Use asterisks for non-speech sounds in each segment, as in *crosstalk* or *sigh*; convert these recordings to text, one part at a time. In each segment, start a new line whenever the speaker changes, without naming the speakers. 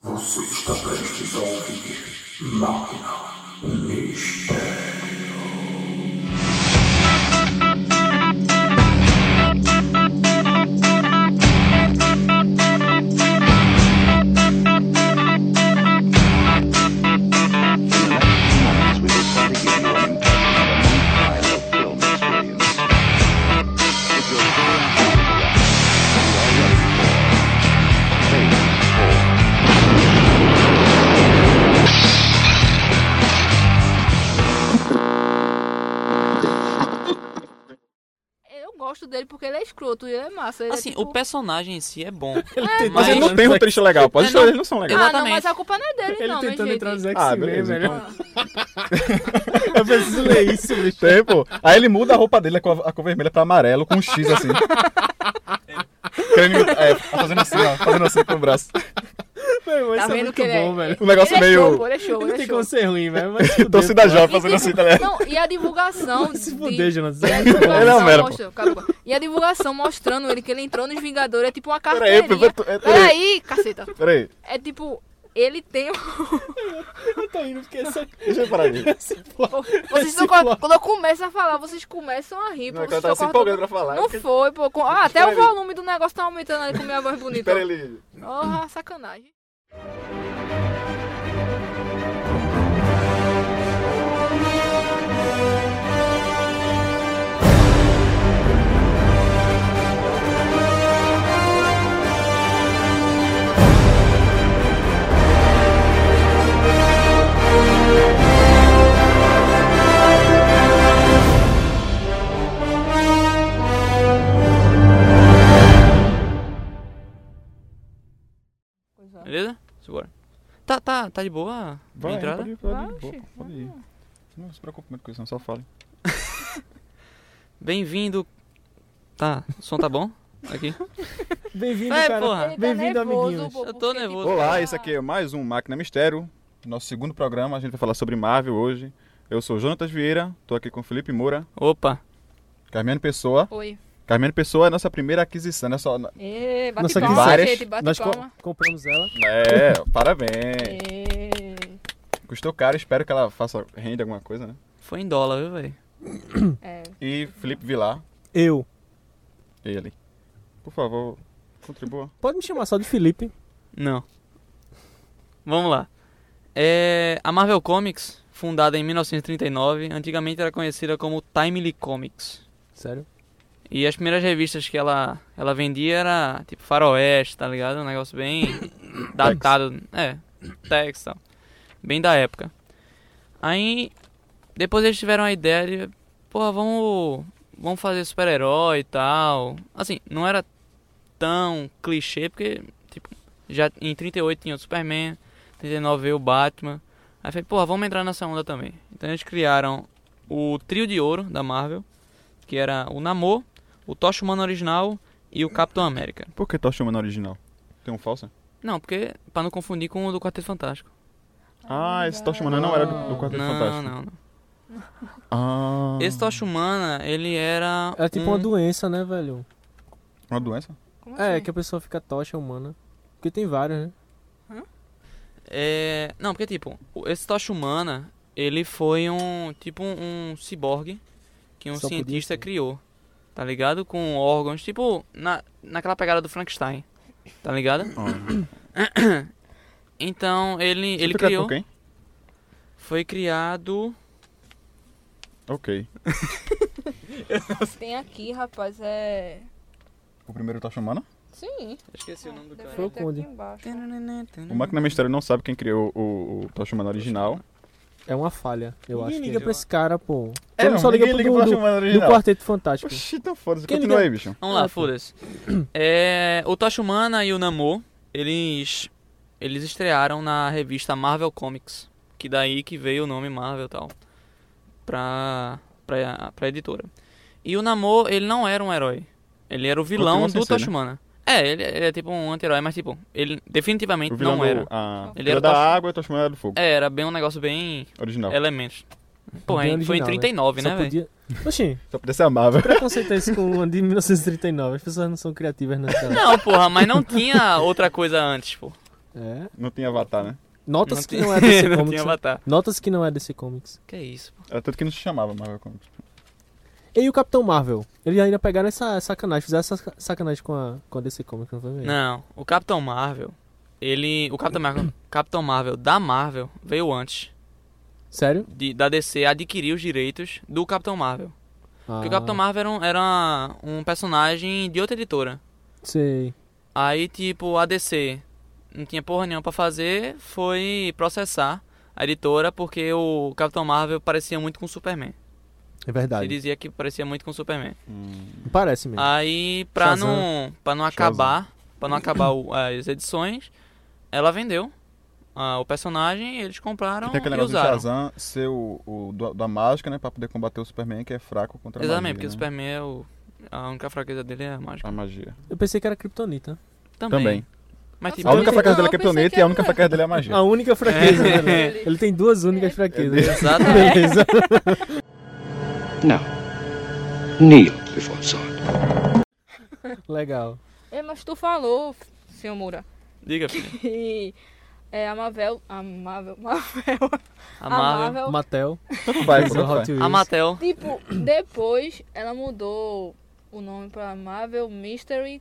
Você está prestes a ouvir Máquina Mistério.
next moments, we will try to give you an impression of a non-trivial film experience. If you're still in we are ready for phase four.
Eu gosto dele porque ele é escroto e ele é massa. Ele
Assim,
é, tipo...
o personagem em si é *laughs* bom.
Mas ele não
Mas-
tem *laughs* roteirista legal, pode
É,
ser,
não.
eles não são legais.
Ah, não,
Exatamente.
mas a culpa não é dele,
Ele
não,
tentando
né,
entrar nos
gente?
Ah,
X-Men,
beleza.
velho.
então.
Eu preciso ler *laughs* isso, bicho.
Tem, pô. Aí ele muda a roupa dele, a cor, a cor vermelha pra amarelo, com um X assim. Querendo, é, fazendo assim, ó, fazendo assim com o braço.
Meu,
Tá
isso é
vendo
muito
que ele é-
bom, velho.
Um negócio
Ele é
meio.
show, pô, ele é show,
Não
ele é
tem
show.
como ser ruim, velho. Mas se fuder,
*laughs* Torcida
pô.
jovem
E,
fazendo assim,
tipo,
tá ligado?
Não, e a divulgação.
*laughs* Se
de- *laughs*
fuder, Jonathan.
E a divulgação
Ele é uma merda, pô.
mostrando- cala a boca. E a divulgação mostrando ele que ele entrou nos Vingadores é tipo uma
Peraí,
carteirinha.
peraí, peraí.
Peraí, caceta.
Peraí,
É tipo, ele tem. um-
*laughs* Eu tô indo porque essa...
deixa eu parar aqui.
essa porra-
Vocês
esse
estão
plot-
Quando eu começo a falar, vocês começam a rir. pô.
Não,
Vocês
que ela
estão
tava se
cortando-
empolgando pra falar.
Não foi, pô. Com- Ah, até
Espera
o
aí.
volume do negócio tá aumentando ali com minha voz bonita.
Espera ele.
Porra, sacanagem.
Beleza? Segura. Tá, tá, tá de boa a
Vai,
entrada?
pode ir, pode ir,
Vai,
boa,
Chico,
pode ir. Não se preocupe muito com isso, não, só fale.
Bem-vindo. Tá, o som tá bom? Aqui.
Bem-vindo,
É,
cara.
porra.
Bem-vindo, amiguinhos.
pô,
Eu tô
tá porque,
nervoso.
tipo,
Olá,
tá-
esse aqui é mais um Máquina Mistério, nosso segundo programa. A gente vai falar sobre Marvel hoje. Eu sou Jonatas Vieira, tô aqui com Felipe Moura,
Opa.
Carmiane Pessoa.
Oi.
Carmiane Pessoa é a nossa primeira aquisição, né? Só...
Ê, bate
Nossa,
palma,
várias-
gente, bate
Nós co-
palma.
compramos ela.
*laughs* É, parabéns.
É.
Ê,
Custou caro, espero que ela faça renda alguma coisa, né?
Foi em dólar, viu, velho?
é.
E Felipe Vilar,
Eu.
ele. Por favor, contribua.
Pode me chamar só de Felipe.
Não. Vamos lá. É, a Marvel Comics, fundada em 1939, antigamente era conhecida como Timely Comics.
Sério?
E as primeiras revistas que ela, ela vendia era tipo Faroeste, tá ligado? Um negócio bem datado. É, Tex tal. Bem da época. Aí, depois eles tiveram a ideia de, porra, vamos, vamos fazer super-herói e tal. Assim, não era tão clichê, porque, tipo, já em 38 tinha o Superman, 39 veio o Batman. Aí falei, porra, vamos entrar nessa onda também. Então eles criaram o Trio de Ouro da Marvel, que era o Namor, o Tocha Humana original e o Capitão América.
Por que Tocha Humana original? Tem um falso?
Não, porque, pra não confundir com o do Quarteto Fantástico.
Ah, esse Tocha Humana não era do, do Quarteto
Não,
Fantástico.
não, não.
Ah,
Esse Tocha Humana, ele era.
Era tipo
um...
Hum.
uma doença, né, velho?
uma doença?
Como
É,
assim?
que a pessoa fica tocha humana. Porque tem várias, né?
É, não, porque tipo, o- esse Tocha Humana, ele foi um tipo um, um ciborgue que um
Só podia
cientista
ser.
criou, tá ligado? Com órgãos, tipo, na, naquela pegada do Frankenstein, tá ligado?
Ah.
Então, ele, ele
Fica
criou,
com quem?
foi criado...
Ok.
Tem aqui, rapaz, é.
O primeiro Tocha Humana?
Sim.
Esqueci é o nome do cara.
Deveria ter
Conde.
aqui embaixo.
O Máquina Mistério não sabe quem criou o, o Tocha Humana original.
É uma falha, eu
Ninguém
acho. Ninguém
liga
liga
pra
pra esse cara, pô.
É, não,
só liga pro
ninguém liga
do,
pra
do,
Tocha Humana
do
original.
Quarteto Fantástico.
Oxi, então foda-se.
Quem
Continua
liga?
aí, bicho.
Vamos lá,
Ah, tá.
foda-se. É, o Tocha Humana e o Namor, eles eles estrearam na revista Marvel Comics, que daí que veio o nome Marvel e tal, pra, pra, pra editora. E o Namor, ele não era um herói, ele era o vilão
Continua sem
do
ser, né?
Tocha Humana. É, ele, ele é tipo um anti-herói, mas tipo, ele definitivamente
O vilão
não
do-
era.
ah,
Ele
era
era
da
Tocha-
água e o Tocha Humana era do fogo.
É, era bem um negócio bem
Original.
elementos. Pô,
Bem
foi em
original,
39, né,
Só
velho?
podia... Oxi,
Só podia ser amável.
preconceito é esse com uma
*laughs*
de 1939. As pessoas não são criativas nessa.
Não, porra, mas não tinha outra coisa antes, pô.
É.
*laughs* Não tinha Avatar, né?
Nota-se que
tinha-
não é
*laughs*
DC
não
Comics.
tinha
né?
avatar.
Nota-se que não é DC Comics.
Que isso, pô.
Era tanto que não se chamava Marvel Comics.
E o Capitão Marvel? Eles ainda pegaram essa sacanagem, fizeram essa saca- sacanagem com a, com a DC Comics, não foi mesmo?
Não, o Capitão Marvel, ele. O Capitão Marvel, *coughs* Capitão Marvel da Marvel veio antes.
Sério?
de- da DC adquirir os direitos do Capitão Marvel. Porque
Ah,
o Capitão Marvel era, um, era um personagem de outra editora.
Sei.
Aí, tipo, a DC não tinha porra nenhuma pra fazer, foi processar a editora porque o Capitão Marvel parecia muito com o Superman.
É
Ele Ah.
verdade.
dizia que parecia muito com o Superman.
Hum,
Parece mesmo.
Aí, pra
Shazam.
não, pra não acabar, para não acabar o- eh, as edições, ela vendeu ah, o personagem, eles compraram
que tem aquele
um, e
negócio do
usaram.
Shazam ser o, o do- da mágica, né? Pra poder combater o Superman, que é fraco contra a
Exatamente, porque o
magia. né?
Superman é o- a única fraqueza dele é a mágica.
A magia.
Eu pensei que era Kryptonita.
Também.
Também.
Mas tipo,
A
*laughs*
única
Não,
fraqueza dele é
eu pensei
Kryptonita
que
e
um
a única
era-
fraqueza dele é a magia.
A única fraqueza
É.
dele. é Ele tem duas únicas fraquezas.
exatamente.
Beleza.
Now, kneel before Zod.
Legal.
É, mas tu falou, senhor Moura, *laughs*
Diga, filho.
que é, a Marvel... A Marvel... Marvel...
A Marvel.
Marvel,
Matel.
Tanto faz,
Fez a
tanto
Hot
faz.
Wheels.
A Mattel.
Tipo, depois ela mudou o nome pra Marvel Mystery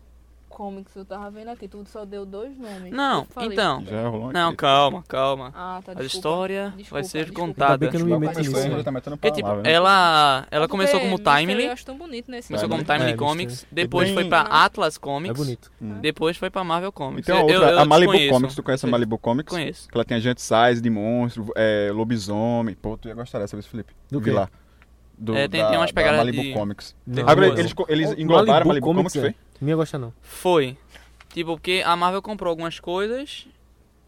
Comics. Eu tava vendo aqui, tudo só deu dois nomes.
Não,
Eu falei-
então.
Já rolou um
Não,
aqui.
calma, calma.
Ah, tá,
A
desculpa.
história
Desculpa,
vai ser
desculpa.
Ainda
contada.
bem que eu não me meto
Começou,
nisso.
ele
né?
tá metendo
Porque,
pau
tipo,
lá, velho.
ela, ela
É porque
começou como
Mystery
Timely,
Eu acho tão bonito, né? esse
começou
nome.
como Timely
É,
Comics,
Mystery.
depois
Tem-
foi pra Atlas Comics,
É bonito.
depois foi pra Marvel
E
Comics.
tem uma
Eu-
outra,
é eu- eu
Então, a Malibu
desconheço.
Comics, tu conhece a Malibu Comics?
Conheço.
Que ela tem a gente size de monstro, é, lobisomem. Pô, tu ia gostar dessa vez, Felipe.
Do
Vi
quê?
lá. Do,
É, tem-
da,
tem umas
da
pegadas
Malibu
de-
Comics.
Não,
Agora,
não.
eles, co- eles englobaram Malibu, Comics,
é.
foi?
Não ia gostar, não.
Foi. Tipo, porque a Marvel comprou algumas coisas,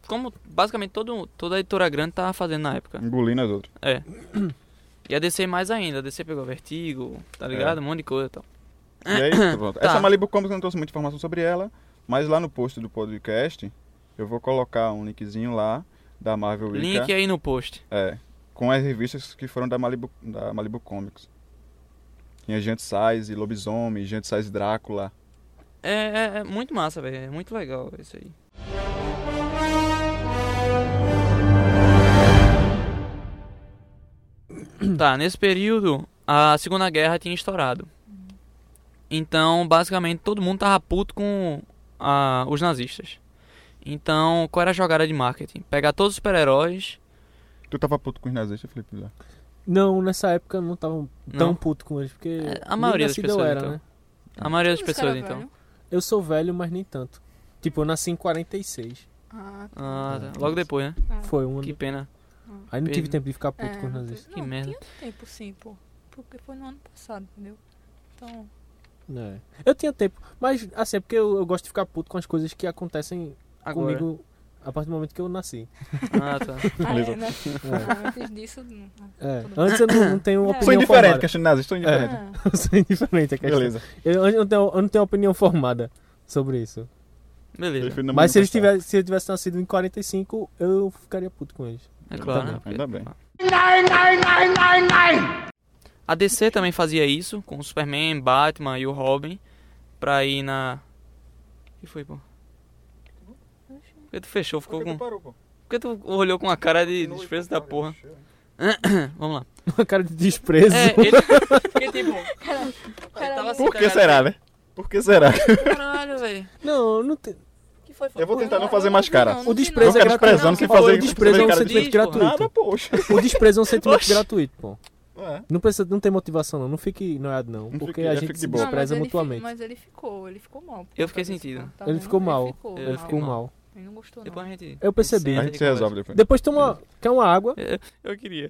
como basicamente todo, toda editora grande tava fazendo na época.
Engolindo as
*laughs*
outras.
É. E a DC mais ainda, a DC pegou Vertigo, tá
É.
ligado? Um monte de coisa e tal.
E aí, pronto. Essa
Tá.
Malibu Comics eu não trouxe muita informação sobre ela, mas lá no post do podcast, eu vou colocar um linkzinho lá da Marvel Wicca.
Link aí no post.
É, com as revistas que foram da Malibu, da Malibu Comics. Tinha gente size, lobisomem, gente size Drácula.
É, é- é muito massa, velho. É muito legal isso aí. Tá, nesse período, a Segunda Guerra tinha estourado. Então, basicamente, todo mundo tava puto com ah, os nazistas. Então, qual era a jogada de marketing? Pegar todos os super-heróis.
Tu tava puto com os nazistas, Felipe? Já.
Não, nessa época eu não tava tão
Não.
puto com eles, porque.
É, a
nem
maioria das
nascido eu
pessoas,
era,
então.
né?
A maioria das
Os
pessoas,
caras
então.
é velho.
Eu sou velho, mas nem tanto. Tipo, eu nasci em 46.
Ah,
Ah, tá. Logo depois, né?
tá.
Foi um ano.
Que pena.
Aí não tive
pena.
tempo de ficar puto
É,
com os
não
nazistas.
teve-
Que
não,
merda.
tinha tempo sim, pô. Porque foi no ano passado, entendeu? Então,
É. Eu tinha tempo, mas assim, é porque eu, eu gosto de ficar puto com as coisas que acontecem
Agora.
comigo a partir do momento que eu nasci.
Ah, tá.
ah, é, né?
É.
Ah, antes disso, não.
É.
Tudo bem.
Antes eu É. não, não tenho
É.
opinião
Sou indiferente,
formada.
questão de nazista, sou indiferente.
Ah,
Eu sou indiferente, é questão.
Beleza.
Eu, eu não tenho, eu não tenho opinião formada sobre isso.
Beleza.
Prefiro não
mas se eles,
manifestar.
tivessem, se eu tivesse nascido em 45, eu ficaria puto com eles. *laughs*
É claro. né?
Ainda bem.
A DC também fazia isso com o Superman, Batman e o Robin pra ir na. O que foi, pô? Por que tu fechou? Ficou com. Por
parou, pô?
que tu olhou com a cara de desprezo da porra? É, Vamos lá.
Uma cara de desprezo.
*laughs*
É, ele. Porque, tipo.
Caralho,
tava assim,
Por que
Caralho.
será, né? Por que será?
Caralho, velho.
Não, não tem.
que foi, foi?
Eu vou tentar não
Eu
fazer
vi
mais cara.
não,
O
vi
desprezo
Não
é
quero
gratuito.
desprezar, não
Quem
sei
falou,
fazer-
O desprezo é um
fazer cara de
sentimento
desprezo, pô.
gratuito.
Nada, poxa. *laughs*
O desprezo é um sentimento
Oxi.
gratuito, pô.
É.
Não precisa, não tem motivação não, não fique noiado não,
Não
porque
fique-
a
já
gente
fique de
se
boa.
Não, mas
despreza
ele fi-
é mutuamente.
Mas ele ficou, ele ficou mal. por causa
Eu fiquei
disso,
sentido.
pô. Tá
Ele
vendo?
ficou mal.
ficou
Ele
Ficou mal.
Ele não gostou,
Depois a
não.
gente.
Eu percebi.
A gente se resolve depois.
Depois toma,
É.
quer uma água?
Eu queria.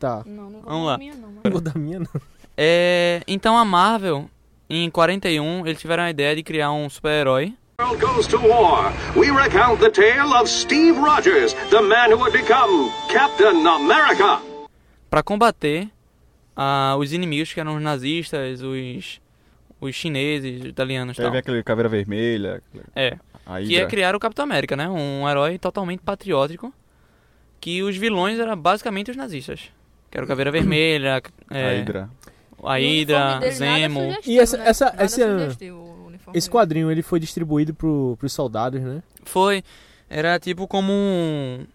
Tá.
Não, não vou
Vamos
dar
lá.
minha, não, mas-
Não vou dar minha não.
É, então a Marvel, em 41, eles tiveram a ideia de criar um super-herói.
world goes to war, we recount the tale of Steve Rogers, the man who would become Captain America.
Pra combater ah, os inimigos que eram os nazistas, os, os chineses, os italianos e
Aí
tal.
vem aquele caveira vermelha, aquele-
É,
a
que é
Hydra.
criar o Capitão América, né? Um herói totalmente patriótico, que os vilões eram basicamente os nazistas. Que era o Caveira
*clears throat*
Vermelha,
A
é,
Hydra.
a
E o uniforme
Hydra,
dele nada é
Zemo.
sugestivo,
E essa-
né?
essa-
Nada
esse ano-
sugestivo, o uniforme
Esse
dele.
quadrinho ele foi distribuído pro, pros soldados, né?
Foi. Era tipo como um,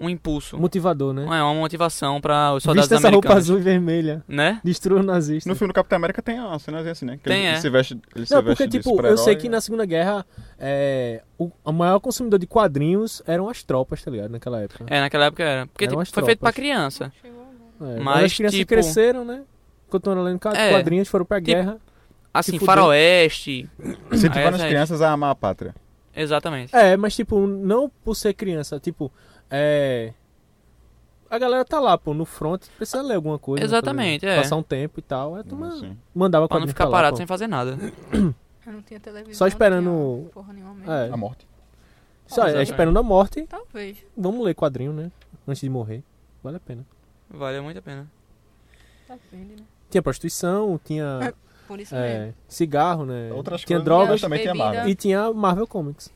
um impulso.
Motivador, né?
É, uma motivação para os soldados
Vista essa roupa
americanos.
azul e vermelha.
Né?
Destrua o nazista.
No filme do Capitão América tem uma cena assim, né? Que
Tem,
ele, ele
é.
se veste, ele se
Não,
veste
porque,
de
tipo,
super-herói,
eu sei que
né?
na Segunda Guerra é, o, o maior consumidor de quadrinhos eram as tropas, tá ligado? Naquela época.
É, naquela época era. Porque
Eram
tipo,
as
foi feito pra
tropas.
criança.
Chegou agora.
É,
Mas,
as crianças
tipo-
cresceram, né? Continuaram lendo ca-
É.
quadrinhos, foram pra
Tipo-
guerra.
Assim,
fudeu.
faroeste. Ah,
Incentivando as
é,
crianças a amar a pátria.
Exatamente.
É, mas, tipo, não por ser criança, tipo, é. A galera tá lá, pô, no front, precisa ler alguma coisa. né,
Exatamente,
pra-
é.
Passar um tempo e tal. É, tu ma-
Assim.
mandava
Pra não
quadrinho
ficar
pra lá,
parado
pô.
sem fazer nada.
Eu não tinha televisão.
Só
não
esperando-
tinha Porra nenhuma mesmo.
É.
A morte.
Só, é,
Ah, Exatamente.
esperando a morte,
Talvez.
vamos ler quadrinho, né? Antes de morrer. Vale a pena.
Vale muito a pena.
Depende, né?
Tinha prostituição, tinha
Por isso mesmo.
é, cigarro, né?
Outras
tinha
coisas
drogas
mas também tem a
bebida.
Marvel.
e tinha Marvel Comics.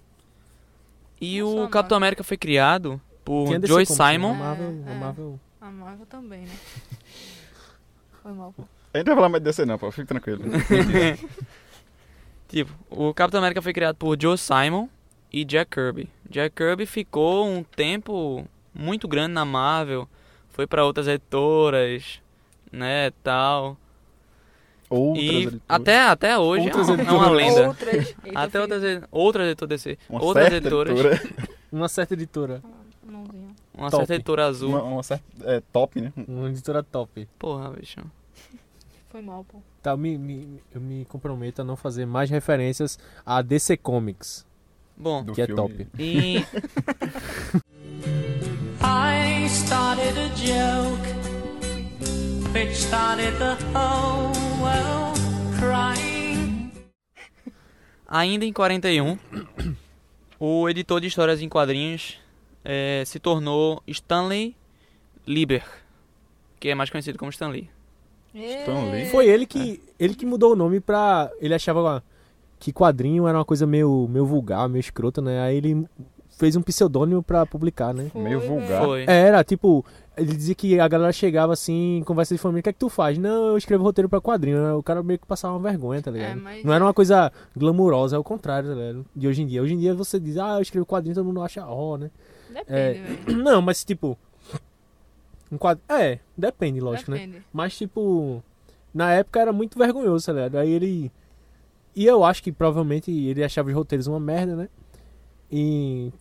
E
Nossa,
o
mano.
Capitão América foi criado por
Tinha DC
Joy
Comics, né?
Simon.
Marvel,
É, é.
Marvel.
A Marvel também, né? *laughs* Foi mal. pô.
A gente não vai falar mais desse não, pô. Fique
*laughs*
tranquilo.
Tipo, o Capitão América foi criado por Joe Simon e Jack Kirby. Jack Kirby ficou um tempo muito grande na Marvel, foi pra outras editoras, né, tal.
Outras
e
editoras.
até até hoje é
Outras
uma- é uma
editoras.
lenda.
Outras. Eita,
Até
filho.
outras ed- outras editoras DC,
Uma
outras
certa
editoras,
editora.
Uma certa editora.
Mãozinha.
uma
Top.
certa editora azul.
Uma, uma certa, é, top, né?
Uma editora top.
Porra, bicho.
Foi mal, pô.
Tá, me, me- eu me comprometo a não fazer mais referências a DC Comics,
Bom,
Do
que é
filme.
top.
e
I started a joke, which started the whole world crying.
Ainda em 41, o editor de histórias em quadrinhos eh, se tornou Stanley Lieber, que é mais conhecido como Stanley.
Stan Lee.
Foi ele que ele que mudou o nome pra. Ele achava que quadrinho era uma coisa meio, meio vulgar, meio escrota, né? Aí ele fez um pseudônimo pra publicar, né?
Foi,
Meio
velho.
vulgar.
Foi.
Era, tipo, ele dizia que a galera chegava assim, em conversa de família, o que é que tu faz? Não, eu escrevo roteiro pra quadrinho. né? O cara meio que passava uma vergonha, tá ligado?
É, mas-
Não era uma coisa glamurosa, é o contrário, tá ligado? De hoje em dia. Hoje em dia você diz, ah, eu escrevo quadrinho, todo mundo acha, ó, né?
Depende,
É.
velho.
*clears throat* Não, mas tipo. Um quadro... É, depende, lógico, né?
Depende.
Mas tipo. Na época era muito vergonhoso, tá ligado? Aí ele. E eu acho que provavelmente ele achava os roteiros uma merda, né? E.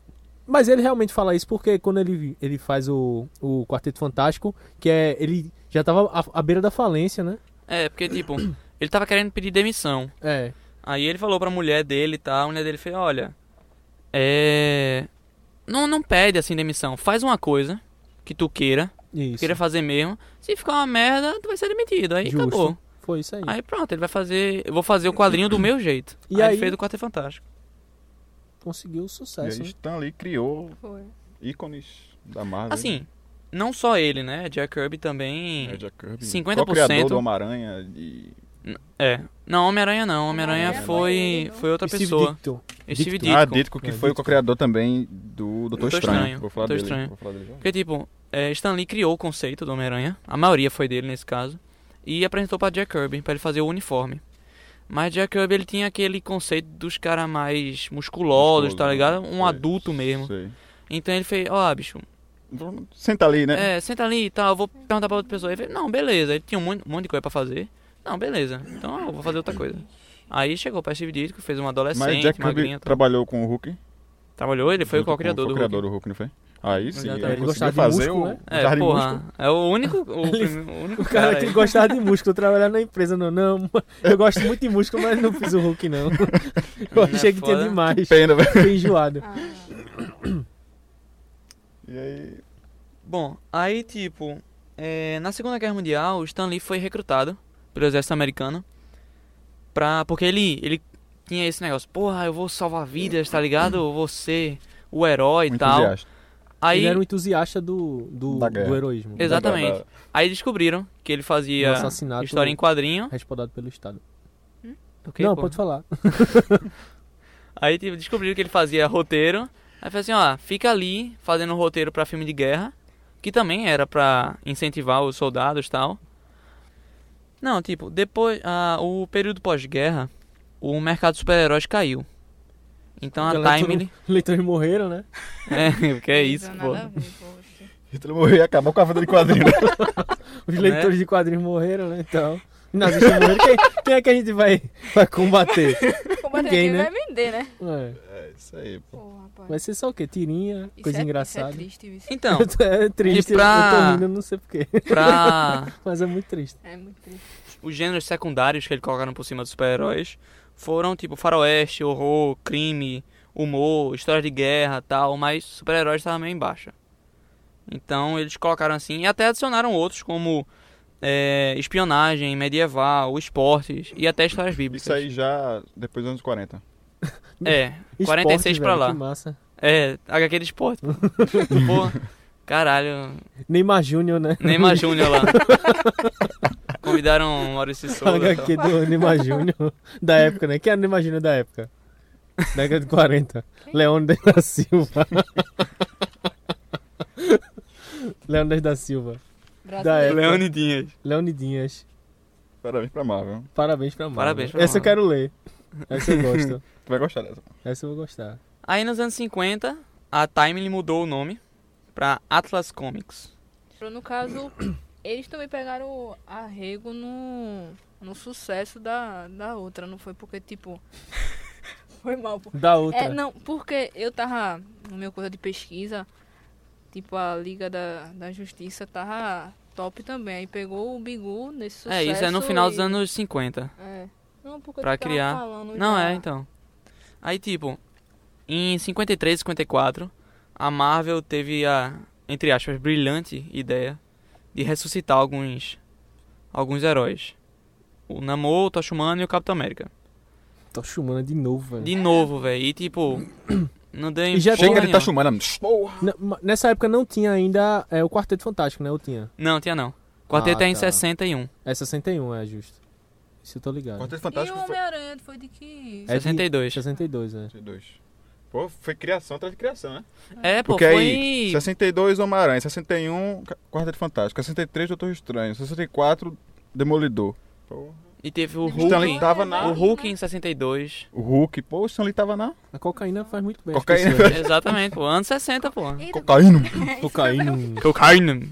Mas ele realmente fala isso porque quando ele, ele faz o, o Quarteto Fantástico, que é. Ele já tava à- à beira da falência, né?
É, porque tipo, ele tava querendo pedir demissão.
É.
Aí ele falou pra mulher dele e tal, a mulher dele fez, olha, é... Não, não pede assim demissão, faz uma coisa que tu queira,
Isso.
queira fazer mesmo. Se ficar uma merda, tu vai ser demitido, aí
Justo.
acabou.
Foi isso aí.
Aí pronto, ele vai fazer, eu vou fazer o quadrinho do meu jeito.
E
aí,
aí-
ele fez o Quarteto Fantástico.
Conseguiu
E
sucesso.
aí
né?
Stan Lee criou
Foi.
ícones da
Tá
Marvel.
Assim, não só ele, né? Jack Kirby também.
É, Jack Kirby.
50%
co-criador do Homem-Aranha e...
É. Não, Homem-Aranha não. Homem-Aranha
Homem-Aranha
foi,
foi ele,
foi outra
Steve
pessoa.
Ditko.
Steve
Ditko.
Ditko.
Ah, Ditko, que
É,
foi o
Ditko.
co-criador também do Doutor
Doutor
Estranho.
Estranho.
Vou falar
Doutor
dele.
Estranho.
Vou falar dele já.
Porque, tipo, é, Stan Lee criou o conceito do Homem-Aranha. A maioria foi dele nesse caso. E apresentou pra Jack Kirby, pra ele fazer o uniforme. Mas Jack Kirby, ele tinha aquele conceito dos caras mais musculosos,
Musculoso,
tá
né?
ligado? Um
Sei,
adulto mesmo.
Sei.
Então ele fez, ó, bicho,
Vou- Senta ali, né?
É, senta ali e tal, eu vou perguntar pra outra pessoa. Ele falou, não, beleza. Ele tinha um monte, um monte de coisa pra fazer. Não, beleza. Então eu vou fazer outra coisa. Aí chegou pra Steve Ditko, fez uma
Mas
adolescente,
Jack
magrinha. tal.
Kirby trabalhou com o Hulk.
Trabalhou, ele tá. foi o
junto com-
co-criador do
co-criador
Hulk.
do Hulk, não foi? Aí
Exatamente.
sim, ele
Ele
conseguiu
gostava de
fazer
músculo,
o... um
né?
É,
Jardim Músculo.
porra, é o único,
*laughs*
o,
Ele-
prime- o único
O cara,
cara,
que
aí.
gostava de músculo, trabalhar na empresa, não. Não, eu gosto muito de músculo, mas não fiz o
*laughs*
Hulk, não. Eu
Não é
achei que tinha
foda?
demais.
Pena, né, velho.
Fiquei enjoado.
*laughs* Ah,
E aí...
Bom, aí tipo, é, na Segunda Guerra Mundial, o Stan Lee foi recrutado pelo exército americano pra, porque ele, ele tinha esse negócio, porra, eu vou salvar vidas, tá ligado? Eu vou ser o herói e
Muito
tal.
entusiasta. né,
Aí,
Ele era um entusiasta do, do,
Da guerra.
do heroísmo. né?
Exato. Exatamente. aí descobriram que ele
Do
fazia
assassinato
história em quadrinho.
respaldado pelo Estado.
Ok,
não,
pô.
pode falar.
Aí tipo, descobriram que ele fazia roteiro. Aí falou assim, ó, fica ali fazendo roteiro pra filme de guerra, que também era pra incentivar os soldados e tal. Não, tipo, depois, ah, o período pós-guerra, o mercado de super-heróis caiu. Então a
*laughs* Galera,
Timely.
tudo- Leitores morreram, né?
*laughs* É, porque é isso,
Não tem
pô.
nada a ver, poxa.
Hitler morreu e acabou com a vida de quadrinho. né?
*laughs*
Os
é?
leitores de quadrinhos morreram, né? Então. Nazistas morreram. Quem, quem é que a gente vai, vai
*laughs*
combater?
*laughs* Como é que
Ninguém,
ele
né?
vai vender, né?
É,
É isso aí, pô.
Pô, rapaz.
vai ser só o quê? Tirinha,
Isso
coisa
é-
engraçada.
Isso é triste, isso.
Então,
*laughs* é triste,
E pra-
eu tô rindo, eu não sei porquê. *laughs*
pra
Mas é muito triste.
É muito triste.
os gêneros secundários que eles colocaram por cima dos super-heróis foram tipo faroeste, horror, crime, humor, história de guerra tal, mas super-heróis estavam meio em baixa. Então eles colocaram assim e até adicionaram outros como é, espionagem, medieval, esportes e até histórias bíblicas.
Isso aí já depois dos anos 40.
É, 46
Esporte,
pra
velho,
lá.
Que massa.
É, HQ de esporte. *laughs* Pô, caralho.
Neymar Júnior, né? *laughs*
Neymar Júnior
*laughs*
lá. Convidaram o Maurício Souza. e tal.
HQ do Neymar Júnior da época, né? Quem era o Neymar Júnior da época? Década de 40. Leônidas da Silva. Leônidas da Silva. Da
Brasileiro.
época.
Leonidinhas.
Leonidinhas.
Parabéns pra Marvel.
Parabéns pra Marvel.
Parabéns pra
Essa eu
Marvel.
quero ler. Essa eu gosto.
Tu vai gostar dessa.
Essa eu vou gostar.
Aí nos anos 50, a Timely mudou o nome pra Atlas Comics.
No caso, *coughs* eles também pegaram arrego no, no sucesso da, da outra, não foi? Porque, tipo. *laughs* Foi mal, pô.
Da outra.
É, não, porque eu tava no meu coisa de pesquisa, tipo a Liga da, da Justiça tava top também. Aí pegou o Bigu nesse sucesso.
é, isso é no final dos
e-
anos 50.
É. Não, porque
Pra
tu tava
criar.
falando
Não,
já.
é, então. Aí, tipo, em 53, 54, a Marvel teve a, entre aspas, brilhante ideia de ressuscitar alguns alguns heróis. O Namor, o Tocha Humana e o Capitão América.
Tô chumando de novo, velho.
De novo, velho. E, *coughs* tipo, não deu em
já
porra
Chega de
nenhuma.
tá chumando.
N- ma- Nessa época não tinha ainda é, o Quarteto Fantástico, né? Eu tinha.
Não, tinha não. Quarteto
Ah,
é em
tá.
61.
É 61, é justo. Isso eu tô ligado.
E
Quarteto Fantástico
o
foi
Homem-Aranha foi de que.
É de-
62.
62, né?
62. Pô, foi criação atrás de criação, né?
É, pô,
Porque
foi.
aí, 62 Homem-Aranha, 61 Ca- Quarteto Fantástico, 63 Doutor Estranho, 64 Demolidor. Pô,
E teve o
O Stanley
Hulk.
tava na.
O Hulk em 62.
O Hulk, pô, o Stanley tava na.
A cocaína faz muito bem. às
Cocaína.
pessoas. né?
Exatamente, pô. Anos 60, pô.
Eita,
Cocaína.
*laughs*
cocaína. um
Cocaína.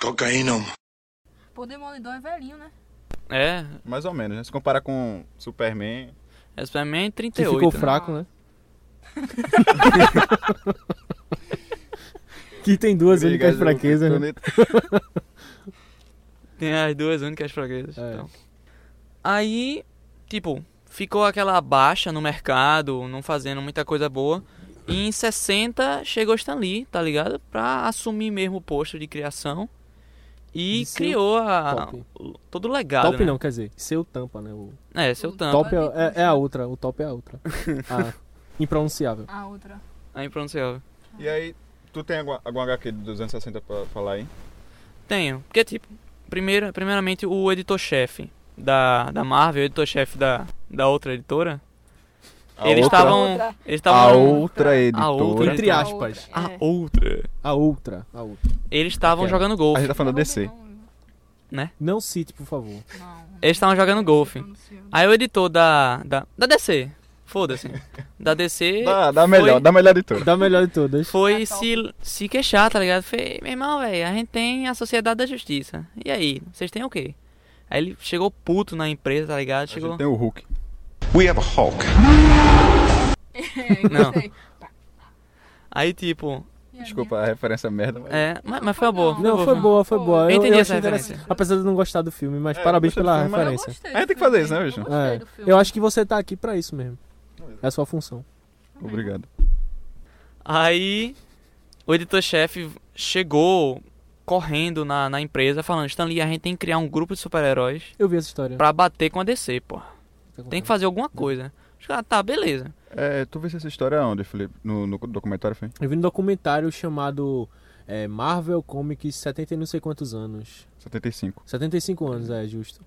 Cocaína.
pô, Demolidor é velhinho, né?
É,
Mais ou menos, né? Se comparar com Superman.
é Superman
Que
38.
ficou
né?
fraco, né? *laughs* que tem duas únicas
Obrigado,
fraquezas, né?
planeta.
Tem as duas únicas fraquezas.
É.
então. Aí, tipo, ficou aquela baixa no mercado, não fazendo muita coisa boa. E em 60 chegou Stan Lee, tá ligado? Pra assumir mesmo o posto de criação. E
De ser
criou a.
top.
o- Todo o legado.
Top
né?
não, quer dizer, seu tampa, né? O
É, seu tampa.
top é, é a outra, o top é a *laughs* outra. Ah, impronunciável.
A outra.
Aí pronunciável.
E aí, tu tem alguma, alguma HQ de 260 pra falar aí?
Tenho. Porque, tipo, primeiro, primeiramente o editor-chefe da, da Marvel, o editor-chefe da, da outra editora,
A
eles
outra-
estavam.
Outra.
Eles
A
estavam.
outra editora.
A outra
Entre
editora.
aspas. É.
A
Ah,
outra.
A outra.
A outra, a outra.
Eles estavam
Aquela.
jogando
A
golfe.
gente tá falando da DC.
Não, não,
Não cite, por *laughs* favor.
não.
Eles estavam jogando golfe.
Pronunciou.
*laughs* Aí o editor da. Da, da DC. Foda-se. Da DC.
*laughs* Da, da
foi-
melhor, da melhor editora.
Da melhor de todas.
Foi
Da
se, se queixar, tá ligado? Falei, meu irmão, velho, a gente tem a Sociedade da Justiça. E aí? Vocês têm o quê? Aí ele chegou puto na empresa, tá ligado?
A gente
Chegou.
Tem o Hulk.
We have a Hulk.
É, gostei.
Aí tipo.
E a
Desculpa a referência merda, mas.
É, mas, mas foi uma boa.
Não,
Não,
uma
foi boa, foi
Pô,
boa.
eu
Eu,
entendi
eu
essa
achei
referência.
interessante. Apesar de eu não gostar do filme, mas
É,
parabéns
gostei do
pela
filme, mas-
minha? Eu
referência.
gostei
A gente
do
tem que
filme.
fazer isso, né, bicho?
Eu gostei
É,
do filme.
eu acho que você tá aqui pra isso mesmo. É a sua função.
Obrigado.
Aí o editor-chefe chegou correndo na, na empresa falando, Stanley, a gente tem que criar um grupo de super-heróis
Eu vi essa história. Tá
pra bater com a DC, pô. Tem que fazer alguma coisa. Os caras, tá, beleza.
É, tu viste essa história onde, Felipe? No, no documentário, foi?
Eu vi no documentário chamado é, Marvel Comics 70 e não sei quantos anos.
75.
75 anos, é justo.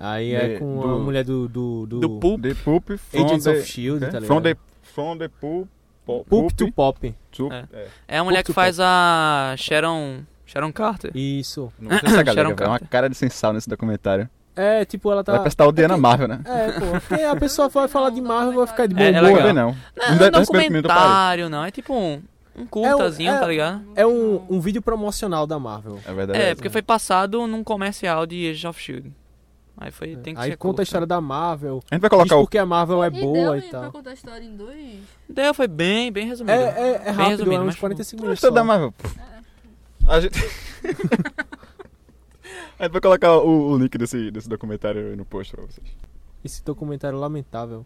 Aí
De-
é com
do-
a mulher do. Do, do,
Do Pulp,
The Poop from
Agents
the...
of Shield,
quê?
tá ligado?
From the, from the Poop... po-
Pulp
Poop
to Pop.
to-
É.
é.
é a mulher que
Pulp,
faz a Sharon, Sharon Carter.
Isso.
Não sei se a
Sharon
galera, velho, é uma
Carter.
cara de sensal nesse documentário.
É, tipo, ela tá.
Ela parece que tá odiando a Marvel, né?
É, pô. Porque a pessoa vai falar de
Não,
Marvel e vai ficar de bom
É, é
Não
humor.
vou
legal.
ver, não.
Não,
dá
não é um
50 minutos, eu parei.
comentário, não. É tipo um, um curtazinho,
É um- é-
tá ligado?
É um, um vídeo promocional da Marvel.
É verdade.
É, porque foi passado num comercial de Age of S.H.I.E.L.D. Aí foi, tem que
É. Aí
ser né?
conta
curta.
a história da Marvel.
A gente vai
Diz
colocar o.
porque a Marvel é
E
boa
deu
e
pra
tal.
contar a história em dois.
Deu, foi bem, bem resumido.
É, é, é
Bem
rápido, é
resumido,
uns
mas
45
A
minutos.
história da
só.
Marvel. A gente. *laughs* A gente vai colocar o, o link desse, desse documentário aí no post pra vocês.
Esse documentário é lamentável.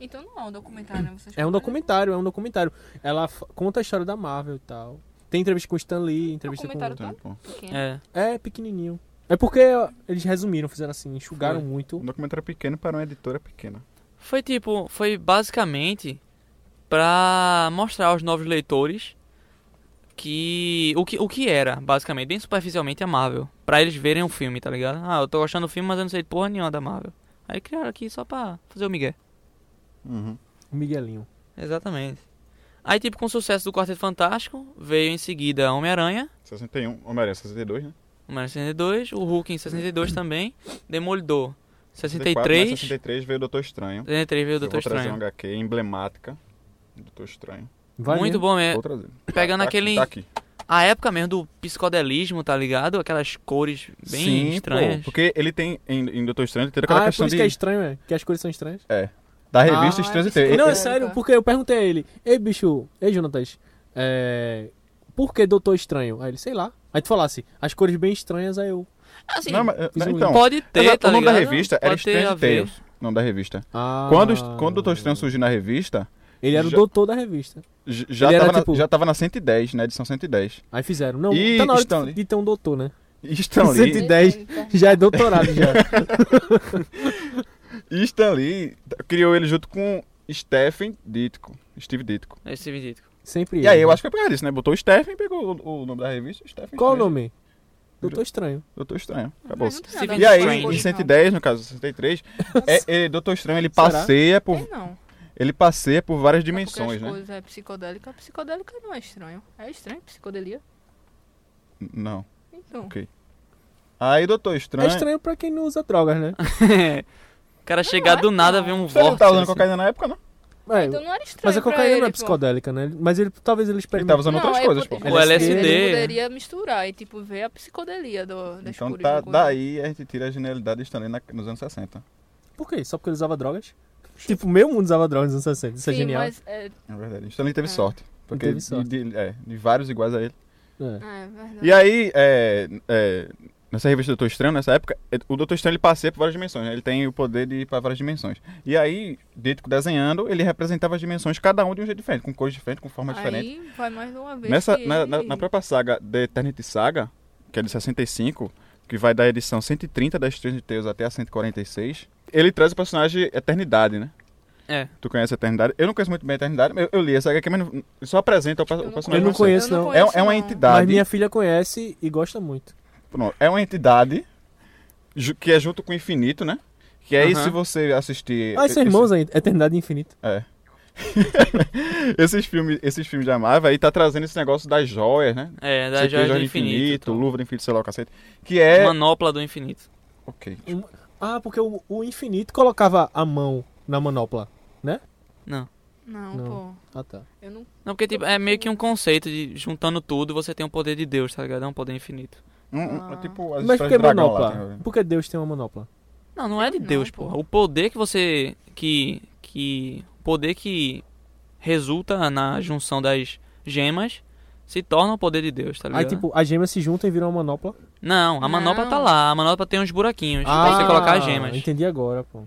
Então não é um documentário, né? Vocês
É um
contaram-
documentário, é um documentário. Ela f- conta a história da Marvel e tal. Tem entrevista com o Stan Lee, entrevista com.
Documentário.
Então, bom.
Pequeno.
É,
É, pequenininho. É porque ó, eles resumiram, fizeram assim, enxugaram
Foi.
muito.
Um documentário pequeno para uma editora é pequena.
foi tipo, foi basicamente pra mostrar aos novos leitores que o que, o que era, basicamente, bem superficialmente a Marvel. Pra eles verem o filme, tá ligado? Ah, eu tô gostando do filme, mas eu não sei porra nenhuma da Marvel. Aí criaram aqui só pra fazer o migué.
Uhum.
O Miguelinho.
Exatamente. Aí, tipo, com o sucesso do Quarteto Fantástico, veio em seguida Homem-Aranha,
61, Homem-Aranha, 62, né?
Homem-Aranha 62, o Hulk em 62 também, Demolidor
64,
63,
mas 63 veio o Doutor Estranho.
63 veio o
Eu
Doutor
vou trazer um
Estranho.
HQ emblemática. do Doutor Estranho.
Vai
Muito
mesmo.
bom
Vou
mesmo.
trazer.
É, Pegando
tá,
aquele-
Tá aqui.
A época mesmo do psicodelismo, tá ligado? Aquelas cores bem
Sim, pô,
estranhas.
porque ele tem, em, em Doutor Estranho, ele tem aquela
Ah, é por
questão
isso
de,
que é estranho, é. Que as cores são estranhas.
da revista
Ah,
Estranho
é
inteiro.
Não, é
Ele-
sério, porque eu perguntei a ele, ei bicho, ei Jonatas, é... por que Doutor Estranho? Aí ele, sei lá. Aí tu falasse, as cores bem estranhas, aí eu.
Assim,
Não, mas-
fiz um
então,
pode ter,
exato,
tá
o nome da
ligado?
revista era
Pode ter a
Strange
ver.
Tales. O nome da revista.
Ah,
Quando, o- quando o Doutor Estranho surgiu na revista,
Ele era o
já-
doutor da revista.
j- já
Ele era
tava, na,
tipo-
já tava na 110, na edição 110.
Aí fizeram, não,
Ih,
tá na hora
Stanley.
de, de ter um doutor, né? *laughs*
E Stan Lee,
110
Então,
já é doutorado já.
*laughs* e Stan Lee criou ele junto com Stephen Ditko. Steve Ditko.
Esse vídeo. *laughs*
Sempre
E
ele,
aí eu
né?
acho que foi por causa disso, né? Botou o Stephen, pegou o, o nome da revista, Stephen.
Qual o
Strange.
nome? Doutor Estranho.
Doutor Estranho. Acabou.
não tem nada
E aí, em
Strange.
110, no caso 63, é, é, Doutor Estranho ele passeia por
É, não.
ele passeia por
É
várias
porque
dimensões,
as
né?
coisas é psicodélica. Psicodélica não é estranho. É estranho, psicodelia.
N- Não.
Então.
Ok. Aí Doutor
É
Estranho.
estranho pra quem não usa drogas, né?
Ah.
o cara chegar do nada, ver um
Você não
vórtice.
tava tá usando
assim.
cocaína na época, né? não?
É,
Então não era estranho.
mas a
pra
cocaína
ele,
não é
pô.
psicodélica, né? Mas ele talvez ele
Ele tava
experimente.
tá usando outras
é
coisas, pô.
porque-
O LSD,
Ele
né?
poderia misturar e, tipo, ver a psicodelia do, das
Então
cores
tá,
do corpo.
daí a gente tira a genialidade de Stanley na, nos anos 60.
Por quê? Só porque ele usava drogas? Tipo, meu mundo usava drogas nos anos 60. Isso é
Sim,
genial.
mas... É,
Na verdade. Stanley teve
É.
sorte. Porque
Teve sorte.
De, de- é, de vários iguais a ele.
É.
é verdade.
E aí, é, é, nessa revista Doutor Estranho, nessa época, é, o Doutor Estranho ele passeia por várias dimensões. né? Ele tem o poder de ir pra várias dimensões. E aí, Dítico desenhando, ele representava as dimensões, cada um de um jeito diferente, com cores diferentes, com formas diferentes.
Aí vai mais de uma vez
Nessa,
que
na,
ele-
na, na própria saga The Eternity Saga, que é de 65, que vai da edição 130 das Strange Tales até a 146, ele traz o personagem Eternidade, né?
É.
Tu conhece a Eternidade? Eu não conheço muito bem a Eternidade, eu, eu li essa HQ, mas não- só apresenta o, pe- o
Eu não
personagem.
Eu não conheço,
eu
não.
É, é uma
não.
entidade.
Mas minha filha conhece e gosta muito.
Pronto, é uma entidade ju- que é junto com o infinito, né? Que aí
Aham.
se você assistir.
Ah, e seus
É, esse-
irmãos ainda. Eternidade infinita.
É. *laughs* esses, filmes, esses filmes da Marvel aí tá trazendo esse negócio das joias, né?
É,
Sei
da
que,
Joia do Infinito.
luva do infinito, sei lá o cacete. Que é.
Manopla do Infinito.
Ok.
Ah, porque o, o infinito colocava a mão na manopla.
Não,
Não.
pô.
Ah, tá.
Eu não...
Não, porque tipo, é meio que um conceito de juntando tudo, você tem um poder de Deus, tá ligado? É um poder infinito.
Um- um- é tipo as
Mas por
histórias
que
do dragão lá,
manopla?
tem-
Por que Deus tem uma manopla?
Não, não é de
Não,
Deus,
pô.
porra. O poder que você. que. que. poder que resulta na junção das gemas se torna o poder de Deus, tá ligado?
Aí, tipo, as gêmeas se juntam e viram uma manopla.
Não, a manopla
Não. Ah,
tá lá, a manopla tem uns buraquinhos pra você colocar as gemas.
Ah, Entendi agora, pô.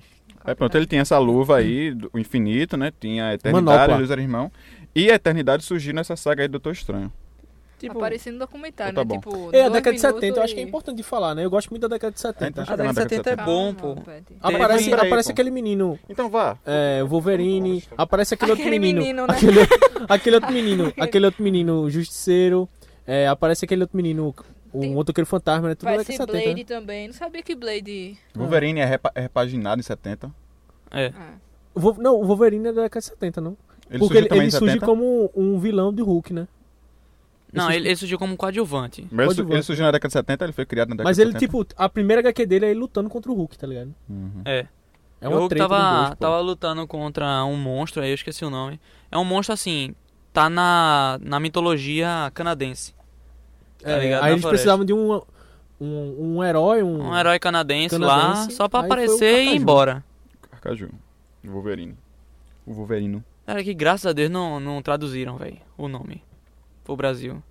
É, pronto, ele tinha essa luva aí, do- o infinito, né? Tinha a eternidade,
Manopla.
eles eram irmãos. E a eternidade surgiu nessa saga aí do Doutor Estranho.
Tipo,
Aparecendo no documentário,
tá
né?
bom.
Tipo,
É, a
dois
década de 70,
minutos
eu acho que é
e-
importante de falar, né? Eu gosto muito da década de 70.
Então,
a
Chega na
década de
década de
70
tá
é bom, pô.
Calma, Pet.
Ah,
Aparece,
Peraí,
aparece
pô.
aquele menino,
Então vá.
é, o Wolverine, aparece aquele outro
Aquele
menino.
menino, né?
Aquele, aquele
*laughs*
outro menino, aquele outro menino justiceiro, é, aparece aquele outro menino, um
Tem-
outro aquele fantasma, né? Tudo na
Vai
década de
ser
70. né?
Blade também. Não sabia que Blade...
Wolverine é, repa- é repaginado em 70.
É.
Ah,
O Vol- Não, o Wolverine é da década de 70, não?
Ele
Porque
surgiu
ele,
também
ele
em
surge
70.
como um vilão de Hulk, né?
Não, ele, ele surgiu como um coadjuvante.
Mas ele, su-
Coadjuvante.
ele surgiu na década de 70, ele foi criado na década
Mas
de
ele,
70.
tipo, a primeira HQ dele é ele lutando contra o Hulk, tá ligado?
Uhum.
É.
É
o
uma
Hulk
treta
tava,
dos dois, pô.
tava lutando contra um monstro, aí eu esqueci o nome. É um monstro assim, tá na, na mitologia canadense. Tá
É,
ligado? Na
aí eles
floresta.
precisavam de um, um, um herói, um...
Um herói canadense, lá,
Canadense,
só pra
aí foi o
aparecer e ir
Cacaju.
embora.
Arcaju. Wolverine. O Wolverino.
Cara, que graças a Deus não, não traduziram, velho, o nome pro Brasil.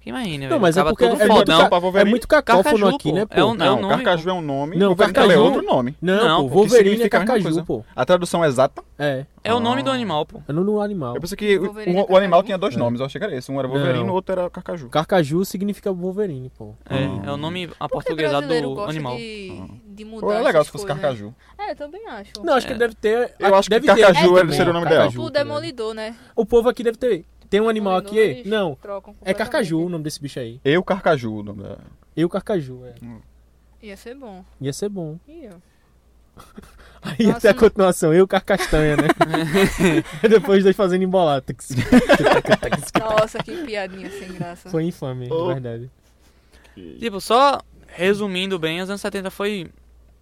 Que imagina,
Não,
velho.
mas é
acaba
porque
todo
é muito,
fodão.
ca- pra
é
Wolverine.
muito cacófono
Cacaju,
aqui,
pô.
né, pô?
É um-
Não,
o nome,
Carcaju é um nome,
Não,
Wolverine
Carcaju-
é outro nome.
Não,
Não,
pô,
pô, que
Wolverine é
significa a mesma
Cacaju,
coisa.
pô.
A tradução exata
É,
É o nome do animal, pô.
é no- no animal.
Eu pensei que o,
Wolverine é
o- o
Carcaju?
animal tinha dois
É.
nomes, eu achei que era esse. Um era Wolverine,
Não.
o outro era Carcaju.
Cacaju significa Wolverine, pô.
É, é o
Hum.
nome
Por que
aportuguesado
brasileiro
do
gosta
animal.
de, de mudar
Ou é legal
essas
se fosse
coisas, né?
Carcaju.
É, eu também acho.
Não, acho que
É.
deve ter...
Eu acho que
deve
Cacaju
ter,
era- seria o nome
Cacaju,
dela.
Tipo o
tá ligado?
demolidor, né?
O povo aqui deve ter... Tem
é
um animal aqui?
Demolidor, eles
Não,
trocam
é
completamente.
Carcaju o nome desse bicho aí.
Eu, Carcaju, o nome da...
Eu, Carcaju, é.
Hum.
Ia ser bom.
Ia ser bom.
Ia.
Aí
Nossa,
até a
não.
continuação, eu, Carcastanha,
*laughs*
né? *laughs* Depois dois fazendo embolar.
Nossa, que piadinha sem graça.
Foi infame, na
Oh.
verdade.
Tipo, só resumindo bem, os anos 70 foi,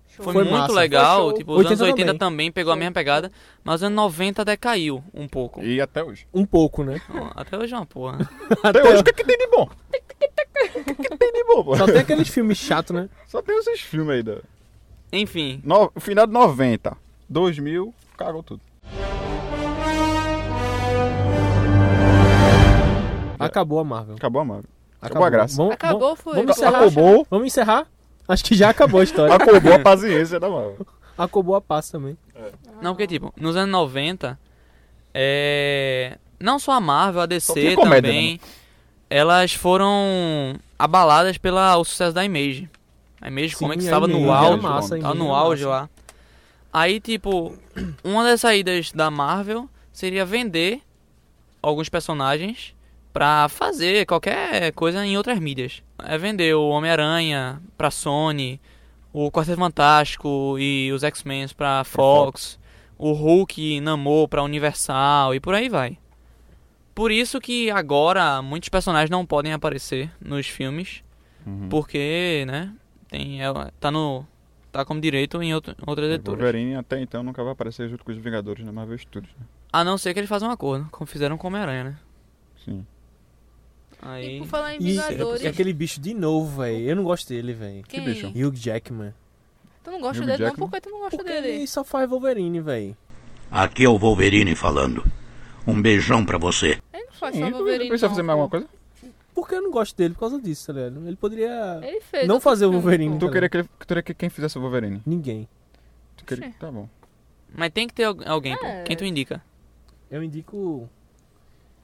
Show.
foi,
Foi
muito
massa.
legal.
Foi show.
tipo, os anos
80
80
também.
também, pegou a mesma pegada, mas os anos 90 decaiu um pouco.
E até hoje.
Um pouco, né?
Não, Até hoje é uma porra. *laughs* né?
Até, hoje, o que, é que tem de
*laughs*
bom? O que, é que tem de bom, pô?
Só tem aqueles filmes chatos, né?
Só tem esses filmes aí. Da...
Enfim,
No... Final de 90, 2000, cagou tudo.
Acabou a Marvel.
Acabou a Marvel. É. Acabou,
Acabou
a graça.
Vamos,
Acabou,
vamos-
foi.
Vamos encerrar?
Acabou,
Vamos encerrar? Acho que já acabou a
*laughs*
história.
acabou a paciência né, da Marvel.
acabou a paz também.
não, porque tipo, nos anos 90, é... não só a Marvel, a
Só
DC
tinha comédia,
também, elas foram abaladas pelo sucesso da Image. A Image, como é que
Sim,
estava
a Image
no
era
auge,
massa,
tava
a Image
Tá no
era
auge
massa.
lá. Aí, tipo, uma das saídas da Marvel seria vender alguns personagens pra fazer qualquer coisa em outras mídias. É vender o Homem-Aranha pra Sony, o Quarteto Fantástico e os X-Men pra Fox, o Hulk e Namor pra Universal e por aí vai. Por isso que agora muitos personagens não podem aparecer nos filmes,
Uhum.
porque, né, tem ela tá no tá como direito em outro, outras
O
editoras.
É Wolverine até então nunca vai aparecer junto com os Vingadores na Marvel Studios. Né?
A não ser que eles façam um acordo, como fizeram com o Homem-Aranha, né?
Sim.
Aí
E por tipo, falar em
E,
Vingadores,
e aquele bicho de novo, velho. Eu não gosto dele, velho.
quem...
bicho?
Hugh Jackman.
Tu não gosta
Hugh
dele? Não,
Jackman?
por que tu não gosta
Porque
dele?
ele só faz Wolverine, velho.
Aqui é o Wolverine falando. Um beijão pra você.
Ele não faz só
Sim,
Wolverine,
precisa
não,
fazer mais
pô.
alguma coisa?
Porque eu não gosto dele por causa disso, tá ligado? Ele poderia...
Ele fez.
Não
outro
fazer o
filme,
Wolverine.
pô.
Tu queria que, ele- tu queria que quem fizesse o Wolverine?
Ninguém.
Tu queria...
Sim.
Tá bom.
Mas tem que ter al- alguém, pô.
É.
Quem tu indica?
Eu indico...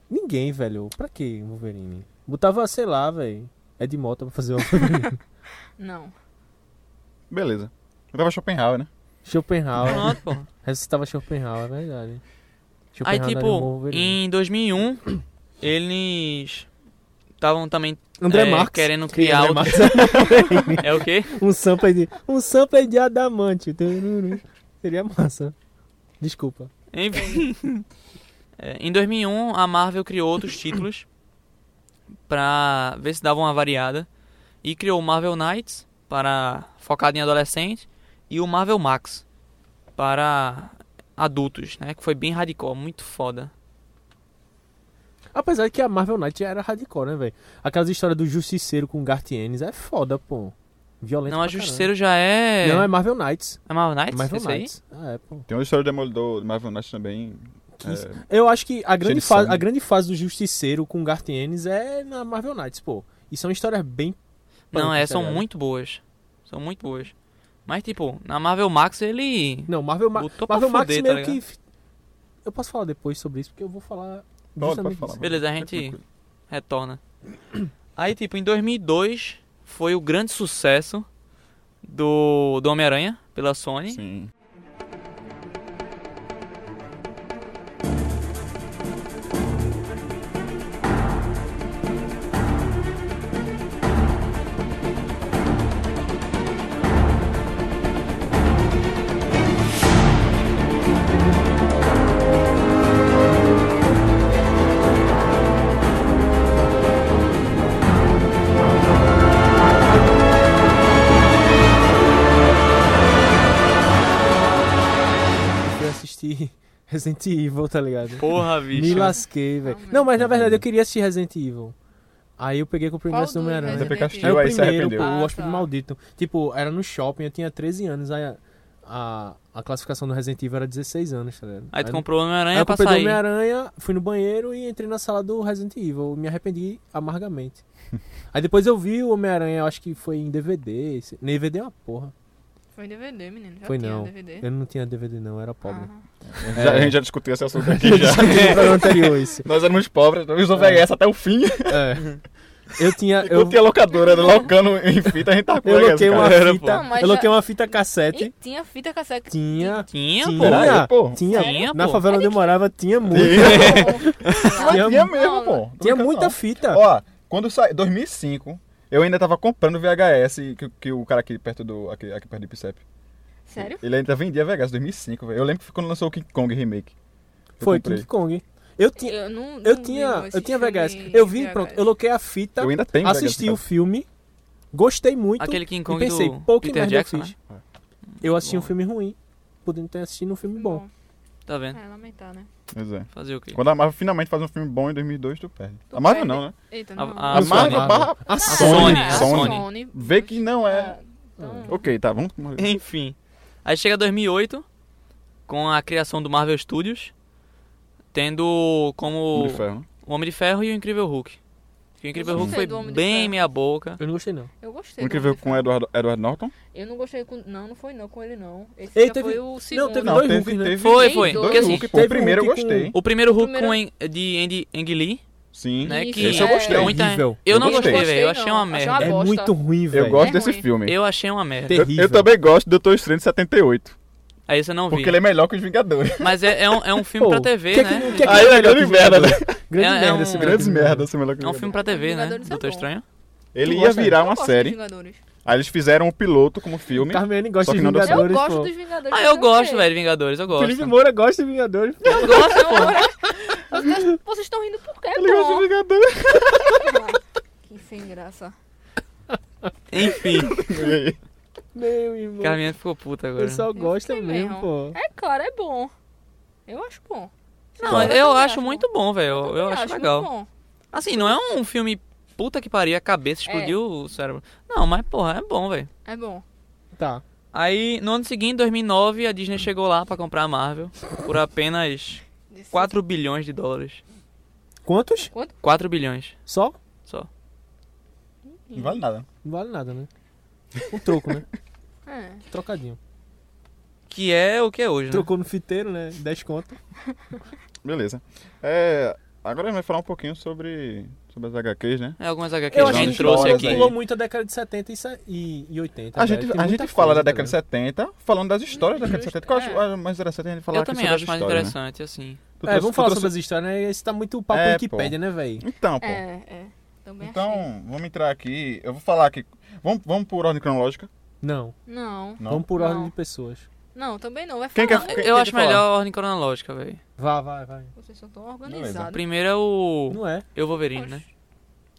Ninguém, velho. Pra que Wolverine? Botava, sei lá, velho. É de moto pra fazer o
*laughs*
Wolverine.
Não.
Beleza. Eu tava Schopenhauer, né?
Schopenhauer.
Pronto, pô.
Ressuscitava Schopenhauer, é verdade.
Aí,
Schopenhauer daria um bom
tipo,
Wolverine.
em 2001, eles estavam também
André
é,
Marques.
querendo criar
André
outro- *laughs*
Marques.
É o quê?
*laughs* um sample de um sample de adamante. *laughs* Tururu. Seria massa. Desculpa.
Enfim. *laughs* É, em 2001, a Marvel criou outros títulos pra ver se dava uma variada. E criou o Marvel Knights, para focado em adolescente, e o Marvel Max, para adultos, né? Que foi bem radical, muito foda.
Apesar de que a Marvel Knight já era hardcore, né, velho? Aquelas histórias do Justiceiro com Gartienes é foda, pô. Violento
Não, a
pra
Justiceiro já é...
caralho. Não, é Marvel Knights.
É Marvel Knights?
Marvel
esse aí?
Knights. Ah, é, pô.
Tem uma história do Demolidor, do Marvel Knights também. É,
Eu acho que a grande,
de
fase,
sangue.
a grande fase do Justiceiro com Gartienes é na Marvel Knights, pô. E são histórias bem.
Não,
punk,
é,
tá
são
ligado?
muito boas. São muito boas. Mas, tipo, na Marvel Max ele.
Não, Marvel, Ma
Botou pra
Marvel Max
fuder,
meio
tá
que. Eu posso falar depois sobre isso, porque eu vou falar.
Pode,
justamente
pode falar. É
disso.
Beleza, a gente retorna. Aí, tipo, em 2002 foi o grande sucesso do, do Homem-Aranha pela Sony.
sim.
*laughs* Resident Evil, tá ligado?
Porra,
Me
bicho.
lasquei, velho.
Realmente.
Não, mas na verdade eu queria assistir Resident Evil. Aí eu peguei com o primeiro
Qual
do
dos
Homem-Aranha.
Resident
Depois que
É
assistiu,
o
aí se
primeiro,
arrependeu.
pô, o
Ah,
Hóspede
tá.
Maldito. Tipo, era no shopping, eu tinha 13 anos, aí a, a, a classificação do Resident Evil era 16 anos, tá ligado?
Aí tu
comprei
comprou o
aí eu
Homem-Aranha pra
comprei do
sair.
Homem-Aranha, fui no banheiro e entrei na sala do Resident Evil. Me arrependi amargamente. aí depois eu vi o Homem-Aranha, eu acho que foi em DVD. esse- DVD é uma porra.
Foi DVD, menino. Já
Foi
tinha
não.
DVD.
Eu não tinha DVD não, eu era pobre.
É? Ah.
Já- a gente já discutiu esse assunto *laughs* aqui já.
no programa anterior isso.
Nós éramos pobres, nós usamos essa até o fim.
É. Eu tinha...
Eu
Eu,
tinha locadora, né? locando em fita, a gente tá com
eu loquei uma
Era,
fita...
Não, mas
eu
já-
loquei uma fita cassete.
E tinha fita cassete.
Tinha...
Tinha, pô.
Era,
Tinha,
pô.
tinha,
Tinha,
Na
pô.
favela onde eu morava tinha muito.
Mas tinha
Não,
mesmo, pô. Tô
Tinha
brincando,
muita
não.
fita.
Ó, quando saiu, 2005, eu ainda tava comprando VHS, que, que o cara aqui perto do, aqui, aqui perto do Ipsep.
Sério?
Ele ainda vendia VHS 2005, velho. Eu lembro que foi quando lançou o King Kong Remake. Eu
Foi
comprei.
King Kong. Eu tinha,
Eu não. não
eu
vi
tinha,
esses
eu tinha
filmes
VHS. Eu vi,
VHS.
pronto, eu loquei a fita,
Eu ainda tenho
assisti tá o
VHS.
filme, gostei muito
Aquele King
e
Kong
pensei,
do
pô, que
Peter
merda eu
Jackson,
fiz.
né?
É.
Eu assisti um
Bom.
filme ruim, podendo ter assistido um filme bom.
Tá vendo?
É, lamentar, né?
Pois é.
Fazer o quê?
Quando a Marvel finalmente faz um filme bom em 2002, tu perde.
Tu
a Marvel
perde.
não, né?
Eita,
A-
não.
a-
A
Não foi
Marvel barra
A né?
Ah,
Sony,
a
Sony.
Sony.
Vê que não é.
Ah, então-
Ok, tá, vamos. vamos-
*laughs* Enfim. Aí chega 2008, com a criação do Marvel Studios, tendo como
Homem de Ferro, né?
o Homem de Ferro e o Incrível Hulk. Que o Incrível
Eu
Hulk
gostei
foi
do Homem de
bem
Ferro.
meia boca.
Eu não gostei não.
Eu gostei. do
O incrível
Homem de
com
Ferro.
Edward, Edward Norton.
Eu não gostei com. Não, não foi não com ele, não. Esse
Ele
já
teve-
foi o segundo.
teve
Não, é
dois
teve,
Hulk, né?
teve
Foi,
Tem
foi.
dois
Porque assim,
Hulk, pô.
Teve
O primeiro eu
um Hulk com-
gostei.
o primeiro Hulk
Primeiro-
com en- de Andy, Ang Lee,
Sim.
né?
Isso,
que
Esse eu gostei.
é muita-
Horrível.
Eu não
Eu gostei.
gostei, velho. Eu achei uma
Não, achei
merda.
uma-
É
bosta.
muito ruim,
Eu
velho.
gosto
É
desse
ruim.
filme.
Eu achei uma merda.
Eu,
Terrível.
eu também gosto do Doutor Estranho de 78.
Aí você não
Porque
viu.
ele é melhor que os Vingadores.
Mas é, é um, é um filme
Pô,
pra TV,
que é que-
né?
que é que-
Aí é
melhor
grande
os
merda, né?
Vingadores? Grande
É- é
merda
um-
esse
*laughs* Grandes merdas, são melhor que
É um filme pra TV, né?
Vingadores é
Doutor
bom.
Estranho.
Ele
Tu
ia
gosta?
virar
Eu
uma
gosto
série.
Dos Vingadores.
Aí eles fizeram um piloto como filme. *laughs*
Carmen
Só
gosta
que
de
não deu certo.
Eu
Vingadores,
gosto
pô.
dos Vingadores.
Ah, eu gosto,
sei.
velho, Vingadores, eu gosto.
Felipe Moura gosta de Vingadores. pô.
Eu gosto, pô.
*laughs*
Vocês- Vocês estão rindo por quê,
Ele gosta de
pô?
Vingadores.
Que sem graça.
Enfim,
Meu irmão.
Carminha ficou puta
O
agora.
pessoal gosta
fiquei
mesmo,
mesmo.
pô.
É claro, é bom. Eu acho bom.
Não,
eu
eu
também
acho
acho
muito bom, velho. Eu, eu acho legal.
muito bom.
Assim, não é um filme puta que pariu, a cabeça explodiu o cérebro. Não, mas porra, é bom, velho.
É bom.
Tá.
Aí, no ano seguinte, 2009, a Disney chegou lá pra comprar a Marvel por apenas 4 bilhões de dólares.
Quantos?
4 bilhões
Só?
só.
Não vale nada.
Não vale nada, né? Um troco, né?
É.
Trocadinho.
Que é o que é hoje, né?
Trocou no fiteiro, né? 10 conto.
Beleza. É, agora a gente vai falar um pouquinho sobre, sobre as HQs, né?
É algumas HQs
Eu
que a
acho
gente
que
trouxe
pulou,
aqui.
pulou muito a década de 70 e sa- e, e 80.
A
velho.
gente,
Tem
a
muita
gente fala da
coisa,
década de
velho.
70, falando das histórias da década de 70. Que eu acho
É.
acho mais interessante a gente falar
Eu
aqui
também
sobre
acho
as
mais
histórias, né?
interessante, assim.
Tu
É,
trouxe-
vamos
tu
falar
trouxe-
sobre as histórias, né? Esse tá muito papo
É,
Wikipédia, né, velho?
Então, pô.
É, é. Também achei.
Então, vamos entrar aqui. Eu vou falar aqui. Vamos, vamos por ordem cronológica?
Não,
Não.
Não?
Vamos por
Não.
ordem de pessoas.
Não, também não. Vai
Quem é
falar.
quer-
né?
quem-
Eu
quem
acho
quer falar?
melhor a ordem cronológica, velho.
Vá, vai, vai.
Vocês são tão organizados.
Primeiro é o
Não é.
Eu Wolverine, né?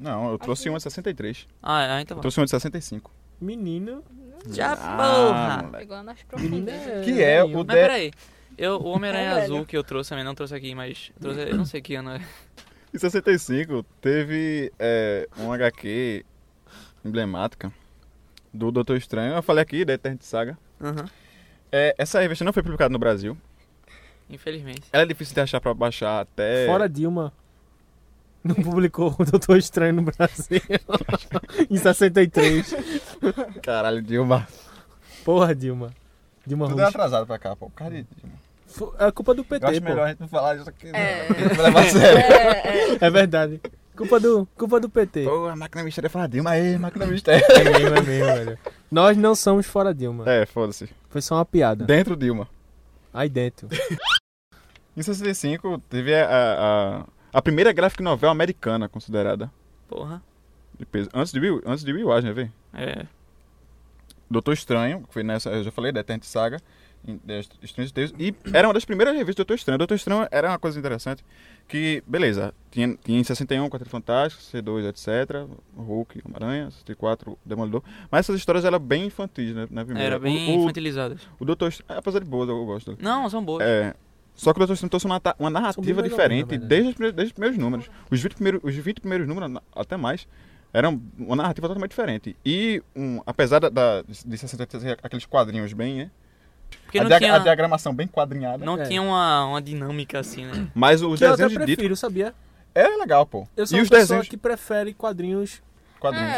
Não, eu trouxe uma de 63.
Ah, é, então
Eu
vai.
trouxe uma de 65.
Menino.
Já,
Ah,
porra!
moleque.
Pegou lá nas
Menino
profundezas.
Que é
menino.
o
Mas
de...
peraí, eu, o
*laughs*
Homem-Aranha
É velho.
Azul que eu trouxe também, não trouxe aqui, mas trouxe, eu não sei que ano é.
Em 65 teve é, um HQ emblemática do Doutor Estranho. Eu falei aqui, da Eternity Saga. É, essa revista não foi publicada no Brasil.
Infelizmente.
Ela é difícil de achar pra baixar até...
Fora Dilma. Não publicou o Doutor Estranho no Brasil. *laughs* em 63.
Caralho, Dilma.
Porra, Dilma. Dilma
Tudo é
Rousseff.
atrasado pra cá, pô. Cara, de Dilma.
Fu- É culpa do PT,
Eu acho
pô.
melhor a gente não falar disso aqui. né?
É.
Não. Levar a sério.
É verdade. Culpa do, culpa do PT.
Pô, a máquina mistério falar Dilma aí, máquina mistério.
É mesmo, é mesmo, velho. Nós não somos fora Dilma.
*laughs* É, foda-se.
Foi só uma piada.
Dentro Dilma.
Aí dentro.
Em 65 teve a, a, a- a primeira graphic novel americana considerada
Porra.
de peso. Antes de Will, antes de Will Eisner, vê.
É.
Doutor Estranho, que foi nessa, eu já falei, da Eternity Saga, em- da Est- Estranhos Tales, e era uma das primeiras revistas do Doutor Estranho. Doutor Estranho era uma coisa interessante, que, beleza, tinha, tinha em 61 Quatro Fantásticos, C2, etc, Hulk, Homem-Aranha, 64, Demolidor, mas essas histórias eram bem infantis, né, na primeira.
Era bem
o, o,
infantilizado.
o Doutor Estranho, apesar de boas, eu gosto.
Não, são boas.
É, Só que o Dr. Strange trouxe uma, ta- uma narrativa
Sobre o
diferente
Megalomania, né?
desde os, primeiros, desde os primeiros números. Os 20 primeiros, os 20 primeiros números, na- até mais, eram uma narrativa totalmente diferente. E, um, apesar da, da, de 60 ser aqueles quadrinhos bem, né?
Porque
a,
não
dia- a
tinha,
diagramação bem quadrinhada.
não
É.
tinha uma, uma dinâmica assim, né?
Mas os
Que eu até
desenhos de Ditko
prefiro, sabia?
é legal, pô.
Eu sou
e
uma
os
pessoa
desenhos
que prefere quadrinhos.
quadrinhos.
É,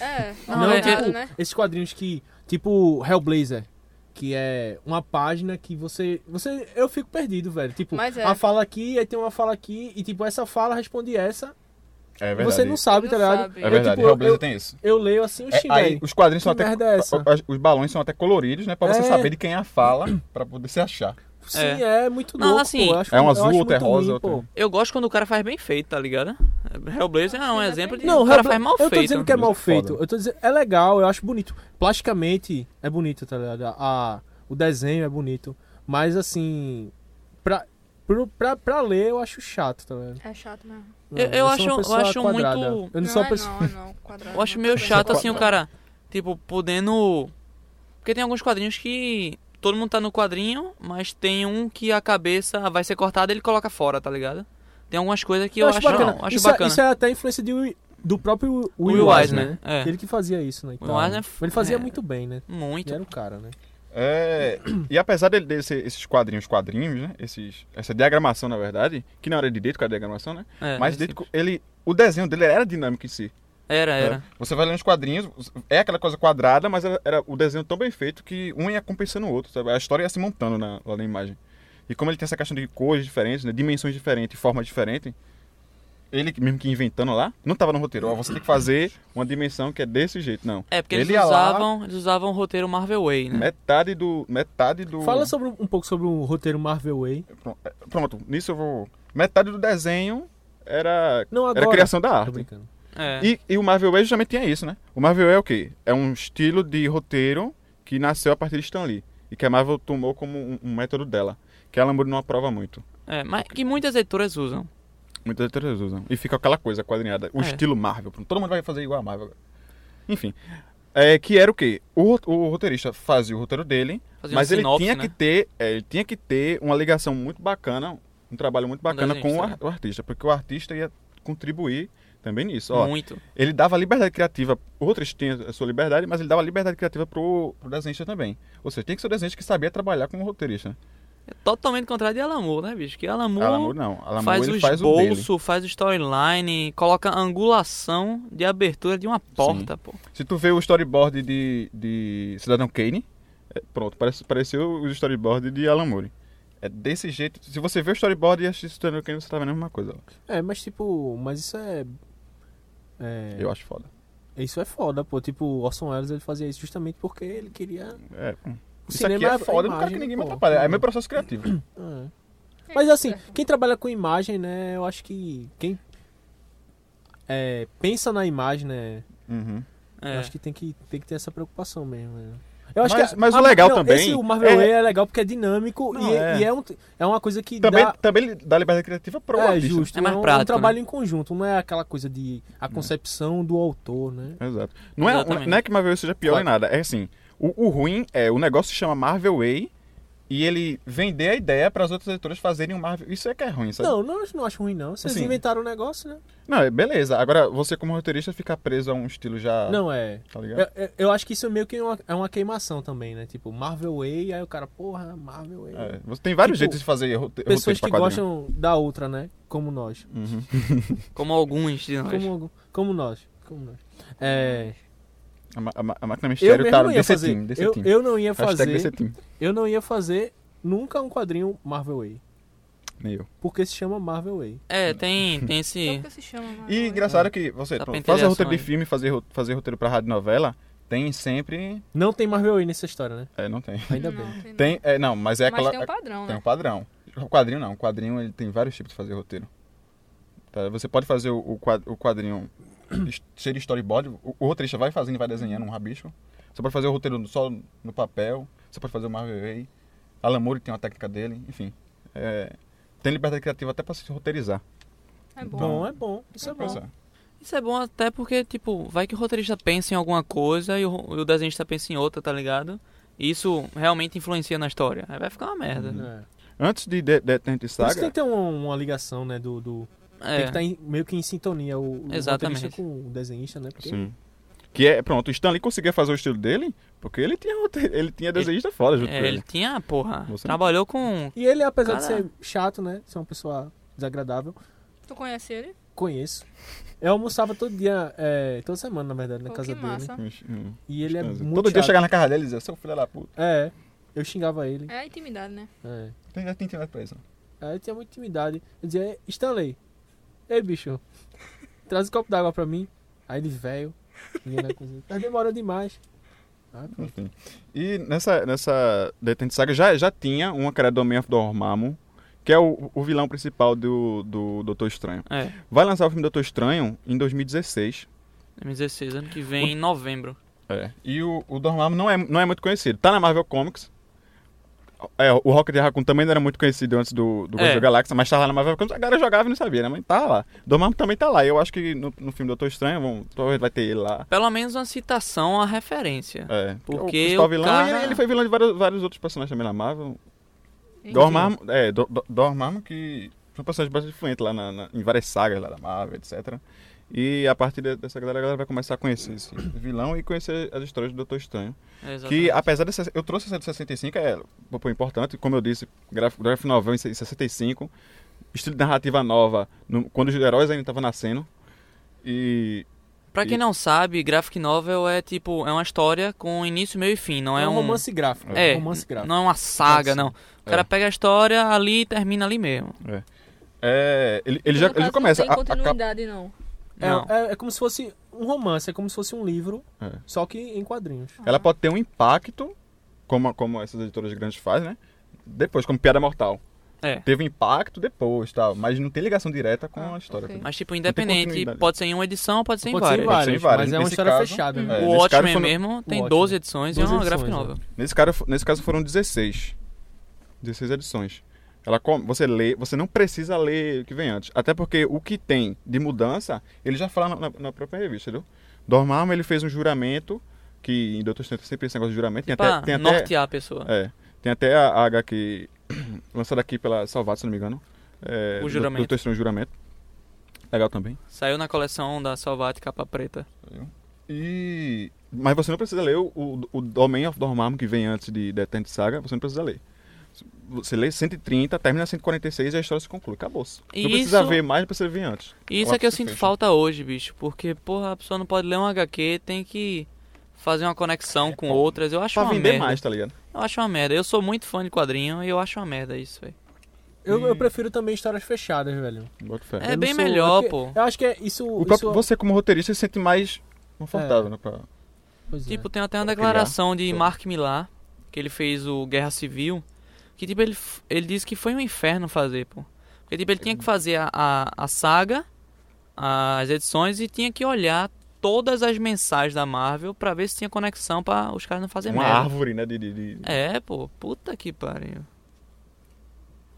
mas- é,
Não,
Não,
não,
é-
tipo,
nada, né?
esses quadrinhos que. Tipo Hellblazer. Que é uma página que você. você eu fico perdido, velho. Tipo,
Mas é.
uma fala aqui, aí tem uma fala aqui, e tipo, essa fala responde essa.
É
e
verdade.
você não sabe, tá
Não
ligado?
sabe.
É verdade,
tipo,
Hellblazer
eu-
tem isso.
Eu leio assim o
É, aí
velho.
os quadrinhos são
que
até.
merda é essa?
as- Os balões são até coloridos, né? Pra você
É.
saber de quem é a fala, pra poder se achar.
Sim, é, muito
Não,
louco,
assim,
pô. Eu acho-
é um
eu
azul,
acho
outro é
muito
rosa,
ruim,
outro-
pô.
Eu gosto quando o cara faz bem feito, tá ligado? Hellblazer é um exemplo de.
Não,
o cara
Hellbla-
faz mal
Eu
feito. né?
tô dizendo que é mal
Mas é foda.
feito. Eu tô dizendo, é legal, eu acho bonito. Plasticamente é bonito, tá ligado? A, o desenho é bonito. Mas assim, pra, pro- pra, pra ler eu acho chato, tá ligado?
É chato mesmo.
Eu- eu
sou uma
acho- eu
pessoa
acho
quadrada.
muito-
Eu não sou uma
é
pessoa.
não, é não. Quadrado,
Eu acho
não,
meio
tudo bem.
chato assim o cara, tipo, podendo. Porque tem alguns quadrinhos que todo mundo tá no quadrinho, mas tem um que a cabeça vai ser cortada e ele coloca fora, tá ligado? Tem algumas coisas que eu, acho, não, acho
isso, é-
bacana.
isso é até influência de Will- do próprio Will,
Will
Eisner.
Eisner, é.
Ele que fazia isso, né? e
Will
tal, né?
Eisner
Ele
é-
fazia
Então
muito bem, né?
Muito.
Ele era o cara, né?
É, e apesar dele desse, esses quadrinhos, quadrinhos, né? Esses, essa diagramação, na verdade, que não era de Ditko, era diagramação, né?
É,
Mas
é
Ditko, ele, o desenho dele era dinâmico em si.
Era, era.
né? Você vai lendo os quadrinhos, é aquela coisa quadrada, mas era, era o desenho tão bem feito que um ia compensando o outro, sabe? A história ia se montando na, lá na imagem. E como ele tem essa questão de cores diferentes, né? dimensões diferentes, formas diferentes, ele que- mesmo que inventando lá, não estava no roteiro. Ó, você tem que fazer uma dimensão que é desse jeito, não.
É, porque eles
Ele ia lá-
usavam, eles usavam o roteiro Marvel Way, né?
Metade do. Metade do.
Fala sobre, um pouco sobre o roteiro Marvel Way.
Pronto, é, Pronto, nisso eu vou. Metade do desenho era,
Não,
era
agora.
a criação da
Tô
arte.
brincando.
É.
E, e o Marvel Way justamente tinha isso, né? O Marvel Way é o quê? É um estilo de roteiro que nasceu a partir de Stan Lee. E que a Marvel tomou como um, um método dela. Que ela não aprova muito.
É, mas que muitas editoras usam.
Muitas editoras usam. E fica aquela coisa quadrinhada.
É.
O estilo Marvel. Pronto, Todo mundo vai fazer igual a Marvel. agora. Enfim. É, que era o quê? O, ro- o roteirista fazia o roteiro dele,
Fazia
mas
uma
ele
sinopse,
tinha
né?
que ter, é, ele tinha que ter uma ligação muito bacana, um trabalho muito bacana
desenhista,
com o, ar-
né?
o artista, porque o artista ia contribuir também nisso. Ó,
Muito.
ele dava liberdade criativa, outros tinham a sua liberdade, mas ele dava liberdade criativa pro, pro desenhista também. Ou seja, tem que ser o desenhista que sabia trabalhar com o roteirista. né?
É totalmente contrário de Alamur, né, bicho? Que Alamur,
Alamur não, Alamur
faz o
ele faz o dele.
esboço, faz o storyline, coloca a angulação de abertura de uma porta, pô.
Se tu vê o storyboard de, de Cidadão Kane, é, pronto, parece, pareceu o storyboard de Alan Moore. É desse jeito. Se você vê o storyboard e assiste Cidadão Kane, você tá vendo a mesma coisa. ó.
É, mas tipo, mas isso é. É,
Eu acho foda.
Isso é foda, pô. Tipo, o Orson Welles ele fazia isso justamente porque ele queria.
É, pô. Isso
cinema
aqui
é
é
a
foda, eu não quero
imagem,
que ninguém
pô.
me atrapalhe. É meu processo criativo.
é. Mas assim, quem trabalha com imagem, né? Eu acho que quem é, pensa na imagem, né?
Uhum.
É.
Eu acho que tem que tem que ter essa preocupação mesmo. Né? Eu acho
Mas-
que
mas o legal também
Esse, o Marvel
é-
Way é legal porque é dinâmico
Não,
e,
é.
e é, um- é uma coisa que
Também,
dá,
também ele dá liberdade criativa pro
é
artista.
justo.
É mais
um- um,
prático,
né?
trabalho em conjunto, não é aquela coisa de a concepção do autor, né?
Exato. Não é,
Exatamente.
não é que Marvel Way seja pior nem nada. É assim, o, o ruim é o negócio se chama Marvel Way e ele vender a ideia para as outras editoras fazerem o Marvel. Isso é que é ruim, sabe?
Não, não, não acho ruim não. Vocês
Assim.
inventaram o negócio, né?
Não, é beleza. Agora, você como roteirista fica preso a um estilo já.
Não é.
Tá ligado?
Eu, eu- eu acho que isso meio que é uma, é uma queimação também, né? Tipo, Marvel Way, aí o cara, porra, Marvel Way.
É, Você tem vários
Tipo,
jeitos de fazer rote
Pessoas
roteiros
que
pra quadrinho.
gostam da outra, né? Como nós.
Como alguns de nós.
Como, como nós. Como nós. É,
A, ma- a ma- a máquina
eu
mistério
mesmo
tá
não ia
desse
fazer.
time, desse
eu,
time.
eu não ia
Hashtag desse
fazer.
time.
Eu não ia fazer nunca um quadrinho Marvel Way.
Nem eu.
Porque se chama Marvel Way.
É, tem, tem
Então,
*laughs* esse.
por que se chama, mano?
E engraçado é que você
Tá
pronto,
pentelhação
fazer roteiro de
aí.
filme, fazer, ro- fazer roteiro pra rádio e novela, tem sempre.
Não tem Marvel Way nessa história, né?
É, não tem.
Ainda
Não,
bem.
não.
Tem, é, não, mas é
Mas
aquela.
tem um padrão,
Tem um
né?
padrão. O quadrinho não. O quadrinho ele tem vários tipos de fazer roteiro. Tá? Você pode fazer o, o quad-
*clears throat*
o quadrinho es- cheio de storyboard. O, o roteirista vai fazendo, vai desenhando um rabisco. Você pode fazer o roteiro só no papel. Você pode fazer o Marvel Way. Alan Moore tem uma técnica dele. Enfim. É, tem liberdade criativa até pra se roteirizar.
É bom.
Bom, é bom. Isso é bom.
Pois é.
Isso é bom até porque, tipo, vai que o roteirista pensa em alguma coisa e o, e o desenhista pensa em outra, tá ligado? E Isso realmente influencia na história. Aí vai ficar uma merda.
É.
Antes de Death Death Night
Por isso tem
Saga,
que ter uma, uma ligação, né? Do, do-
É,
Tem que estar meio que em sintonia o, o
Exatamente.
roteirista com o desenhista, né? Porque
sim. Que é, pronto, o Stanley conseguia fazer o estilo dele, porque ele tinha, roteiro- ele tinha desenhista foda junto
é,
com
ele
ele.
tinha, porra.
Você não-
trabalhou com.
E ele, apesar de
Caralho.
ser chato, né? Ser uma pessoa desagradável,
Tu conhece ele?
conheço. Eu almoçava todo dia, é, toda semana, na verdade, na
Pô,
casa
que
dele. né?
massa.
Ixi, hum.
E ele é
Todo
muito
dia eu
chato.
chegava na casa dele e dizia, seu filho da puta,
É, eu xingava ele.
É a intimidade, né?
É.
tem tem internet pra isso. né?
Aí eu tinha muita intimidade. Eu dizia, Stanley, ei bicho, traz um copo d'água pra mim. Aí ele velho, ia na cozinha. Tá demorando demais. Ah, pronto.
Enfim. E nessa, nessa Detente Saga já, já tinha uma que era do Man of Dormammu, que é o, o vilão principal do, do Doutor Estranho.
É,
Vai lançar o filme Doutor Estranho em 2016.
2016, ano que vem, em novembro.
É. E o, o Dormammu não é, não é muito conhecido. Tá na Marvel Comics. É, o Rocket Raccoon também não era muito conhecido antes do, do
É.
Guardiões da Galáxia, mas tava lá na Marvel Comics. A galera jogava e não sabia, né? Mas tá lá. Dormammu também tá lá. E eu acho que no, no filme Doutor Estranho vão, talvez vai ter ele lá.
Pelo menos uma citação, uma referência.
É,
Porque
principal
o
vilão,
cara-
e ele, ele foi vilão de vários, vários outros personagens também na Marvel.
Enfim.
Dormammu, é, Do- Do- Dormammu que foi um personagem bastante influente lá na- na- em várias sagas lá da Marvel, etc. E a partir de- dessa galera, a galera vai começar a conhecer esse vilão e conhecer as histórias do Doutor Estranho.
É, exatamente.
Que apesar de... ser- Eu trouxe essa de 65, é pô, pô, importante, como eu disse, gráfico gráfico novel em 65, estilo de narrativa nova, no- quando os heróis ainda estavam nascendo. E...
Pra quem não sabe, graphic novel é tipo, é uma história com início, meio e fim, não é,
É um
um...
romance gráfico.
É,
um romance gráfico.
não é uma saga,
Nossa.
não. O cara
É.
pega a história ali e termina ali mesmo.
é, ele, ele
No
já,
caso,
ele já começa...
Não tem
a- a capa-
continuidade, não.
É,
Não.
é- é como se fosse um romance, é como se fosse um livro,
É.
só que em quadrinhos.
Ah.
Ela pode ter um impacto, como, como essas editoras grandes fazem, né? Depois, como Piada Mortal.
É.
Teve um impacto depois, tal, mas não tem ligação direta com a história.
ok.
entendeu?
Mas tipo, independente,
continuidade.
pode ser em uma edição, pode ser em
Pode ser
várias.
em vários,
várias. vários.
mas é uma
Nesse
história
caso,
fechada. né?
é.
O
nesse
Watchmen
caso foram-
mesmo tem
Watchmen.
12 edições e é
12
uma graphic
edições,
novel.
Nesse, cara, nesse caso foram 16. 16 edições. Ela, com- você lê, você não precisa ler o que vem antes. Até porque o que tem de mudança, ele já fala na, na- na própria revista, entendeu? Dormammu, ele fez um juramento, que em Doutor Estranho tem sempre esse negócio de juramento. Tem
Pra
até, tem até,
nortear a pessoa.
É. Tem até a, a HQ *clears throat* lançada aqui pela Salvato, se não me engano. É,
O
do-
Juramento.
Doutor Estranho Juramento. Legal também.
Saiu na coleção da Salvati Capa Preta.
E... Mas você não precisa ler o, o, o Domain of Dormammu que vem antes de Death End Saga. Você não precisa ler. Você lê 130, termina 146 e a história se conclui. Acabou-se. Não
E
precisa
isso-
ver mais, não precisa ver antes.
E isso
Ela
é que eu
se
sinto
fecha.
falta hoje, bicho. Porque, porra, a pessoa não pode ler um HQ, tem que fazer uma conexão com outras. Eu acho
É Pra
uma
vender
merda.
mais, tá ligado?
Eu acho uma merda. Eu sou muito fã de quadrinho e eu acho uma merda isso, velho.
Eu, eu prefiro também histórias fechadas, velho.
Bota fé.
É
Eu não
bem
sou-
melhor,
é
pô.
porque Eu acho que é isso.
O próprio-
isso-
Você, como roteirista, se sente mais confortável, né? Pra...
pois é.
Tipo, tem até uma
Pra
declaração de
Sim.
Mark Millar, que ele fez o Guerra Civil, que tipo, ele, f- ele disse que foi um inferno fazer, pô. Porque tipo, ele tinha que fazer a, a, a saga, as edições, e tinha que olhar todas as mensagens da Marvel pra ver se tinha conexão pra os caras não fazerem
Uma
é merda.
árvore, né? De, de, de...
É, pô, puta que pariu.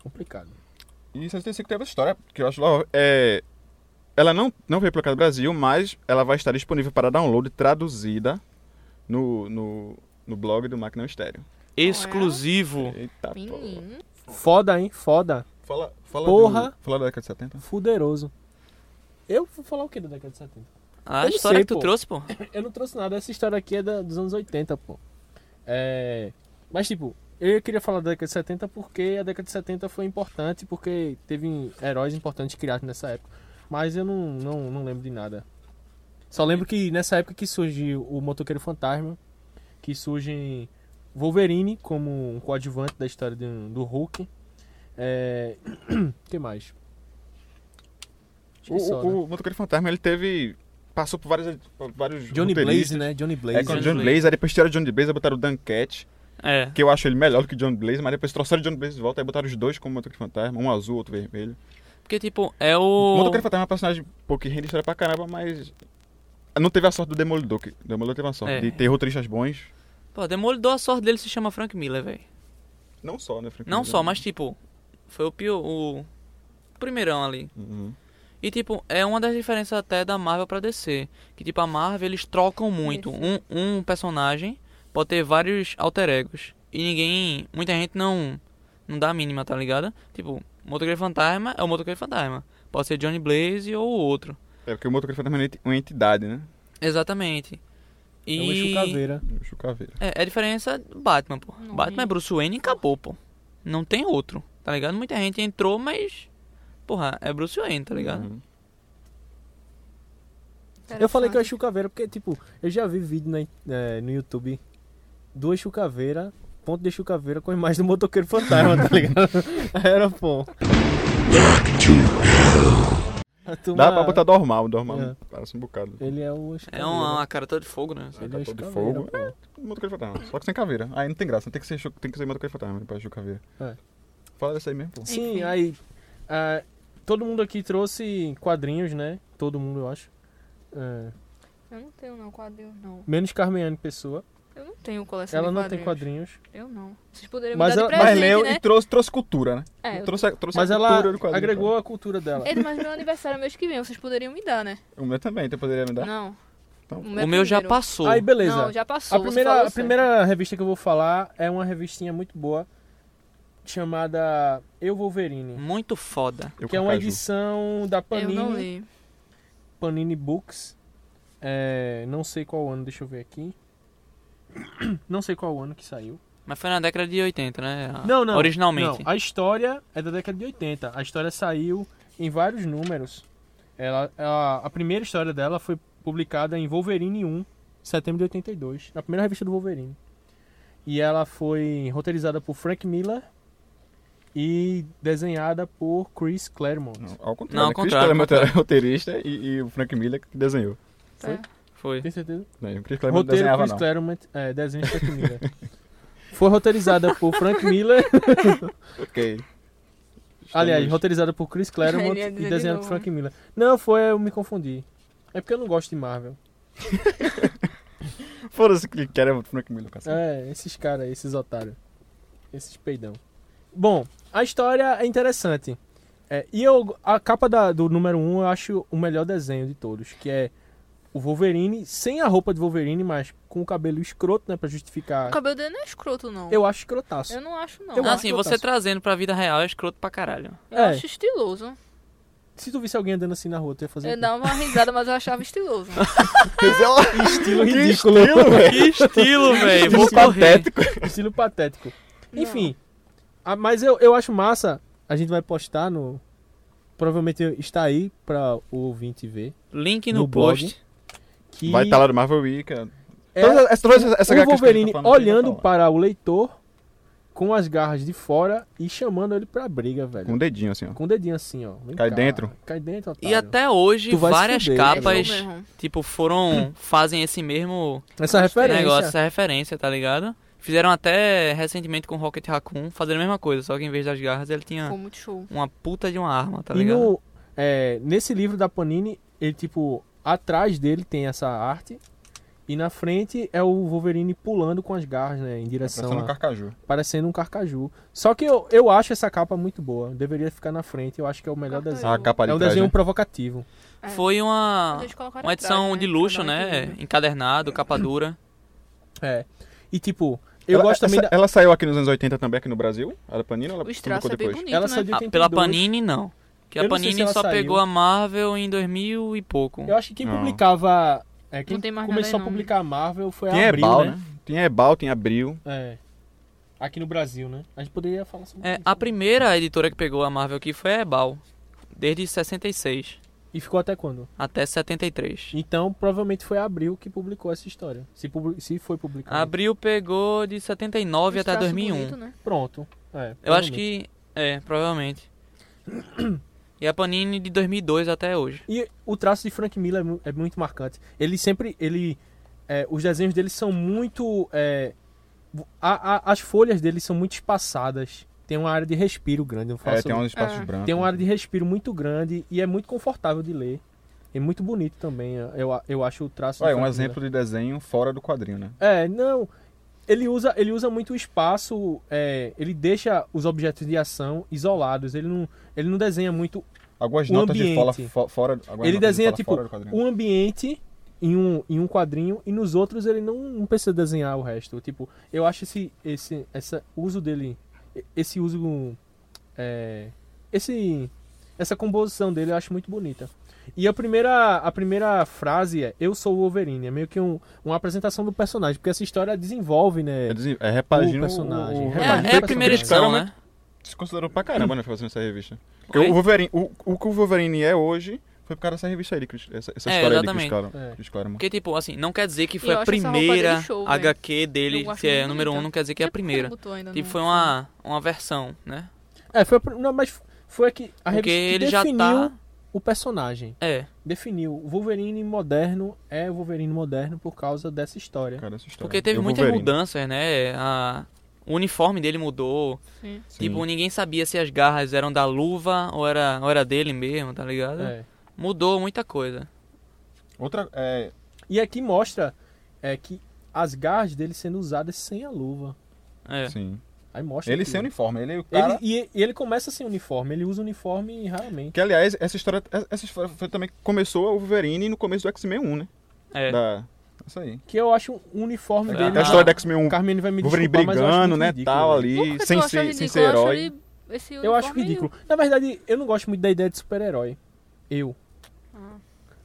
complicado.
E 65 teve essa história, que eu acho lá, é, ela não, não veio para o Brasil, mas ela vai estar disponível para download traduzida no, no, no blog do Máquina Mistério.
Exclusivo.
Eita, porra.
Menino.
Foda, hein? Foda.
Fala, fala
Porra.
Do, fala da década de 70.
Fuderoso. Eu vou falar o que da década de 70?
A
Eu não
história
sei,
que tu
pô.
trouxe,
*laughs*
pô.
Eu não trouxe nada, essa história aqui é da- dos anos 80, pô. É. Mas, tipo, eu queria falar da década de 70 porque a década de 70 foi importante, porque teve heróis importantes criados nessa época. Mas eu não, não, não lembro de nada. Só lembro que nessa época que surge o Motoqueiro Fantasma, que surge Wolverine como um coadjuvante da história um, do, do Hulk. É. *clears throat* que mais? Acho
O,
que só,
o,
né?
o Motoqueiro Fantasma, ele teve... Passou por vários, por vários
Johnny
roteiristas.
Blaze, né? Johnny Blaze.
É, com o
Johnny
Johnny
Blaze.
Blaze, aí depois tiraram o Johnny Blaze, aí botaram o Dan Cat,
É.
que eu acho ele melhor do que o Johnny Blaze, mas depois trouxeram o Johnny Blaze de volta, aí botaram os dois como Motoqueiro Fantasma, um azul, outro vermelho.
Porque, tipo, é
O
o.
Motoqueiro Fantasma é um personagem pô, que rende história pra caramba, mas. Não teve a sorte do Demolidor. Que... Demolidor teve a sorte
É.
de ter roteiristas bons.
Pô, Demolidor, a sorte dele se chama Frank Miller, velho.
Não só, né, Frank?
Não
Miller?
Uhum.
só, mas tipo, foi o pior. O primeirão ali.
Uhum.
E tipo, é uma das diferenças até da Marvel pra DC. Que tipo, a Marvel eles trocam muito. Um, um personagem pode ter vários alter egos. E ninguém. Muita gente não não dá a mínima, tá ligado? Tipo, Motoqueiro Fantasma é o Motoqueiro Fantasma. Pode ser Johnny Blaze ou outro.
É porque o motoqueiro fantasma é uma entidade, né?
Exatamente. E...
É um eixo caveira.
O Chucaveira.
É, é a diferença do Batman, pô.
Não vi.
Batman é Bruce Wayne e acabou, pô. Não tem outro, tá ligado? Muita gente entrou, mas. Porra, é Bruce Wayne, tá ligado?
Uhum.
Eu falei que eu acho caveira porque, tipo, eu já vi vídeo na in- eh, no YouTube do Exu Caveira, ponto de Exu Caveira com a imagem do motoqueiro fantasma, tá ligado? *laughs* Era bom. A turma-
Dá pra botar normal, normal.
É.
Parece um bocado.
Ele é o Exu
É
Caveira.
uma, uma cara toda de fogo, né?
Ele é o Exu
Capa de
Caveira,
fogo.
pô.
Motoqueiro fantasma. Só que sem caveira. Aí não tem graça, tem que ser, chu- tem que ser motoqueiro fantasma pra Chucaveira.
É.
Fala dessa aí mesmo, pô.
Sim,
Enfim.
aí. ah, todo mundo aqui trouxe quadrinhos, né? Todo mundo, eu acho. É,
Eu não tenho não quadrinhos não.
menos Carmeiane Pessoa.
Eu não tenho coleção
Ela
de
não
quadrinhos.
tem quadrinhos.
Eu não. Vocês poderiam
Mas
me dar
ela-
de
mas
presente,
Mas leu
né?
e trouxe, trouxe cultura, né?
É, eu-
Trouxe, a- trouxe
Mas
a
ela
cultura do quadrinho. então.
agregou a cultura dela.
Ele, mas meu aniversário é mês que vem, vocês poderiam me dar, né?
O meu também, então poderia me dar.
Não.
Então,
O meu já
É. primeiro.
passou.
Aí, beleza.
Não, já passou.
a
você
primeira,
falou
a
certo.
primeira revista que eu vou falar é uma revistinha muito boa chamada Eu Wolverine.
Muito foda.
Eu
que é
com
uma
caju.
edição da
Eu não
Panini,
li.
Panini Books. É, não sei qual ano, deixa eu ver aqui. *clears throat* Não sei qual ano que saiu.
Mas foi na década de 80, né? A-
Não, não.
Originalmente.
Não, a história é da década de 80. A história saiu em vários números. Ela, ela- a primeira história dela foi publicada em Wolverine 1, setembro de 82, na primeira revista do Wolverine. E ela foi roteirizada por Frank Miller e desenhada por Chris Claremont.
Não, ao contrário.
Não, ao contrário, ao
né? Chris Claremont
contrário.
era roteirista e, e o Frank Miller que desenhou.
É.
Foi.
Tem certeza?
Não, o Chris Claremont
Roteiro
desenhava,
Chris
não.
Claremont, é, desenho de Frank Miller. foi roteirizada por Frank Miller,
Ok. Estamos-
aliás, roteirizada por Chris Claremont
*laughs* Ele ia
e
dizer de
desenhada por
novo,
Frank Miller. Não, foi, eu me confundi. É porque eu não gosto de Marvel.
Foda-se que quer é Frank Miller, cara.
É, esses caras, esses otários. Esses peidão. Bom, a história é interessante. É, e eu, a capa da- do número 1 um, eu acho o melhor desenho de todos, que é o Wolverine, sem a roupa de Wolverine, mas com o cabelo escroto, né, pra justificar.
O cabelo dele não é escroto, não.
Eu acho escrotaço.
Eu não acho, não.
Eu
Eu
acho
assim,
que eu
você
passo.
trazendo pra vida real é escroto pra caralho.
É,
acho estiloso.
se tu visse alguém andando assim na rua, tu ia fazer
Eu dava uma risada, mas eu achava estiloso.
um estilo
Que
ridículo,
estilo, velho.
Que estilo, velho.
Estilo
Vou correr.
patético.
estilo patético.
Não.
Enfim, a- mas eu, eu acho massa, a gente vai postar no... Provavelmente está aí pra o ouvinte ver.
Link no,
No blog.
post.
Que
Vai estar lá no Marvel Week. É...
é-
Todas as- todas essas- essa
o
HQ que a gente tá
Wolverine
falando aqui vai
olhando
tá lá.
para o leitor com as garras de fora e chamando ele pra briga, velho.
Com o
Com,
dedinho, assim, ó.
o dedinho assim, ó. Vem
Cai
cá.
dentro.
Cai dentro, otário.
E até hoje,
Tu vai se
várias
fuder,
É
Rapaz,
capas,
isso mesmo.
tipo, foram. fazem esse mesmo
Essa referência.
um negócio, essa referência, tá ligado? Fizeram até recentemente com Rocket Raccoon, fazendo a mesma coisa, só que em vez das garras ele tinha
Ficou muito show.
uma puta de uma arma, tá
e
ligado?
no, é, nesse livro da Panini, ele, tipo, atrás dele tem essa arte. E na frente é o Wolverine pulando com as garras, né? Em direção.
Parecendo
a-
um carcaju.
parecendo um carcaju. Só que eu, eu acho essa capa muito boa. Deveria ficar na frente. Eu acho que é o melhor
Carcaju.
desenho.
A capa ali
É um
atrás,
desenho
né?
provocativo.
É.
Foi uma,
Mas eles colocaram
uma
atrás,
edição
né?
de luxo,
Pra dar um
né?
equilíbrio.
Encadernado, capa dura.
*laughs* É. E tipo, eu
Ela-
gosto também
essa-
da.
Ela saiu aqui nos anos 80 também, aqui no Brasil? A da Panini ou ela
Os traços
publicou
é bem
depois?
bonito,
Ela
né?
saiu de
Ah, pela
82.
Panini, não. Porque a
Eu não sei
Panini
se ela
só
saiu.
pegou a Marvel em 2000 e pouco.
Eu acho que quem
Não.
publicava. É, quem
Não tem mais nada
começou
aí,
a
não.
publicar a Marvel foi
Tem
a Abril,
Ebal,
né?
né? Tem Ebal, tem Abril.
É. Aqui no Brasil, né? A gente poderia falar sobre
É,
isso.
a primeira editora que pegou a Marvel aqui foi a Ebal, desde 66
E ficou até quando?
até 73.
Então, provavelmente foi a Abril que publicou essa história. Se, publi- se foi publicada.
Abril pegou de 79
Uns
até
traços
2001.
bonito, né?
Pronto. É,
Eu acho
provavelmente.
que. É, provavelmente. E a Panini de 2002 até hoje.
E o traço de Frank Miller é mu- é muito marcante. Ele sempre. ele é, Os desenhos dele são muito. é, a- a- as folhas dele são muito espaçadas. Tem uma área de respiro grande. Eu falo
É, tem
sobre
uns espaços
É.
brancos.
um Tem uma área de respiro muito grande e é muito confortável de ler. É muito bonito também. Eu, eu acho o traço.
Olha,
do
um
Frank
exemplo de desenho fora do quadrinho, né?
Miller. É, não. Ele usa, ele usa muito o espaço, é, ele deixa os objetos de ação isolados. Ele não, ele não desenha muito
Algumas
O
notas de
ambiente.
fora, fo- fora algumas
ele
notas de
desenha
fora
tipo
fora do quadrinho.
o ambiente em um, em um quadrinho e nos outros ele não, não precisa desenhar o resto. Tipo, eu acho esse esse essa uso dele esse uso. é, esse, essa composição dele eu acho muito bonita. E a primeira, a primeira frase é Eu sou o Wolverine. É meio que um, uma apresentação do personagem, porque essa história desenvolve, né?
É, desen- é repagina
O personagem,
o-
é,
o- repagina
tipo
É, é
Mas
o
assim,
a primeira
personagem.
edição,
Claramente
né?
Se considerou pra caramba né, fazendo essa revista. Porque
Oi?
o, Wolverine, o, o que o Wolverine é hoje foi por causa dessa revista aí, que eles- essa, essa
É,
história aí que
exatamente.
eles claram.
É.
que eles claram.
Porque, tipo, assim, não quer dizer que foi
Eu
a
acho essa roupa
primeira
dele show, velho.
HQ dele,
Eu acho
que é
muito tá
número 1, um,
bonita.
não quer dizer que é a primeira. Tipo, foi
uma
uma, uma versão, né?
É, foi a pr- não, mas foi a que a
Porque
revista que
ele já
definiu Tá,
tá.
o personagem.
É,
Definiu. O Wolverine moderno é o Wolverine moderno por causa dessa história.
Cara, essa história.
porque teve
Eu
muitas
Wolverine.
mudanças, né? A, o uniforme dele mudou.
Sim.
Tipo, ninguém sabia se as garras eram da luva ou era, ou era dele mesmo, tá ligado?
É.
Mudou muita coisa.
Outra. É,
E aqui mostra é, que as garras dele sendo usadas sem a luva.
É.
Sim.
Aí mostra.
Ele
tudo.
sem uniforme. Ele, é o cara,
Ele, e, e ele começa sem uniforme, ele usa uniforme raramente.
Que, aliás, essa história, essa história foi também que começou o Wolverine no começo do X-Men 1, né?
É.
Da, essa aí.
Que eu acho o uniforme
É,
dele.
a
Ah.
história do X-Men 1,
O Carmine vai me
Wolverine
desculpar, mas eu acho
brigando,
muito
né,
ridículo,
tal,
velho.
ali,
Por que
sem
tu acha
ser,
ridículo?
sem ser
Eu acho
herói.
ele- esse
Eu acho
uniforme
ridículo. Na verdade, eu não gosto muito da ideia de super-herói. Eu.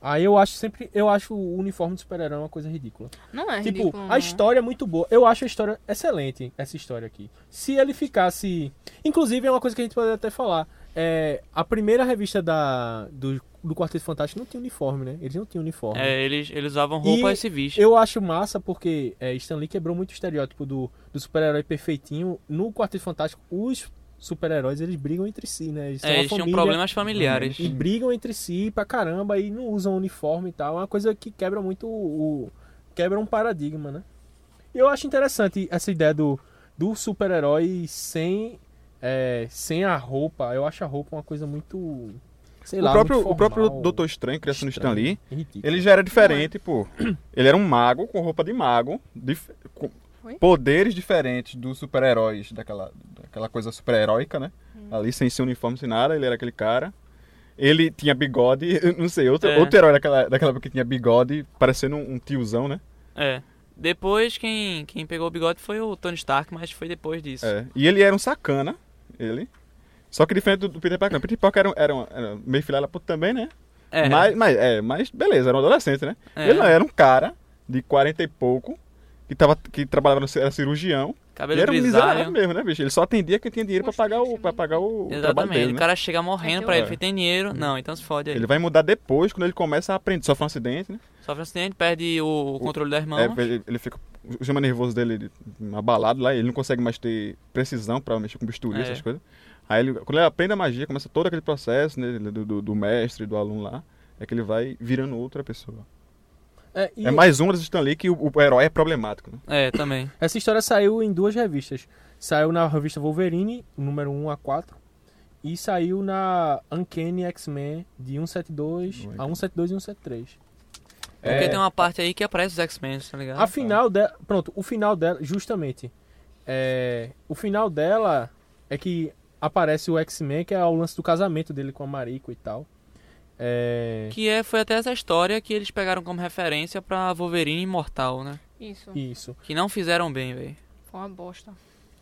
Aí eu acho sempre. Eu acho o uniforme de super-herói uma coisa ridícula.
Não é
tipo,
ridículo, não.
a história é muito boa. Eu acho a história excelente, essa história aqui. Se ele ficasse. Inclusive, é uma coisa que a gente poderia até falar. É, a primeira revista da, do, do Quarteto Fantástico não tinha uniforme, né? Eles não tinham uniforme.
É, eles, eles usavam roupas
E
civis.
Eu acho massa porque é, Stan Lee quebrou muito o estereótipo do, do super-herói perfeitinho. No Quarteto Fantástico, os super-heróis eles brigam entre si, né? Eles, são
É,
uma
eles tinham
família
problemas familiares.
Uhum.
E brigam entre si pra caramba e não usam uniforme e tal. É uma coisa que quebra muito o. o- quebra um paradigma, né? E eu acho interessante essa ideia do, do super-herói sem. é, sem a roupa. Eu acho a roupa uma coisa muito. Sei lá,
o, próprio,
muito
o próprio
formal,
Doutor Estranho, criação do Stan
estranho,
Lee,
ridículo.
ele já era diferente, pô. Ele era um mago com roupa de mago, dif- com
Oi?
poderes diferentes dos super-heróis, daquela, daquela coisa super-heróica, né? Ali, sem ser uniforme, sem nada, ele era aquele cara. Ele tinha bigode, *laughs* eu não sei, outro,
É.
outro herói daquela, daquela época que tinha bigode, parecendo um, um tiozão, né?
É. Depois quem, quem pegou o bigode foi o Tony Stark, mas foi depois disso.
É, E ele era um sacana, ele. Só que diferente do, do Peter Parker, não. Peter Parker era, um- era, um- era meio filhado da puta também, né?
É.
Mas, mas, é, mas beleza, era um adolescente, né?
É.
Ele não era um cara de 40 e pouco que, tava, que trabalhava no ci- era cirurgião.
Cabelo
ele era um miserável
grisalho.
mesmo, né, bicho? Ele só atendia quem tinha dinheiro pra pagar o, pra pagar o trabalho
Exatamente.
dele,
O
né?
cara chega morrendo pra ele,
É.
porque tem dinheiro. Não, então se fode aí.
Ele vai mudar depois, quando ele começa a aprender. Sofre um acidente, né?
Sofre um acidente, perde o, o controle das mãos.
É, ele, ele fica... O sistema nervoso dele ele, abalado lá. Ele não consegue mais ter precisão pra mexer com bisturi,
É.
essas coisas. Aí, ele, quando ele aprende a magia, começa todo aquele processo né, do, do, do mestre, do aluno lá. É que ele vai virando outra pessoa.
É, e
É mais uma das Stan Lee que o, o herói é problemático, né?
É, também.
Essa história saiu em duas revistas. Saiu na revista Wolverine, número 1 a 4, e saiu na Uncanny X-Men de 172 a 172 e É, 173.
É.
Porque tem uma parte aí que aparece os X-Men, tá ligado?
A final dela, pronto, o final dela, justamente, é, o final dela é que aparece o X-Men, que é o lance do casamento dele com a Mariko e tal. É,
Que é, foi até essa história que eles pegaram como referência pra Wolverine Imortal, né?
Isso,
isso,
Que não fizeram bem, velho.
foi uma bosta.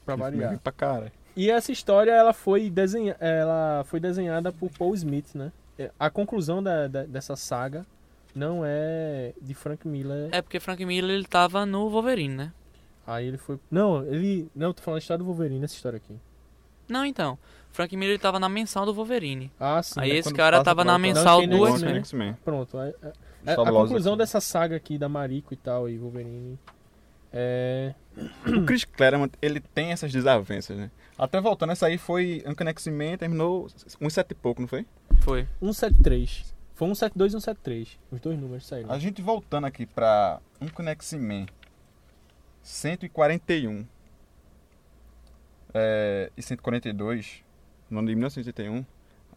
pra variar.
Pra cara.
E essa história ela foi, desenha... ela foi desenhada por Paul Smith, né? É, A conclusão da, da- dessa saga não é de Frank Miller.
É porque Frank Miller, ele tava no Wolverine, né?
Aí ele foi. Não, ele. Não, eu tô falando da história do Wolverine, essa história aqui.
Não, então. Frank Miller, ele tava na mensal do Wolverine.
Ah, sim.
aí
é
esse
quando
cara
passa
tava
pra
na
outra-
mensal
Não,
do
X-Men.
X-Men.
X-Men.
Pronto. é- é- é- a
Fabulosos
conclusão
X-Men.
dessa saga aqui da Mariko e tal, e Wolverine. É.
O Chris Claremont, ele tem essas desavenças, né? Até voltando, essa aí foi Uncanny X-Men, terminou uns sete e pouco, não foi?
Foi.
173. Foi 172 e 173. Os dois números saíram.
A gente voltando aqui pra Uncanny X-Men 141 é, e 142, no ano de 1981,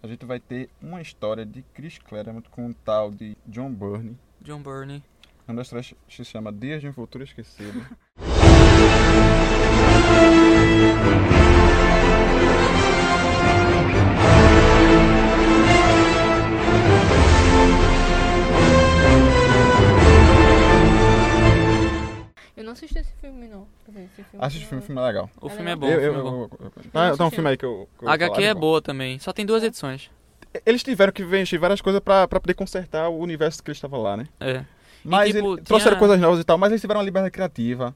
a gente vai ter uma história de Chris Claremont com um tal de John Burney.
John Burney.
Uma das três se chama Dias de um Futuro Esquecido.
Eu não assisti esse filme, não. Quer dizer, Esse filme
Assiste o filme, o
não.
filme é legal.
O
É
filme é
legal.
bom, o
eu, eu,
filme é bom.
eu- eu- Ah,
não
tem um
assisti,
filme aí que eu. que eu
A HQ
falar, É.
é
legal.
boa também. Só tem duas edições.
Eles tiveram que investir várias coisas pra, pra poder consertar o universo que eles estavam lá, né?
É.
Mas
tipo,
ele- trouxeram
tinha-
coisas novas e tal, mas eles tiveram uma liberdade criativa.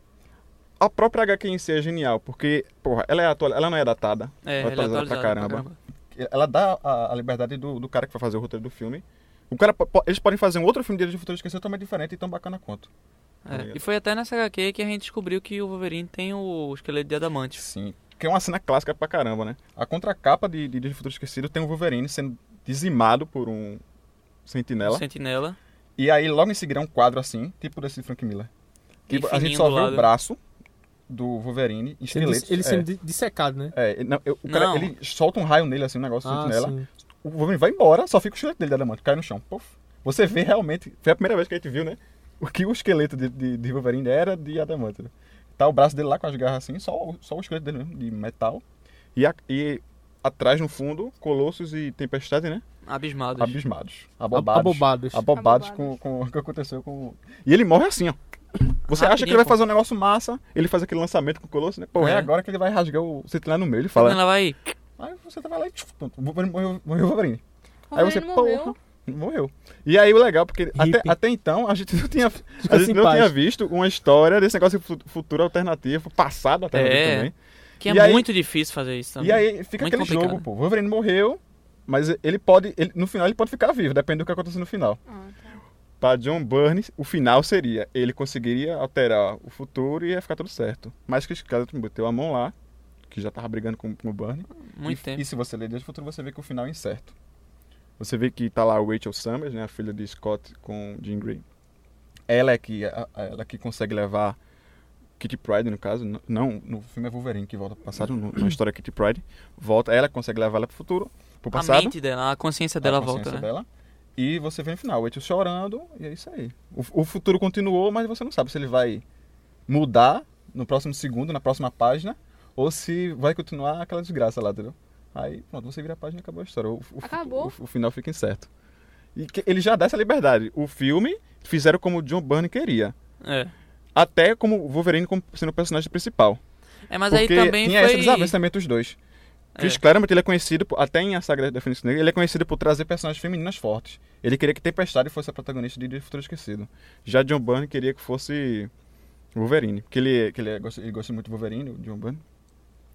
A própria HQ em si é genial, porque, porra, ela, é atual, ela não é datada.
É,
Ela
ele é
atualizada
atualizado pra caramba.
Ela dá a, a liberdade do, do cara que vai fazer o roteiro do filme. O cara, po- po- eles podem fazer um outro filme deles de futuro esquecido totalmente diferente e tão bacana quanto. Tá
É, E foi até nessa HQ que a gente descobriu que o Wolverine tem o esqueleto de adamante.
Sim. Que é uma cena clássica pra caramba, né? A contracapa de, de Dias do Futuro Esquecido tem o Wolverine sendo dizimado por um
o
sentinela.
Sentinela.
E aí logo em seguida é um quadro assim, tipo desse de Frank Miller.
E
Que a gente
fininho
só
do
vê
lado.
o braço do Wolverine,
Ele,
esqueleto.
ele
é.
sendo di- dissecado, né?
É, ele- não, eu- o cara,
Não.
ele solta um raio nele, assim, um negócio
Ah,
sentinela.
sim.
O Wolverine vai embora, só fica o esqueleto dele da diamante, cai no chão. Puf. Você vê realmente, foi a primeira vez que a gente viu, né? O que o esqueleto de, de, de Wolverine era de adamante. né? Tá o braço dele lá com as garras assim, só, o- só o esqueleto dele mesmo, de metal. E, a- e atrás, no fundo, Colossus e Tempestade, né?
Abismados.
Abismados. Abobados.
abobados.
Abobados com,
Abobados.
com o que aconteceu com... E ele morre assim, ó. Você acha que
Rapidinho,
ele vai
pô.
fazer um negócio massa, ele faz aquele lançamento com o Colossus, né? Pô, é,
É.
agora que ele vai rasgar o sentinela no meio, ele fala...
Sentinela vai.
Aí você vai lá e... tchuf, pronto, Wolverine Morreu morreu o Wolverine. Aí
Wolverine
você,
morreu.
porra, morreu. E aí o legal, porque até,
Hippie.
até então a gente *laughs* não tinha, a
Descansa
gente
em
não
paz.
tinha visto uma história desse negócio de fu- futuro alternativo, passado alternativo
É.
também.
Que é
E aí-
muito difícil fazer isso também.
E aí fica
Muito
aquele
complicado.
jogo, pô, Wolverine morreu, mas ele pode, ele- no final ele pode ficar vivo, depende do que acontecer no final.
Ah, tá.
Para John Burns, o final seria, ele conseguiria alterar o futuro e ia ficar tudo certo. Mas que esse cara meteu a mão lá, que já tava brigando com, com o Burns,
Muito
e,
tempo.
E se você ler Deus do Futuro, você vê que o final é incerto. Você vê que tá lá a Rachel Summers, né, a filha de Scott com Jean Grey. Ela é que, a- a- ela que consegue levar Kitty Pryde, no caso. n- Não, no filme é Wolverine que volta pro passado, no- na história é Kitty Pryde. Volta, ela consegue levar ela pro futuro, pro
A
passado.
mente dela, a consciência dela
a consciência
volta, né?
dela. E você vê no final, o Rachel chorando, e é isso aí. O, o futuro continuou, mas você não sabe se ele vai mudar no próximo segundo, na próxima página, ou se vai continuar aquela desgraça lá, entendeu? Aí, pronto, você vira a página e acabou a história. O, o-
Acabou.
O, o final fica incerto. E que- ele já dá essa liberdade. O filme fizeram como o John Byrne queria.
É.
Até como o Wolverine como sendo o personagem principal.
É, mas
porque
aí também
tinha esse
foi.
desavencamento dos dois. Chris Claremont ele é conhecido, por- até em A Saga da Fênix Negra, ele é conhecido por trazer personagens femininas fortes. Ele queria que Tempestade fosse a protagonista de Dia do Futuro Esquecido. Já John Byrne queria que fosse Wolverine, porque ele, que ele, é- gosta, ele gosta muito de Wolverine, o John Byrne.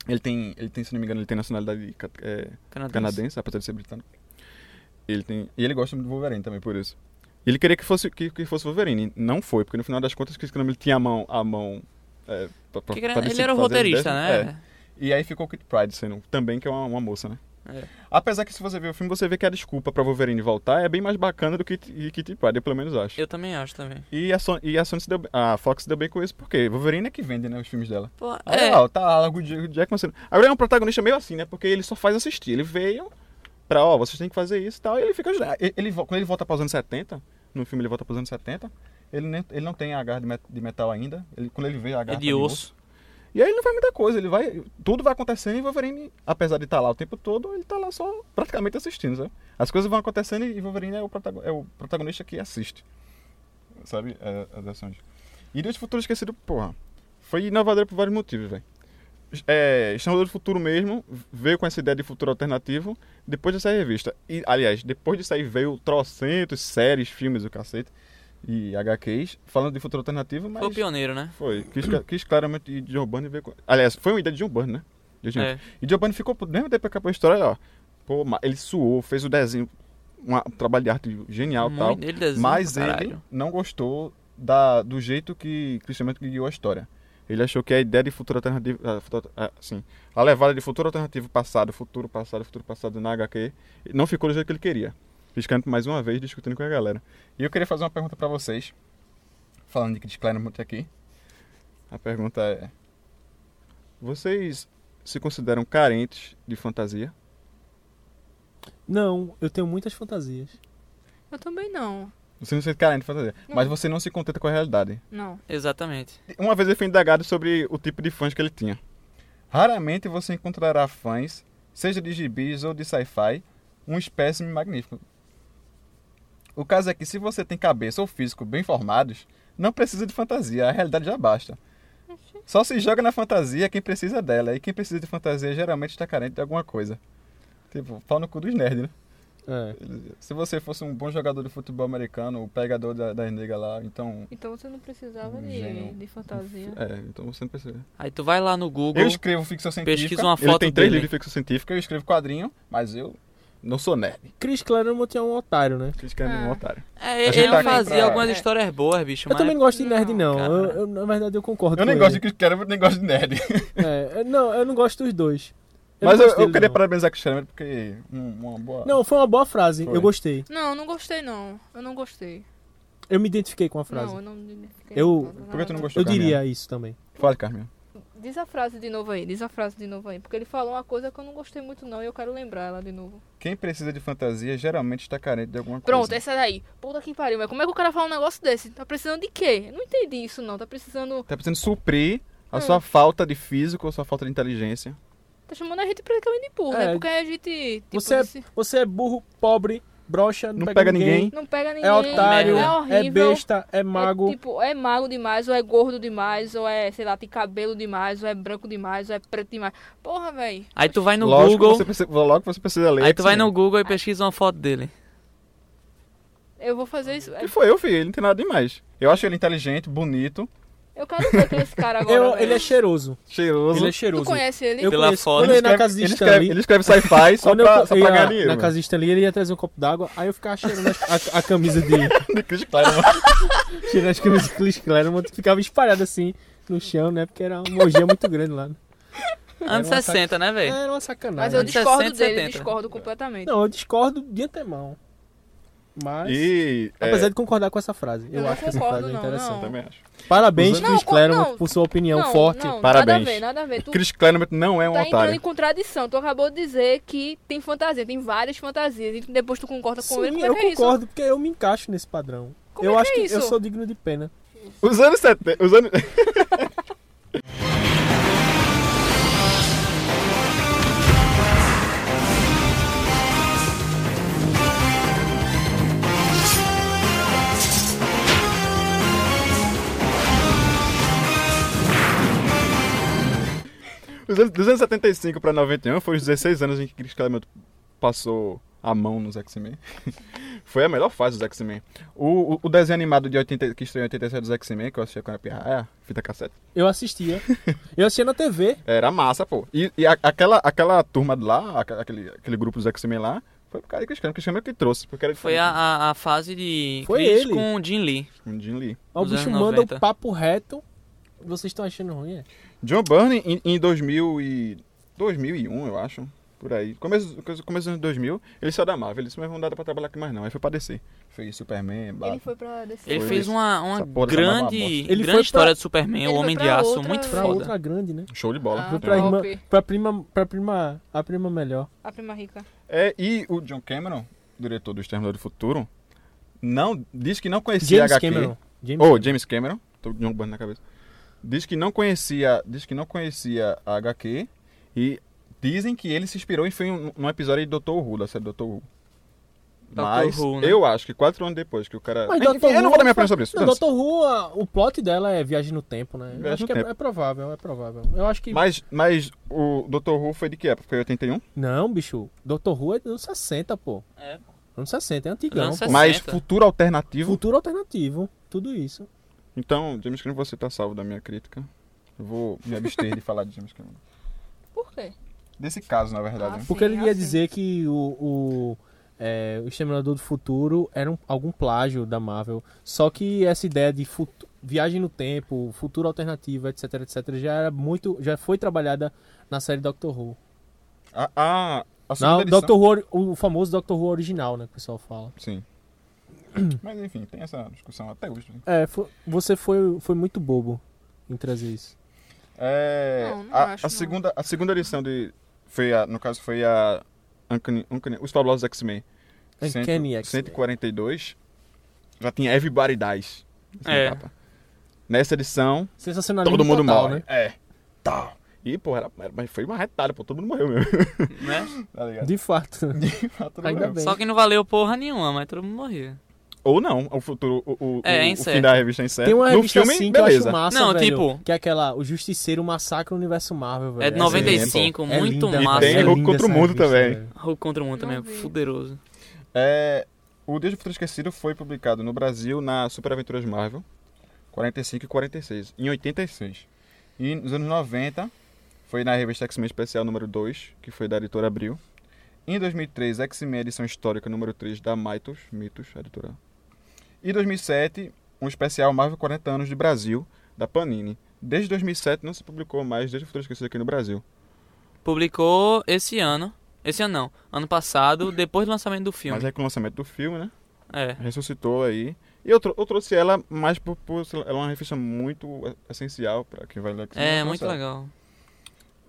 Ele tem, ele tem, se não me engano, ele tem nacionalidade ca- é,
Canadense.
canadense, apesar de ser britânico. Ele tem, e ele gosta muito do Wolverine também, por isso. Ele queria que fosse, que, que fosse Wolverine, não foi, porque no final das contas, Chris Claremont tinha a mão... A mão é, pra- pra-
Porque ele
pra
era- ele
decidir
era o
fazer,
roteirista,
né?
né?
E aí ficou o Kit Pride sendo também, que é uma, uma moça, né?
É.
Apesar que se você ver o filme, você vê que a desculpa pra Wolverine voltar é bem mais bacana do que que Kit Pride, eu pelo menos acho.
Eu também acho também.
E, a Sony, e a, Sony se deu, a Fox se deu bem com isso, porque Wolverine é que vende, né, os filmes dela.
Pô,
Aí,
é,
ó, tá lá o Jack- o Jackman sendo... Agora ele é um protagonista meio assim, né, porque ele só faz assistir. Ele veio pra, ó, vocês têm que fazer isso e tal, e ele fica ajudando. Ele, ele vo- quando ele volta pros anos 70, no filme ele volta pros anos 70, ele, nem, ele não tem a garra de, met- de metal ainda. Ele, quando ele vê a garra tá
é de osso.
e aí ele não faz muita coisa, ele vai. Tudo vai acontecendo e o Wolverine, apesar de estar lá o tempo todo, ele tá lá só praticamente assistindo, sabe? As coisas vão acontecendo e o Wolverine é o, protago- é o protagonista que assiste. Sabe? É, as ações. E Deus do Futuro Esquecido, porra. Foi inovador por vários motivos, velho. É, Exterminador do Futuro mesmo veio com essa ideia de futuro alternativo depois de sair a revista. E, aliás, depois de sair veio trocentos séries, filmes, o cacete e HQs falando de futuro alternativo, mas.
Foi o pioneiro, né?
Foi. Quis, quis claramente e John Byrne veio com... Aliás, foi uma ideia de John Byrne, né? De John-
É.
E John Byrne ficou, mesmo tempo que acabou a história, ó. Pô, ma- ele suou, fez o desenho, uma- um trabalho de arte genial e tal.
Muito- ele desenha
Mas
pra
ele
caralho.
não gostou da, do jeito que Cristiano guiou a história. Ele achou que a ideia de futuro alternativo. ah, futuro- ah, Assim, a levada de futuro alternativo passado, futuro passado, futuro passado na HQ, não ficou do jeito que ele queria. Piscando mais uma vez, discutindo com a galera. E eu queria fazer uma pergunta pra vocês. Falando de Chris Claremont aqui. A pergunta é: Vocês se consideram carentes de fantasia?
Não, eu tenho muitas fantasias.
Eu também não.
Você não se sente carente de fantasia, mas você não se contenta com a realidade.
Não.
Exatamente.
Uma vez eu fui indagado sobre o tipo de fãs que ele tinha. Raramente você encontrará fãs, seja de gibis ou de sci-fi, um espécime magnífico. O caso é que se você tem cabeça ou físico bem formados, não precisa de fantasia, a realidade já basta. Só se joga na fantasia quem precisa dela. E quem precisa de fantasia geralmente está carente de alguma coisa. Tipo, pau no cu dos nerds, né?
É.
Se você fosse um bom jogador de futebol americano, o pegador da, das negras lá, então.
Então você não precisava
Um
de,
gênio.
de fantasia.
É, então você não precisa.
Aí tu vai lá no Google.
Eu escrevo ficção científica.
Pesquisa uma
ele
foto
tem três
dele.
livros de ficção científica, eu escrevo quadrinho, mas eu não sou nerd.
Chris Claremont é um otário, né?
Vocês querem
Ah.
um otário.
É,
A gente
ele
tá aqui
fazia
pra-
algumas
é.
histórias boas, bicho.
Eu
mas
também não gosto de nerd, não.
cara.
Eu- eu- na verdade, eu concordo
Eu nem
com
gosto de
ele.
Chris Claremont, nem gosto de *laughs* nerd.
É, eu- não, eu não gosto dos dois. não
mas eu,
gosto
eu
dele,
queria
não.
parabenizar Chris Claremont porque. um- uma boa.
Não, foi uma boa frase.
Foi.
Eu gostei.
Não, não gostei não. Eu não gostei.
Eu me identifiquei com a frase.
Não, eu não me identifiquei
Eu-
com nada,
Por que tu não
nada.
gostou?
eu diria isso também.
Fala, Carminha.
Diz a frase de novo aí, diz a frase de novo aí. Porque ele falou uma coisa que eu não gostei muito não e eu quero lembrar ela de novo.
Quem precisa de fantasia geralmente está carente de alguma
Pronto,
coisa.
essa daí. Puta que pariu, mas como é que o cara fala um negócio desse? Tá precisando de quê? Eu não entendi isso não, tá precisando...
Tá precisando suprir a
Hum.
sua falta de físico, a sua falta de inteligência.
Tá chamando a gente pra que eu me burro,
É,
né? Porque a gente, tipo,
você, é,
disse,
você é burro, pobre, broxa, não,
Não pega ninguém.
não pega ninguém.
É otário,
é
é,
horrível.
besta, é mago.
É, tipo, é mago demais, ou é gordo demais, ou é, sei lá, tem cabelo demais, ou é branco demais, ou é preto demais. Porra, véi.
Aí tu vai no
Lógico,
Google.
Você precisa, logo você precisa ler.
Aí tu vai
sim.
no Google e pesquisa uma foto dele.
É,
Eu vou fazer isso. é
E foi eu, filho. Ele não tem nada demais. Eu acho ele inteligente, bonito,
Eu quero ver quem é esse cara agora.
Eu-
véi.
ele é cheiroso.
cheiroso.
Ele é
Tu
cheiroso.
conhece ele?
Eu
Pela
conheço.
foto.
Quando eu ia na
escreve-
casa de
ele
Stanley,
escreve, ele escreve
é
sci-fi só
quando eu
pra, só né? pra
ia
ganhar dinheiro.
na casa de Stanley, ele ia trazer um copo d'água. Aí eu ficava cheirando a, a- a camisa dele.
de
*laughs*
Chris Claremont.
*laughs* Cheirando as camisas do Chris Claremont. Ficava espalhado assim no chão, né? Porque era uma mogia muito grande lá.
Anos
uma
60, né, velho?
Era uma sacanagem.
É. Mas eu
Anos
discordo
60,
dele,
70.
discordo completamente.
Não, eu discordo de antemão. Mas.
E. é,
Apesar de concordar com essa frase, eu,
Eu não
acho que essa
concordo,
frase é
não,
interessante.
eu também acho.
Parabéns,
Não,
Chris
con- não.
Claremont, por sua opinião
Não,
é um forte.
não,
parabéns.
Nada a ver, nada a ver. Tu
Chris Claremont não é um
tá entrando
otário.
em contradição. Tu acabou de dizer que tem fantasia, tem várias fantasias. E depois tu concorda com ele.
Sim,
Como
eu
é que é isso?
concordo, porque eu me encaixo nesse padrão.
Como
eu
é que
acho
é
que
isso?
eu sou digno de pena.
Os anos 70. Os anos... *laughs* Os anos, dos anos 75 para 91 foi os 16 anos em que Chris Claremont passou a mão nos X-Men. *laughs* foi a melhor fase dos X-Men. O, o- o desenho animado de 80, que estreou em 87 dos X-Men, que eu assistia quando era pirraia, fita cassete,
*laughs*
Eu assistia. eu assistia na TV.
era massa, pô. E, e a- aquela, aquela turma de lá, aqua- aquele, aquele grupo dos X-Men lá, foi por causa de Chris Claremont, Chris Claremont que trouxe, porque era
Foi a, a, a fase de
Foi
Chris
ele.
com o Jim Lee.
um Jim Lee.
O
Nos
bicho
anos
manda o
90.
papo reto. Vocês estão achando ruim, é?
John Byrne, em, em 2000 e, 2001, eu acho, por aí, começo, começo começo dos anos 2000, ele saiu da Marvel, ele disse, mas não dá pra trabalhar aqui mais não, aí foi pra DC. Fez Superman,
Ele
Batman.
foi pra descer.
Ele
Foi
fez
isso.
uma, uma
Essa porra dessa
grande,
mão é uma bosta.
Ele
grande
foi pra-
história de Superman,
Ele
o
foi
Homem de
pra
Aço,
outra-
muito
Pra
foda. É.
outra grande, né?
Show de bola.
Ah,
Foi pra, irmã,
top.
pra prima. Pra prima. A prima melhor.
A prima rica.
É, e o John Cameron, diretor do Exterminador do Futuro, não, diz que não conhecia
James
HQ.
Cameron. James
Ou Oh, James Cameron, tô de um banho na cabeça. Diz que não conhecia, diz que não conhecia a HQ e dizem que ele se inspirou em foi um, num episódio de Dr. Who, da série Dr. Who.
Dr.
Mas
Who, né?
eu acho que quatro anos depois que o cara.
Mas
Enfim,
Dr.
eu
Who
não vou dar minha
foi-
opinião sobre isso.
Não,
foda-se.
Dr. Who, a- o plot dela é viagem no tempo, né?
Viagem
Eu acho
no
que é,
tempo.
é provável, é provável. Eu acho que.
Mas, mas o Dr. Who foi de que época? Foi 81?
Não, bicho. Dr. Who é dos anos 60, pô.
É, pô.
Anos 60, é antigão.
Anos
pô.
60.
Mas futuro alternativo.
Futuro alternativo, tudo isso.
Então, James Cameron, você tá salvo da minha crítica. Eu vou
*laughs*
me abster de falar de James Cameron.
Por quê?
Desse caso, na verdade.
Ah,
né?
sim.
Porque ele ia
assim.
dizer que o, o, é, o Exterminador do Futuro era um- algum plágio da Marvel. Só que essa ideia de futu- viagem no tempo, futuro alternativo, etc, etc, já era muito. já foi trabalhada na série Doctor Who.
A, a, a segunda
Ah, Não,
edição-
Doctor Who, ori- o famoso Doctor Who original, né, que o pessoal fala. *coughs*
Sim. Mas enfim, tem essa discussão até hoje. né?
É, fo- você foi, foi muito bobo em trazer isso.
É,
Não, não
a,
acho, não.
a segunda A segunda edição de. Foi a, no caso, foi a. Uncanny, Uncanny- os Fabulosos X-Men.
Uncanny
Cento-
X-Men.
142. Já tinha Everybody Dies. nessa
É.
etapa. Nessa edição,
Sensacionalismo
todo mundo
total,
morre.
né?
É. Tal. E, pô, era, era- mas foi uma retada, pô. Todo mundo morreu mesmo.
*laughs* né?
tá ligado?
De fato.
*laughs* fato, todo mundo
Ainda
morreu.
bem.
Só que não valeu porra nenhuma, mas todo mundo morria.
Ou não, o futuro, o, o,
É, é
o- o
incerto.
fim da revista é incerto.
Tem uma
no
revista
filme,
assim que
beleza.
eu acho massa,
Não,
velho,
tipo-
Que é aquela, o Justiceiro Massacra o Universo Marvel, velho.
É de
Essa
95,
é
muito
linda,
massa.
E tem
velho.
Hulk
É linda
contra o
essa
Mundo
revista,
também.
velho.
Hulk contra o mundo também é
Não vi.
fuderoso.
É, o Deus do Futuro Esquecido foi publicado no Brasil na Super Aventuras Marvel 45 e 46, em 86. E nos anos 90 foi na revista X-Men Especial número 2, que foi da editora Abril. Em 2003, X-Men edição histórica número 3 da Mitos, Mitos, a editora. E em 2007, um especial Marvel 40 anos de Brasil da Panini. Desde 2007 não se publicou mais Deus do Futuro Esquecido aqui no Brasil.
Publicou esse ano. Esse ano não. Ano passado, depois do lançamento do filme.
Mas é com o lançamento do filme, né?
É.
ressuscitou aí. E eu, tro- eu trouxe ela mais por, por sei lá, ela é uma revista muito e- essencial pra quem vai ler. que
É,
vai
muito
passar.
legal.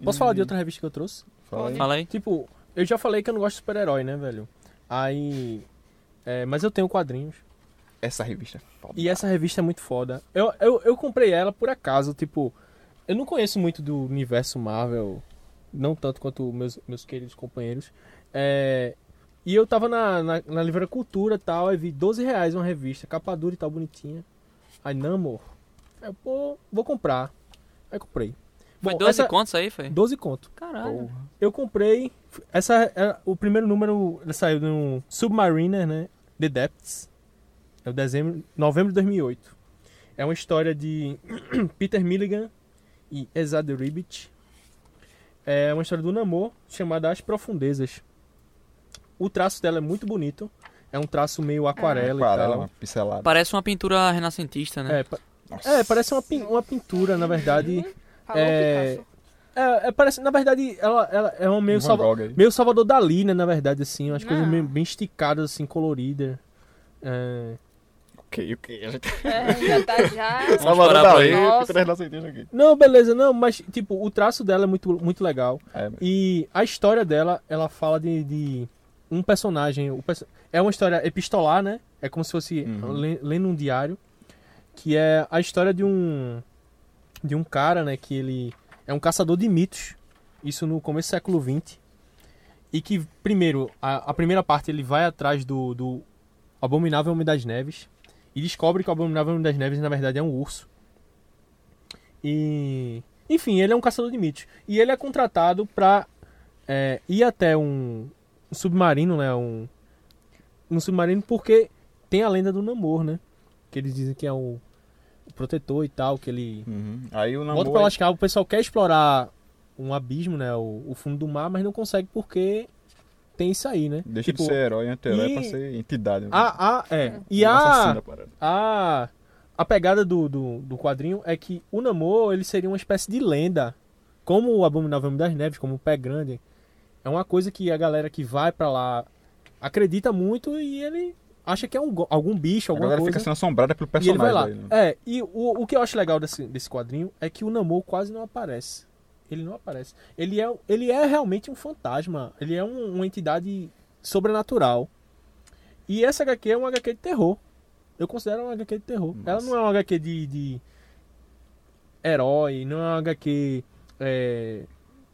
Posso falar de outra revista que eu trouxe?
Fala aí.
Fala aí.
Tipo, eu já falei que eu não gosto de super-herói, né, velho? Aí. é, mas eu tenho quadrinhos.
Essa revista é foda.
E essa revista é muito foda. Eu, eu, eu comprei ela por acaso, tipo. Eu não conheço muito do universo Marvel, não tanto quanto meus, meus queridos companheiros. É, e eu tava na, na, na Livraria Cultura e tal, aí vi 12 reais uma revista, capa dura e tal, bonitinha. Aí, não, amor. Eu, pô, vou comprar. Aí comprei.
Foi
Bom,
12
essa-
contos aí, foi?
12 conto.
Caralho.
Eu comprei. Essa é- o primeiro número ele saiu no Submariner, né? The Depths. É o dezembro, novembro de 2008. É uma história de *clears throat* Peter Milligan e Ezad Ribic. É uma história do Namor chamada As Profundezas. O traço dela é muito bonito. É um traço meio aquarela,
Aquarela,
e
é uma
tal.
pincelada.
Parece uma pintura renascentista, né?
É, pa- é, parece uma, pin- uma pintura, na verdade.
Alô,
É,
um Picasso.
É, é, parece, na verdade, ela, ela é um meio
Van
salva-
Gogh aí.
Meio Salvador Dali, né, na verdade, assim, umas
Não.
coisas meio, bem esticadas, assim, coloridas. É...
Ok, ok. A gente
É, já tá já.
Salvador
parar por
Dali,
aí.
fica três nascentinhos aqui.
Não, beleza, não, mas, tipo, o traço dela é muito, muito legal.
É,
E a história dela, ela fala de, de um personagem. o perso- É uma história epistolar, né? É como se fosse
Uhum.
le- lendo um diário. Que é a história de um. De um cara, né? Que ele é um caçador de mitos. Isso no começo do século XX. E que, primeiro, a, a primeira parte ele vai atrás do, do Abominável Homem das Neves. E descobre que o Abominável Homem das Neves, na verdade, é um urso. E. Enfim, ele é um caçador de mitos. E ele é contratado pra é, ir até um, um submarino, né? Um, um submarino porque tem a lenda do Namor, né? Que eles dizem que é o, o protetor e tal, que ele...
uhum. Aí o
Volta pra
namoro.
lascar, o pessoal quer explorar um abismo, né? O, o fundo do mar, mas não consegue porque tem isso aí, né?
Deixa
Tipo,
de ser herói e anti-herói
e-
pra ser entidade. né?
A, a, é. E
Um
a,
assassino da parada.
a, a pegada do, do, do quadrinho é que o Namor ele seria uma espécie de lenda, como o Abominável Homem das Neves, como o Pé Grande. É uma coisa que a galera que vai pra lá acredita muito e ele acha que é um, go- algum bicho,
A
alguma
galera
coisa.
fica sendo assombrada pelo
e ele vai
personagem.
lá.
aí, né?
É, e o, o que eu acho legal desse, desse quadrinho é que o Namor quase não aparece. Ele não aparece. Ele é, ele é realmente um fantasma. Ele é um- uma entidade sobrenatural. E essa HQ é uma HQ de terror. Eu considero uma HQ de terror. Ela não é uma HQ de, de herói, não é uma HQ. É,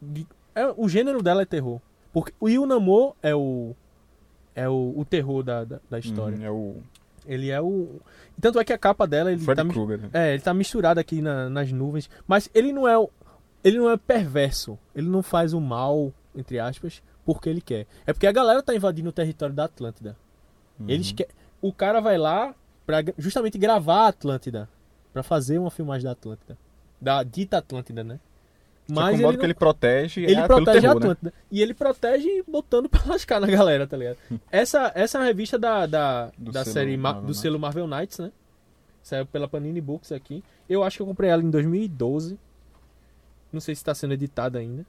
de- é- o gênero dela é terror. Porque, e o Namor é o. É o, o terror da, da, da história.
Uhum, é o
Ele é o. Tanto é que a capa dela, ele
Freddy
tá, mis-
Krueger. né?
é, ele tá misturado aqui na- nas nuvens. Mas ele não é. o- Ele não é perverso. Ele não faz o mal, entre aspas, porque ele quer. É porque a galera tá invadindo o território da Atlântida.
Uhum.
Eles que... O cara vai lá pra gra- justamente gravar a Atlântida. Pra fazer uma filmagem da Atlântida. Da dita Atlântida, né?
Só que o
Mas
modo
ele,
um que
não-
ele protege
ele
é pelo
protege
terror,
a
né? Hum.
Atlântida. E ele protege botando pra lascar na galera, tá ligado? Essa, essa é uma revista da, da,
Do
da
selo
série Ma-
Marvel
do
Knights.
selo Marvel Knights, né? Saiu pela Panini Books aqui. Eu acho que eu comprei ela em 2012. Não sei se tá sendo editada ainda.
Uhum.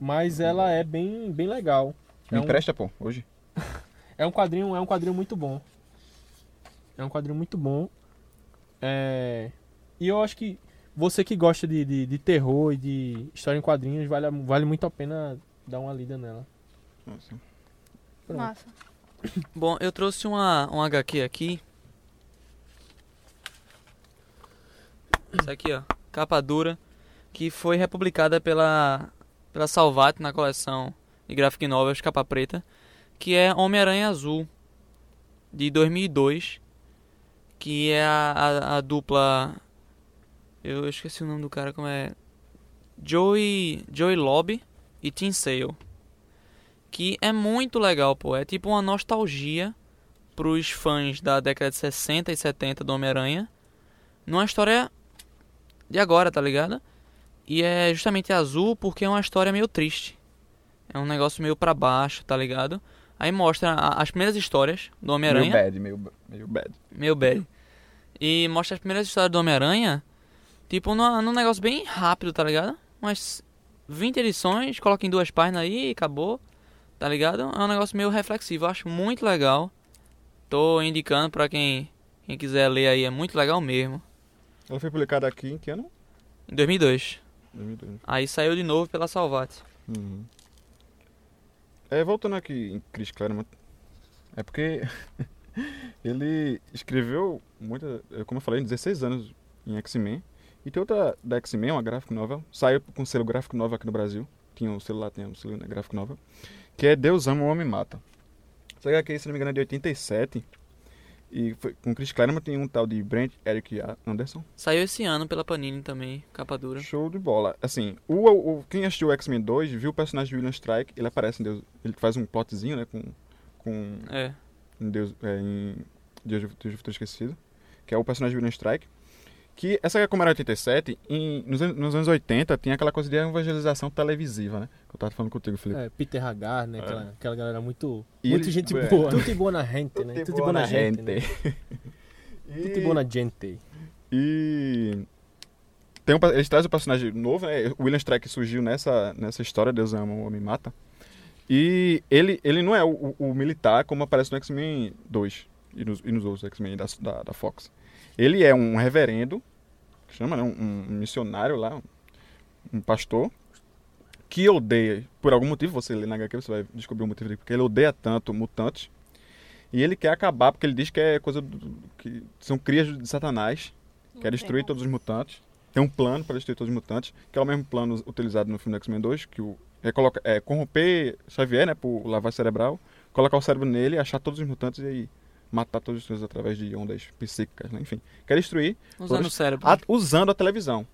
Mas ela é bem, bem legal.
Me
É um-
empresta, pô, hoje.
é um quadrinho, é um quadrinho muito bom. É um quadrinho muito bom. É, E eu acho que você que gosta de, de, de terror e de história em quadrinhos, vale, a- vale muito a pena dar uma lida nela.
*laughs* Massa.
Bom, eu trouxe uma, um HQ aqui. Isso aqui, ó. Capa dura. Que foi republicada pela, pela Salvat na coleção de Graphic Novels Capa Preta. Que é Homem-Aranha Azul. De 2002. que é a, a, a dupla. Eu esqueci o nome do cara, como é? Joey, Joey Lobby e Tim Sale. Que é muito legal, pô. É tipo uma nostalgia pros fãs da década de 60 e 70 do Homem-Aranha. Numa história de agora, tá ligado? E é justamente azul porque é uma história meio triste. É um negócio meio pra baixo, tá ligado? Aí mostra a- as primeiras histórias do
Meio
Homem-Aranha.
bad, meio, ba- meio bad.
Meu bad. E mostra as primeiras histórias do Homem-Aranha, tipo, numa- num negócio bem rápido, tá ligado? Umas 20 edições, coloca em duas páginas aí e acabou, tá ligado? É um negócio meio reflexivo, eu acho muito legal. Tô indicando pra quem, quem quiser ler aí, é muito legal mesmo.
Ela foi publicada aqui em que ano?
Em 2002.
2002.
Aí saiu de novo pela Salvat.
Uhum. É, voltando aqui em Chris Claremont, é porque *laughs* ele escreveu muita, eh, como eu falei, 16 anos em X-Men. E tem outra da X-Men, uma graphic novel, saiu com selo gráfico novel aqui no Brasil. Tinha o selo lá, tem o selo né, gráfico novel, que é Deus ama, o homem mata. Essa HQ, se não me engano, é de 87. E foi com Chris Claremont tem um tal de Brent Eric Anderson.
Saiu esse ano pela Panini também, capa dura.
Show de bola. Assim, o, o- quem assistiu o X-Men 2 viu o personagem de William Strike, ele aparece em Deus. Ele faz um plotzinho, né? Com. Com.
É.
Em Deus. É, em Deus do Deus do Futuro Esquecido. Que é o personagem de William Strike. Que essa é como era 87, em, nos, anos- nos anos 80 tinha aquela coisa de evangelização televisiva, né? Que eu tava falando contigo, Felipe.
É, Peter Hagar, né? Aquela, aquela galera muito.
E
muita
ele-
gente
é.
boa. Tudo boa na gente, né? Tudo boa na gente. né? Tudo
*laughs*
boa na gente.
E. Tem um, pa- eles trazem um personagem novo, né? O William Strike surgiu nessa, nessa história, Deus ama, o homem mata. E ele, ele não é o, o- o militar como aparece no X-Men 2 e nos, e nos outros X-Men da, da, da Fox. Ele é um reverendo, que chama, né? Um, um missionário lá, um- um pastor, que odeia, por algum motivo, você lê na HQ, você vai descobrir o motivo dele, porque ele odeia tanto mutantes. E ele quer acabar, porque ele diz que é coisa do- do- que são crias de Satanás. Quer destruir todos os mutantes. Tem um plano para destruir todos os mutantes, que é o mesmo plano utilizado no filme do X-Men 2, que o, é, coloca, é corromper Xavier, né, por lavagem cerebral, colocar o cérebro nele, achar todos os mutantes e aí matar todos os mutantes através de ondas psíquicas, né, enfim. Quer destruir
Usando o
Todos-
cérebro.
a- usando a televisão.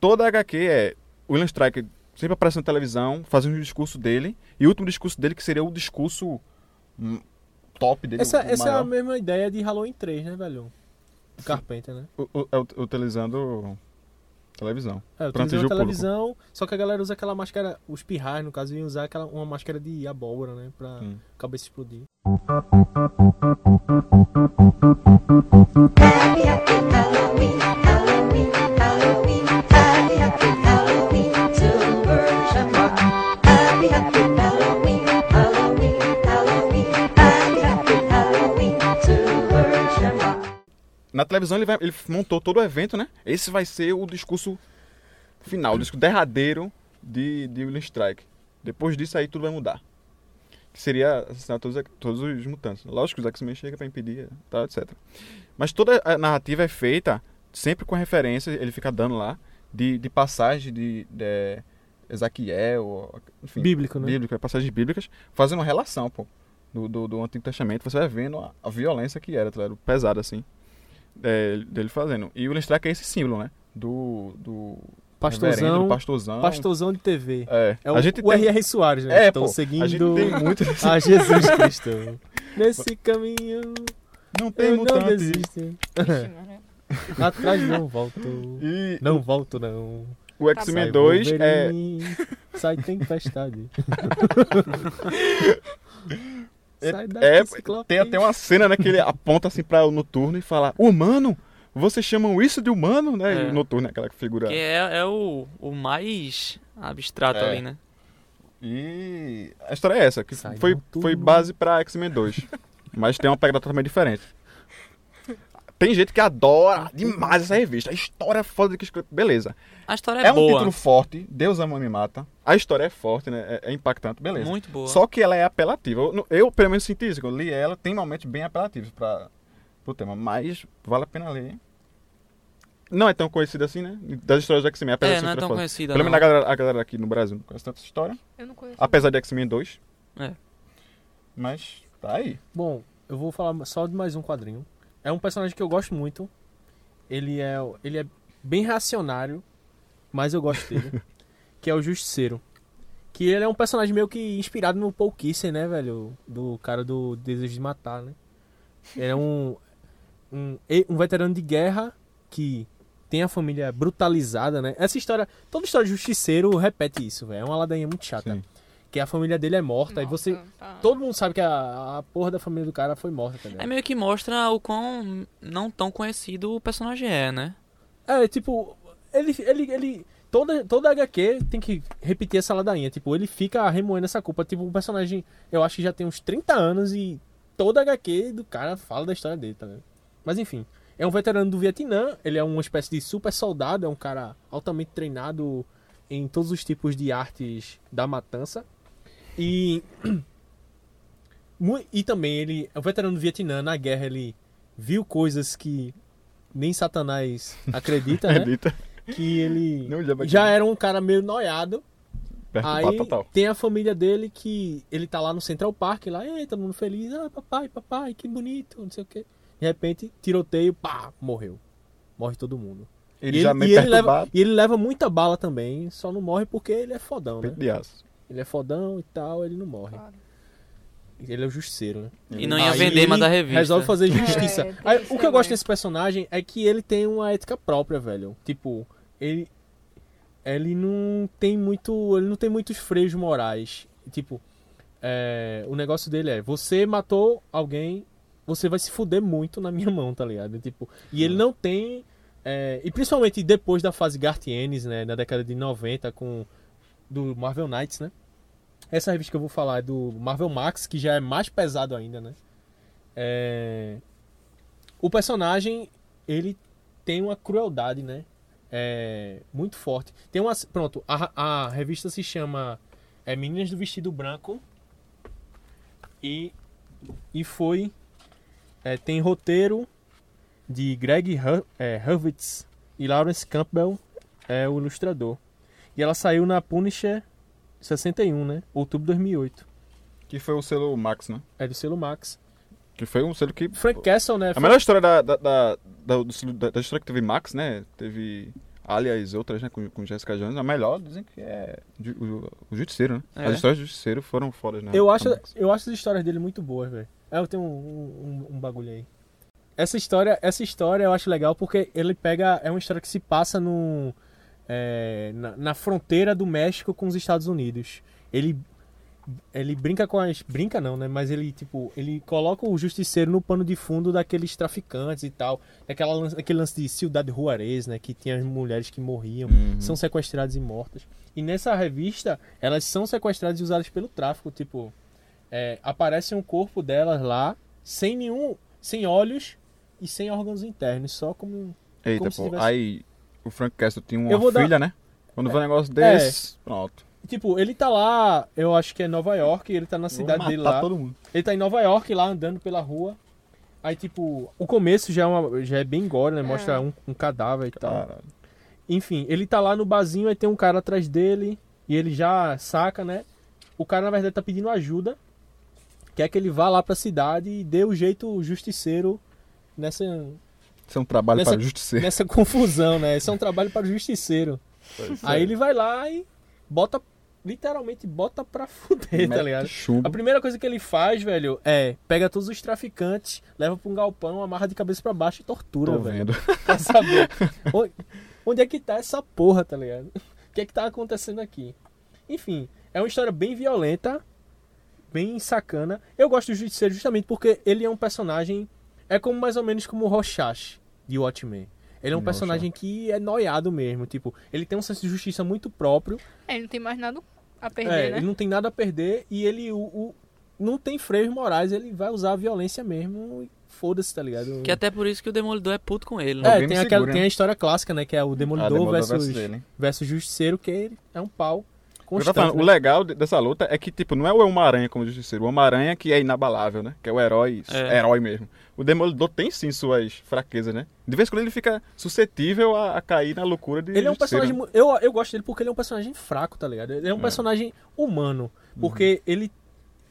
Toda a HQ é William Strike sempre aparece na televisão, fazendo o discurso dele, e o último discurso dele que seria o discurso hum, top dele.
Essa,
o
essa é
maior.
a mesma ideia de Halloween 3, né, velho? O Carpenter, né?
U- u- é ut- utilizando televisão.
É,
Pra atingir
utilizando
o
a televisão, só que a galera usa aquela máscara, os pirrais, no caso, iam usar aquela, uma máscara de abóbora, né? Pra
Hum.
cabeça explodir.
Happy, happy Halloween, Halloween, Halloween. Happy, happy Halloween to Bershamar. Happy, happy Halloween, Halloween, Halloween. Happy, happy Halloween to Bershamar.
Na televisão ele, vai- ele montou todo o evento, né? Esse vai ser o discurso final, o discurso derradeiro de, de William Strike. Depois disso aí tudo vai mudar. Que seria assassinar todos, os- todos os mutantes. Lógico que os X-Men chega pra impedir, tal, etc. Mas toda a narrativa é feita sempre com referência, ele fica dando lá, de, de passagem de, de Ezaquiel, ou- enfim.
Bíblico, né?
bíblica, passagens bíblicas, fazendo uma relação, pô, do, do, do Antigo Testamento. Você vai vendo a, a violência que era, tá ligado? Pesada, assim, é, dele fazendo. E o Lestrack é esse símbolo, né? Do. do reverendo,
Pastorzão,
do pastorzão.
pastorzão de TV.
É.
É o,
a gente
o
tem,
R.R. Soares, né?
É,
Estão
pô,
seguindo
a
*laughs*
gente tem muito.
a Jesus Cristo. Nesse caminho
não tem
eu não
mutante.
desisto. É. Atrás não volto.
E
Não volto, não.
o
Sai
X-Men 2 é.
Wolverine, Sai tempestade.
*laughs*
Sai daqui,
é
Ciclope.
tem até uma cena, né, que ele aponta assim pra o noturno e fala: Humano? Vocês chamam isso de humano, né?
É.
E o noturno é aquela figura.
Que é, é o, o mais abstrato
É.
ali, né?
E a história é essa, que
Sai
foi,
no túmulo.
foi base pra
*laughs*
X-Men 2. mas tem uma pegada totalmente diferente. Tem gente que adora demais essa revista. A história é foda que escreve. Beleza.
A história é,
É, um
boa.
título forte. Deus ama me mata. A história é forte, né? É, é impactante. Beleza.
Muito boa.
Só que ela é apelativa. Eu, eu, pelo menos, senti isso. Quando li ela, tem momentos bem apelativos para o tema. Mas vale a pena ler. Não é tão conhecida assim, né? Das histórias do X-Men. apesar
É,
assim
de ser
não é tão
foda.
conhecida.
Pelo menos
não.
a galera, a galera aqui no Brasil não conhece tanta história.
Eu não
Ah,
conheço.
Apesar de X-Men 2.
É.
Mas tá aí.
Bom, eu vou falar só de mais um quadrinho. é um personagem que eu gosto muito. Ele é, ele é bem reacionário, mas eu gosto dele. que é o Justiceiro. Que ele é um personagem meio que inspirado no Paul Kisser, né, velho? Do cara do Desejo de Matar, né? Ele é um, *laughs* um, e- um veterano de guerra que tem a família brutalizada, né? Essa história, toda história de Justiceiro repete isso, velho. É uma ladainha muito chata.
Sim.
Que a família dele é morta e
Nossa,
você...
tá.
Todo mundo sabe que a, a porra da família do cara foi morta, tá ligado?
É meio que mostra o quão não tão conhecido o personagem é, né?
É, tipo, ele. ele, ele toda, toda HQ tem que repetir essa ladainha. Tipo, ele fica remoendo essa culpa. Tipo, o personagem, eu acho que já tem uns 30 anos e toda HQ do cara fala da história dele, tá ligado? Mas enfim, é um veterano do Vietnã, ele é uma espécie de super soldado, é um cara altamente treinado em todos os tipos de artes da matança. E. *clears throat* mu- E também ele é um veterano do Vietnã, na guerra ele viu coisas que nem Satanás *laughs* acredita, né?
Acredita?
que ele
Não lembro
já
aqui.
era um cara meio noiado.
Perturbado
Aí
É, total.
tem a família dele que ele tá lá no Central Park, lá, ei, todo mundo feliz, ah, papai, papai, que bonito, não sei o quê. De repente, tiroteio, pá, morreu. Morre todo mundo.
Ele
E
já meio
e ele leva,
perturbado.
e ele leva muita bala também, só não morre porque ele é fodão, né?
Peito de aço.
Ele é fodão e tal, ele não morre.
Claro.
Ele é o justiceiro, né?
E não é- ia
Aí
vender
ele
mais a revista.
Resolve fazer justiça.
tem
Aí,
isso
o que eu gosto
também.
desse personagem é que ele tem uma ética própria, velho. Tipo, ele ele não tem muito, ele não tem muitos freios morais. Tipo, é, o negócio dele é: você matou alguém, você vai se fuder muito na minha mão, tá ligado? Tipo, e
Hum.
ele não tem é, e principalmente depois da fase Gartienes, né, na década de 90 com do Marvel Knights, né? Essa revista que eu vou falar é do Marvel Max, que já é mais pesado ainda, né? É, O personagem, ele tem uma crueldade, né? É, Muito forte. Tem uma... Pronto, a, a revista se chama é, Meninas do Vestido Branco e, e foi... é, tem roteiro de Greg Hu- é, Hurwitz e Lawrence Campbell, é o ilustrador. E ela saiu na Punisher 61, né? Outubro de 2008.
Que foi o selo Max, né?
É do selo Max.
Que foi um selo que.
Frank Castle, né?
A melhor história da, da, da, da, do selo- da- da história que teve Max, né? Teve aliás outras, né? Com, com Jessica Jones. A melhor dizem que é ju- o, o Justiceiro, né?
É.
As histórias do Justiceiro foram fodas, né?
Eu acho,
Da Max.
eu acho as histórias dele muito boas, velho. É, Eu tenho um, um, um bagulho aí. Essa história, essa história eu acho legal porque ele pega. É uma história que se passa no, é, na, na fronteira do México com os Estados Unidos. Ele. Ele brinca com as. Brinca não, né? Mas ele, tipo, ele coloca o justiceiro no pano de fundo daqueles traficantes e tal. Daquela, lan- daquele lance de Cidade Juarez, né? Que tinha as mulheres que morriam, são sequestradas e mortas. E nessa revista, elas são sequestradas e usadas pelo tráfico. Tipo, é, aparece um corpo delas lá, sem nenhum. sem olhos e sem órgãos internos, só como. um,
Eita,
como se
pô.
tivesse-
Aí o Frank Castle tinha
Eu
uma
vou dar- É.
filha, né? Quando vai um negócio desse. Pronto.
Tipo, ele tá lá, eu acho que é Nova York, ele tá na
Vou
cidade dele
matar
lá.
todo mundo.
Ele tá em Nova York lá andando pela rua. Aí, tipo, o começo já é, uma- já é bem gore, né? Mostra um, um cadáver e tal.
Caralho.
Enfim, ele tá lá no barzinho, aí tem um cara atrás dele e ele já saca, né? O cara, na verdade, tá pedindo ajuda. Quer que ele vá lá pra cidade e dê o jeito justiceiro nessa,
Isso é um trabalho
Nessa-
para o Justiceiro.
nessa confusão, né? Isso é um trabalho para o justiceiro. Aí ele vai lá e bota, literalmente bota pra *laughs* fuder, tá
Mete
ligado?
Chumbo.
A primeira coisa que ele faz, velho, é pega todos os traficantes, leva pra um galpão, amarra de cabeça pra baixo e tortura,
Tô
*laughs* velho.
vendo.
Pra
*laughs*
saber o- onde é que tá essa porra, tá ligado? O que é que tá acontecendo aqui? Enfim, é uma história bem violenta, bem sacana. Eu gosto do Justiceiro justamente porque ele é um personagem. É como mais ou menos como o Rorschach de Watchmen. Ele é um
Nossa.
personagem que é noiado mesmo, tipo, ele tem um senso de justiça muito próprio.
É, ele não tem mais nada a
É,
perder,
ele
né?
não tem nada a perder e ele o, o- não tem freios morais, ele vai usar a violência mesmo e foda-se, tá ligado?
Que é até por isso que o Demolidor é puto com ele, né?
É,
Alguém me
tem, aquela,
segura, né?
tem a história clássica, né? Que é o Demolidor,
Demolidor
versus,
versus ele, hein?
versus Justiceiro, que ele é um pau
Eu tava
constante.
falando,
né?
o legal de- dessa luta é que, tipo, não é o Homem-Aranha como justiceiro, o Homem-Aranha que é inabalável, né? Que é o herói,
É.
herói mesmo. O Demolidor tem sim suas fraquezas, né? De vez em quando ele fica suscetível a, a cair na loucura de
Ele é um
justiceiro,
personagem.
né?
mu- Eu, eu gosto dele porque ele é um personagem fraco, tá ligado?
É. Uhum.
Ele é um personagem humano. Porque ele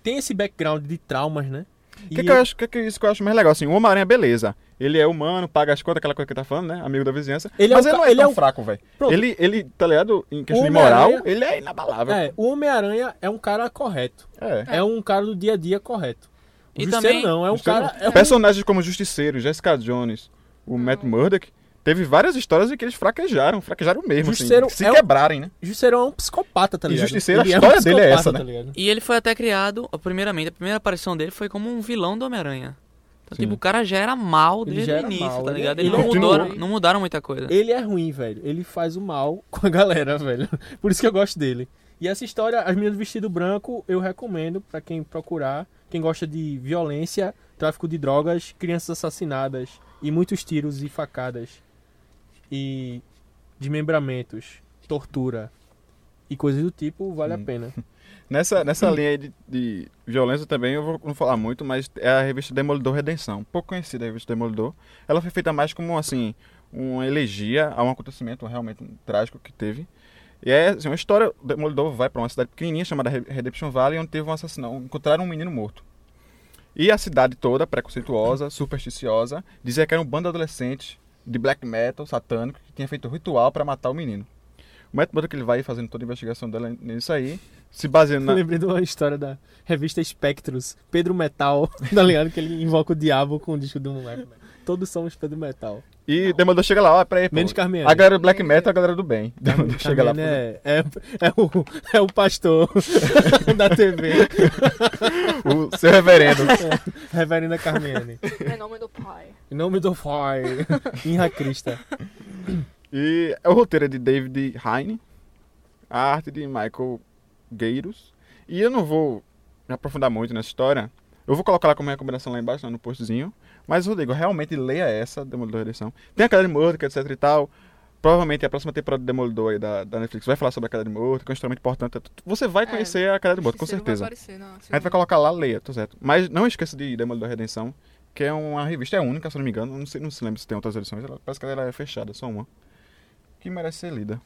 tem esse background de traumas, né?
O
E
que, que eu acho, que, que isso que eu acho mais legal? Assim, o Homem-Aranha, beleza. Ele é humano, paga as contas, aquela coisa que tá falando, né? Amigo da vizinhança.
Ele é
mas
um
ele
ca-
não é
ele é
tão
um-
fraco, velho.
Pronto.
Ele, ele, tá ligado? Em questão de moral,
Homem-Aranha-
ele é inabalável.
É, o Homem-Aranha é um cara correto.
É.
É um cara do dia a dia correto. O
E
Justiceiro
também-
não, é um
Justiceiro-
cara. É um-
Personagens como Justiceiro, Jessica Jones, o Matt Murdock, teve várias histórias em que eles fraquejaram, fraquejaram mesmo, assim,
Justiceiro
se
é um-
quebrarem, né?
Justiceiro é um psicopata, tá
E
ligado?
Justiceiro, a
Ele é um
história dele é essa,
psicopata,
né?
tá ligado?
E ele foi até criado, ó, primeiramente, a primeira aparição dele foi como um vilão do Homem-Aranha. Então,
Sim.
tipo, o cara já era mal
Ele
desde o
já era
início,
mal,
tá
ele-
ligado?
ele
Eles não,
continuou.
mudaram, não mudaram muita coisa.
Ele é ruim, velho. Ele faz o mal *laughs* com a galera, velho. Por isso que eu gosto dele. E essa história, As Meninas do Vestido Branco, eu recomendo pra quem procurar, quem gosta de violência, tráfico de drogas, crianças assassinadas e muitos tiros e facadas e desmembramentos, tortura e coisas do tipo, vale
Hum.
a pena.
Nessa, nessa linha aí de, de violência também, eu vou, não falar muito, mas é a revista Demolidor Redenção. Pouco conhecida a revista Demolidor. Ela foi feita mais como, assim, uma elegia a um acontecimento realmente trágico que teve. E é assim, uma história, o Demolidor vai para uma cidade pequenininha chamada Re- Redemption Valley, onde teve um assassinato, encontraram um menino morto. E a cidade toda, preconceituosa, supersticiosa, dizia que era um bando de adolescentes de black metal satânico que tinha feito um ritual para matar o menino. O Matt Murdock, ele vai fazendo toda a investigação dela nisso aí, se baseando
*laughs* Eu
na,
lembrei de uma história da revista Spectros, Pedro Metal, *laughs* tá ligado? Que ele invoca o diabo com o disco do moleque. né? Todos somos Pedro Metal.
E Demolidor chega lá, ó, peraí, pô.
Menos Carmiane.
A galera do Black Metal é a galera do bem.
Carmen
Demolidor *laughs* chega lá. pô.
É, é, é o, é o pastor *laughs* da TV,
O seu reverendo.
*laughs* Reverenda Carmene.
Em nome do pai.
Em nome do Pai, *laughs* Inha Crista.
e o roteiro é de David Heine. A arte de Michael Gueiros. E eu não vou me aprofundar muito nessa história. Eu vou colocar lá como recomendação lá embaixo, lá no postzinho. Mas, Rodrigo, realmente leia essa, Demolidor Redenção. Tem a Queda de Morto, etc e tal. Provavelmente a próxima temporada do Demolidor aí da, da Netflix vai falar sobre a Queda de Morto, que é um instrumento importante. Você vai
É.
conhecer a Queda de Morto, com
Esse não
certeza.
Vai aparecer, não,
A gente vai colocar lá, leia, tô certo. Mas não esqueça de Demolidor Redenção, que é uma revista, é única, se eu não me engano. Não, sei, não se lembra se tem outras edições. Ela, parece que ela é fechada, só uma. Que merece ser lida.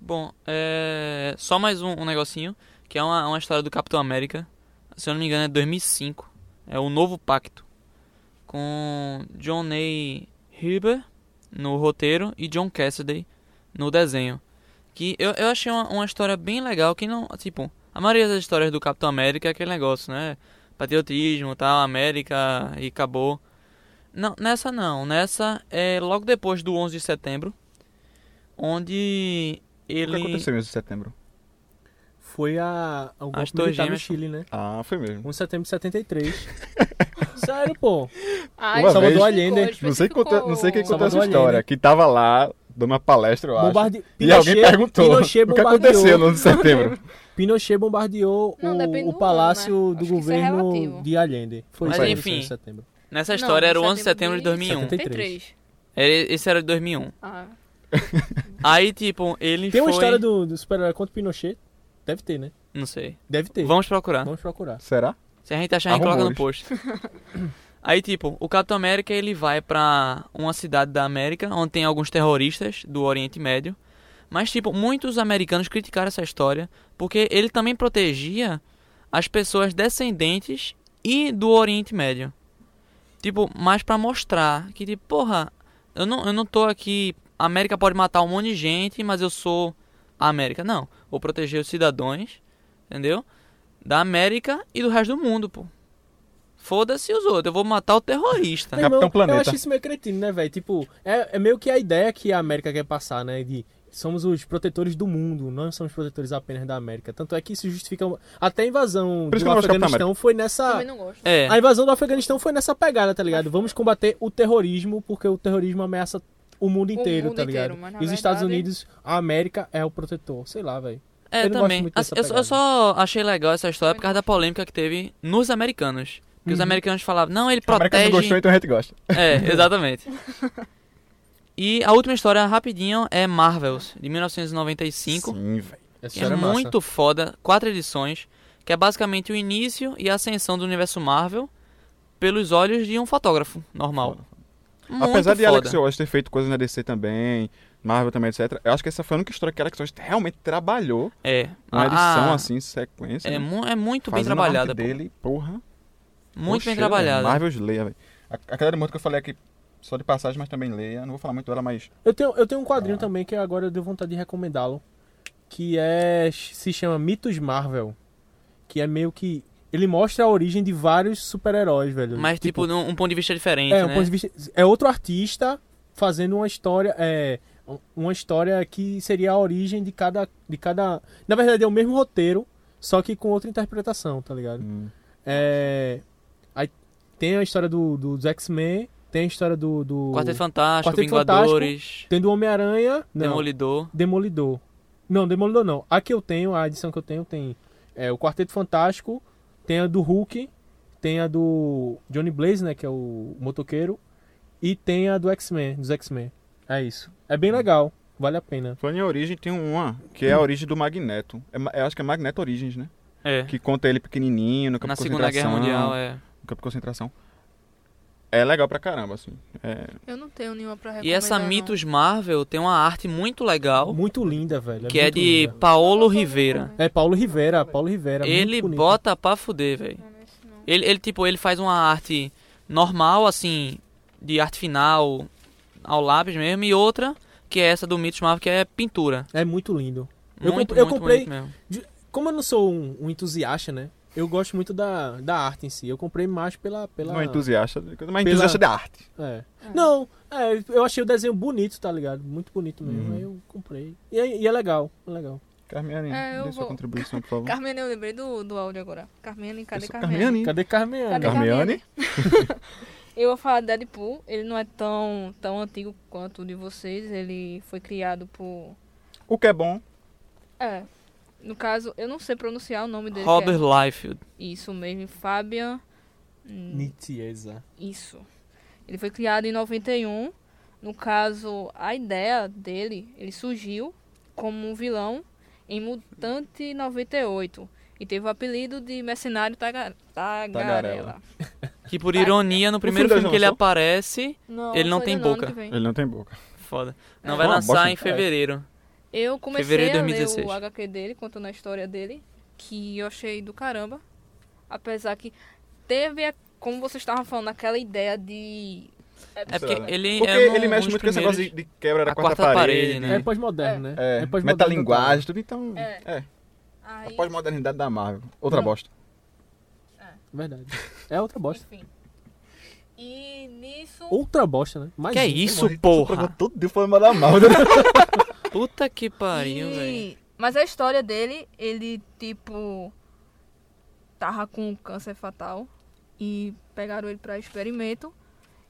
Bom, é... só mais um, um negocinho, que é uma, uma história do Capitão América. Se eu não me engano, é 2005. É o Novo Pacto. Com John Ney Huber no roteiro e John Cassidy no desenho. Que eu, eu achei uma, uma história bem legal, que não... Tipo, a maioria das histórias do Capitão América é aquele negócio, né? Patriotismo, tal, América e acabou. Não, nessa não. Nessa é logo depois do 11 de setembro. Onde
O que
ele...
aconteceu mesmo em setembro?
Foi a, a um o
As
golpe militar no
Torres Gêmeas.
Chile, né?
Ah, foi mesmo.
1 de setembro de 73. Sério, pô.
Ai,
Uma
Salvador
vez-
Allende.
Não sei, quem contou- não sei quem contou essa
Salvador
história.
Allende.
Que tava lá, dando uma palestra, eu acho.
Bombarde...
E alguém perguntou
Pinochet
o que
bombardeou.
aconteceu no 11 de setembro.
Pinochet bombardeou
Não, depende
o,
do
o
ano,
palácio
né?
do
Acho que isso é
governo
relativo.
de Allende. Foi
Mas
isso aí,
enfim.
11 de setembro.
Nessa história era o 11 de setembro de 2001.
73.
Ele- É, Esse era de 2001.
Ah,
Aí, tipo, ele
Tem uma
foi...
história do, do super-herói contra o Pinochet? Deve ter, né?
Não sei.
Deve ter.
Vamos procurar.
Vamos procurar.
Será?
Se a gente achar, a
Há
gente coloca no
rumores.
post. Aí, tipo, o Capitão América, ele vai pra uma cidade da América, onde tem alguns terroristas do Oriente Médio. Mas, tipo, muitos americanos criticaram essa história, porque ele também protegia as pessoas descendentes e do Oriente Médio. Tipo, mais pra mostrar que, tipo, porra, eu não, eu não tô aqui. A América pode matar um monte de gente, mas eu sou a América. Não, vou proteger os cidadãos, entendeu? Da América e do resto do mundo, pô. Foda-se os outros, eu vou matar o terrorista.
Meu
Capitão Planeta.
Eu acho isso meio cretino, né, velho? Tipo, é, é meio que a ideia que a América quer passar, né? De somos os protetores do mundo, não somos protetores apenas da América. Tanto é que isso justifica. uma- Até a invasão
Por
do
isso que eu não gosto de Capitão
Afeganistão foi nessa.
também não gosto.
É,
A invasão do Afeganistão foi nessa pegada, tá ligado? Vamos combater o terrorismo, porque o terrorismo ameaça o mundo inteiro,
mundo
tá
inteiro,
ligado?
mas
é
na
e os Estados
verdade-
Unidos, a América é o protetor, sei lá, velho.
é
eu não gosto
também.
muito dessa
Assim, eu, só- eu
pegada.
só achei legal essa história por causa da polêmica que teve nos americanos. Que os americanos falavam, não, ele
Uhum. A América
protege.
não gostou, então a gente gosta.
É,
*laughs*
exatamente. E a última história, rapidinho, é Marvels, de 1995.
Sim, velho.
Essa
que é
história massa.
muito foda, quatro edições, que é basicamente o início e a ascensão do universo Marvel pelos olhos de um fotógrafo normal. Muito
Apesar de
foda.
Alex Ross ter feito coisas na DC também, Marvel também, etc. Eu acho que essa foi a única história que Alex Ross realmente trabalhou
É.
Uma
a-
edição
a-
assim, sequência.
É,
né?
mu- é muito bem
Fazendo a
trabalhada.
arte
pô.
dele, é porra.
Muito bem
Oxe,
trabalhada.
Marvel's Leia, velho. A- Aquela de muito que eu falei aqui, só de passagem, mas também Leia. Não vou falar muito dela, mas
Eu tenho, eu tenho um quadrinho também que agora eu dei vontade de recomendá-lo. Que é. se chama Mitos Marvel. Que é meio que. Ele mostra a origem de vários super-heróis, velho.
Mas, tipo, num um ponto de vista diferente,
é, um
né?
ponto de vista- é outro artista fazendo uma história. É, uma história que seria a origem de cada, de cada. Na verdade, é o mesmo roteiro, só que com outra interpretação, tá ligado?
Hum.
É, aí tem a história do, do, dos X-Men, tem a história do. do
Quarteto Fantástico,
Quarteto né?
Vingadores,
tem do Homem-Aranha. não.
Demolidor.
Demolidor. Não, Demolidor não. A que eu tenho, a edição que eu tenho, tem é, o Quarteto Fantástico, tem a do Hulk, tem a do Johnny Blaze, né, que é o motoqueiro, e tem a do X-Men, dos X-Men. É isso. É bem legal, vale a pena.
falando em origem, tem uma que é
Hum.
a origem do Magneto. É, ma- eu acho que é Magneto Origins, né?
É.
Que conta ele pequenininho no campo
Na
de
Segunda Guerra
concentração.
Mundial, é.
No campo de concentração. É legal pra caramba, assim. É,
Eu não tenho nenhuma pra recomendar.
E essa
não.
Mitos Marvel tem uma arte muito legal,
Muito linda, velho.
que é
muito
de
linda.
Paolo Rivera.
É Paulo Rivera, Paulo Rivera.
Ele
muito bonito.
bota pra fuder, velho. Ele, ele, tipo, ele faz uma arte normal, assim, de arte final, ao lápis mesmo, e outra, que é essa do Mitos Marvel, que é pintura.
É muito lindo. Eu
Muito,
comp- eu
muito
comprei-
bonito mesmo.
Como eu não sou um, um entusiasta, né? Eu gosto muito da, da arte em si. Eu comprei mais pela. pela...
Não é entusiasta, de coisa, mas
Pela-
entusiasta da arte.
É. Não, é, eu achei o desenho bonito, tá ligado? Muito bonito mesmo.
Uhum.
Aí eu comprei. E, é- e é legal, é legal.
Carmiane,
É, eu
dê sua
vou-
contribuição, por favor.
Carmene, eu lembrei do, do áudio agora. Carmene, cadê
Eu sou
Carmene?
Cadê Carmiane?
Cadê?
*laughs* Carmiane?
Eu vou falar de Deadpool. Ele não é tão, tão antigo quanto o de vocês. Ele foi criado por...
O que é bom,
É. No caso, eu não sei pronunciar o nome dele. que é-
Robert Liefeld.
Isso mesmo, Fabian. hum,
Nitieza.
Isso. Ele foi criado em 91. No caso, a ideia dele, ele surgiu como um vilão em Mutante 98 e teve o apelido de Mercenário Taga- Tagarela.
Tagarela.
Que por ironia, no primeiro
filme
filme que ele
lançou?
aparece,
Não,
Ele não
só
tem
ainda ano
boca.
que vem.
ele não tem boca.
foda. Não vai
Uma
lançar
bosta.
em fevereiro.
Eu comecei
Fevereiro de
a ler
2016.
o HQ dele, contando a história dele, que eu achei do caramba. Apesar que teve, a- como vocês estavam falando, aquela ideia de.
É porque
Sério.
ele
Porque
é um-
ele mexe
um dos
muito com esse negócio de,
primeiros-
de quebra da
A
quarta,
quarta parede,
parede.
né?
É pós-moderno, né?
É,
pós-moderno
metalinguagem, tudo então.
É.
É, a
Aí,
Ah,
pós-modernidade da Marvel. Outra
Não.
bosta.
total. Verdade. É outra bosta.
enfim. E nisso.
Outra bosta, né? Mas
Que é isso, porra?
Todo dia falando mal da Marvel.
Puta que pariu,
E-
velho.
Mas a história dele, ele tipo tava com câncer fatal e pegaram ele pra experimento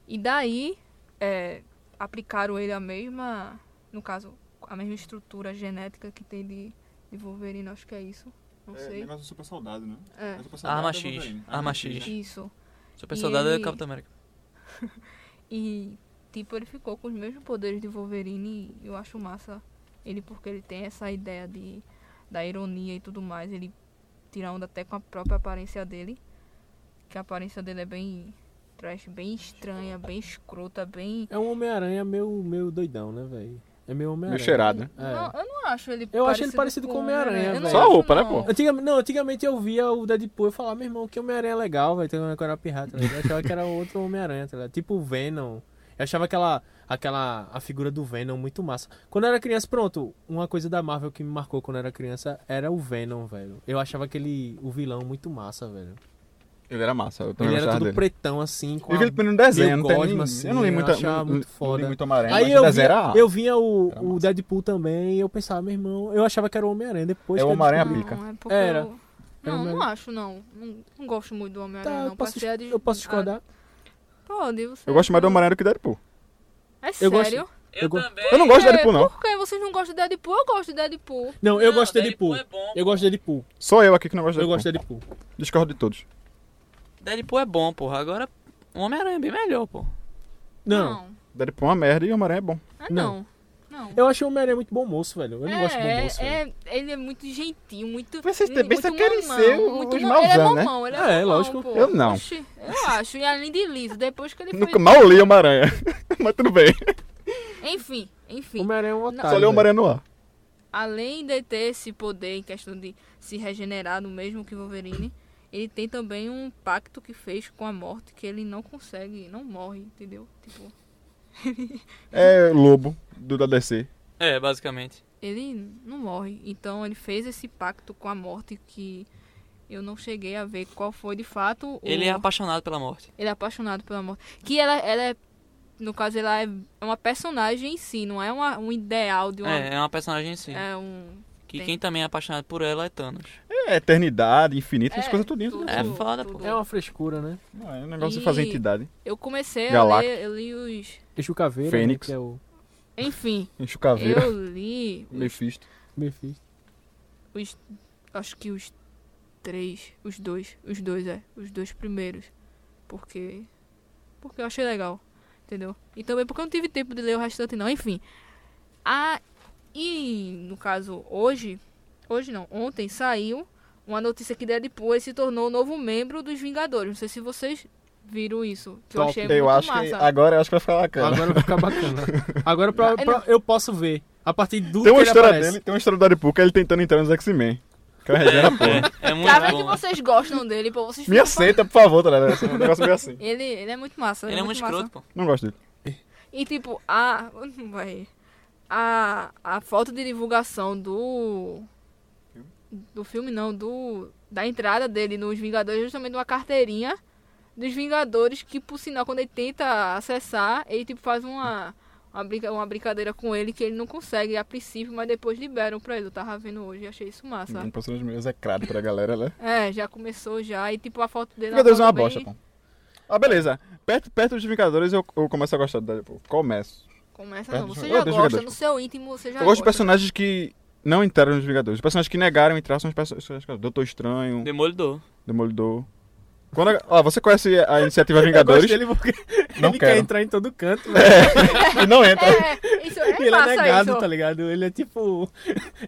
e daí é, aplicaram ele a mesma, no caso, a mesma estrutura genética que tem de, de Wolverine, acho que é isso. Não sei.
negócio do super soldado, né?
É,
Arma X. Arma X.
isso.
Super
E
soldado é
ele-
Capitão América.
E tipo, ele ficou com os mesmos poderes de Wolverine e eu acho massa ele porque ele tem essa ideia de da ironia e tudo mais, ele tira onda até com a própria aparência dele, que a aparência dele é bem trash, bem estranha, bem escrota, bem
É um Homem-Aranha meio, meio doidão, né, velho? É meio Homem-Aranha.
Meio cheirado, né?
É.
Não, eu não acho ele
Eu acho ele parecido com o Homem-Aranha,
Eu não
velho. Só a
acho,
roupa, né,
não.
pô?
Antigamente, não, antigamente eu via o Deadpool e falava, meu irmão, que Homem-Aranha é legal, vai ter uma era pirata. Né? Eu achava que era outro Homem-Aranha, tá ligado? Tipo o Venom. Eu achava aquela, aquela a figura do Venom muito massa. Quando eu era criança, pronto, uma coisa da Marvel que me marcou quando eu era criança era o Venom, velho. Eu achava aquele o vilão muito massa, velho.
Ele era massa, eu também
Ele era
gostava
todo
dele.
pretão assim, com
Eu vi ele
a...
primeiro no desenho,
meio
não tem
gosma,
nem-
assim,
Eu não li
eu
muita-
achava
não-
muito
Não
foda.
li muito amarelo,
Aí
mas
eu
o
via,
desenho era...
eu vinha o,
Era
o
massa.
Deadpool também e eu pensava, meu irmão, eu achava que era o Homem-Aranha depois.
É
que
o
eu
Homem-Aranha
descobri-
pica.
Não, é porque
Era.
eu-
Era
Não, não
Homem-Aranha.
acho não. não. não gosto muito do Homem-Aranha,
Tá,
não.
eu posso,
Passei a de-
eu posso
a-
discordar.
Pode, você.
Eu gosto mais do Homem-Aranha do que do Deadpool.
É
Eu gosto-
sério?
Eu go-
Eu não gosto do
É,
Deadpool, não.
Por que vocês não gostam de Deadpool? Eu gosto de Deadpool.
Não, eu gosto de
Deadpool
Deadpool.
é bom,
eu gosto de Deadpool.
Só eu aqui que não gosto do
Eu gosto de
Deadpool.
Deadpool.
Discordo de todos.
Deadpool é bom, porra. Agora, o Homem-Aranha é bem melhor, pô.
Não,
Deadpool é uma merda e o Homem-Aranha é bom.
Ah, não. Não.
eu achei o Homem-Aranha muito bom moço, velho. Eu não gosto de bom assim. moço. velho.
é, é, ele é muito gentil, muito.
Vocês também
muito
só querem
mamão,
ser o-
muito
os
ma- Ele é
mauzão, né?
mamão, ele é,
É,
mamão,
lógico.
pô.
Eu não.
Oxi, eu acho, e além de liso, depois que ele foi.
Nunca mal li o Homem-Aranha. mas tudo bem.
Enfim,
O
enfim.
Homem-Aranha é um
Só
otário.
li o
velho.
Homem-Aranha no ar.
Além de ter esse poder em questão de se regenerar no mesmo que Wolverine, ele tem também um pacto que fez com a morte que ele não consegue, não morre, entendeu? Tipo,
É Lobo, do da DC.
É, basicamente.
ele não morre. Então ele fez esse pacto com a morte que eu não cheguei a ver qual foi de fato. o-
Ele é apaixonado pela morte.
ele é apaixonado pela morte. Que ela, ela é, no caso, ela é uma personagem em si, não é uma- um ideal de uma.
É, é uma personagem assim.
é um.
que
tem.
quem também é apaixonado por ela é Thanos.
É eternidade, infinito, essas
É,
coisas tudinho. né?
tudo,
É foda, pô.
tudo.
É uma frescura, né?
Não, é um negócio de fazer
E-
entidade.
Eu comecei a
Galáctico.
ler, eu li os.
Exu Caveira, né,
Fênix.
que é o
Enfim,
Enche o caveira,
eu li
*laughs* Mephisto.
Mephisto.
os. Acho que os três. Os dois. Os dois, é. Os dois primeiros. Porque. Porque eu achei legal. Entendeu? E também porque eu não tive tempo de ler o restante, não. Enfim. A. E, no caso, hoje. Hoje não. Ontem saiu uma notícia que Deadpool ele se tornou o novo membro dos Vingadores. Não sei se vocês viram isso. Que eu
Top.
achei muito
Eu acho
massa.
que agora eu acho que vai ficar bacana.
Agora vai ficar
*laughs*
bacana. Agora pra-
Ele-
pra- eu posso ver. A partir do
tem
que
uma
ele
história
aparece.
dele, tem uma história do Deadpool que é ele tentando entrar nos X-Men. Que é
*laughs*
uma resenha da porra.
É, é muito
Pra ver Tá que
bom.
vocês gostam dele, pô, vocês
Me
ficam falando-
aceita, por favor, tá ligado? Aceita um negócio meio assim.
Ele, ele é muito massa.
Ele é muito
massa.
escroto, pô.
Não gosto dele.
E tipo, a. *laughs* Vai. A, a foto de divulgação do. Do filme não, do. Da entrada dele nos Vingadores é justamente uma carteirinha dos Vingadores que, por sinal, quando ele tenta acessar, ele tipo faz uma. Uma, brinca, uma brincadeira com ele que ele não consegue a princípio, mas depois liberam pra ele. Eu tava vendo hoje e achei isso massa.
Um personagem meio execrado pra galera, né?
É, já começou já. E tipo, a foto dele. uma
Vingadores é uma
foto bem-
bosta, pô. Ah, beleza. Perto, perto dos Vingadores eu, eu começo a gostar do Deadpool. Começo.
Começa
Perto
não.
dos
Você já
É, Vingadores. Eu odeio
gosta,
Vingadores,
no
pô.
seu íntimo você já
eu gosto de
gosta.
personagens que não entraram nos Vingadores. Os personagens que negaram entrar são os personagens. Doutor Estranho,
Demolidor.
Demolidor. Quando a- ó, você conhece a iniciativa
Eu gosto
Vingadores
dele porque
Não
ele
quero.
quer entrar em todo canto, velho.
e não entra.
É,
*laughs*
isso é
ele é
massa
negado,
isso.
tá ligado? Ele é tipo.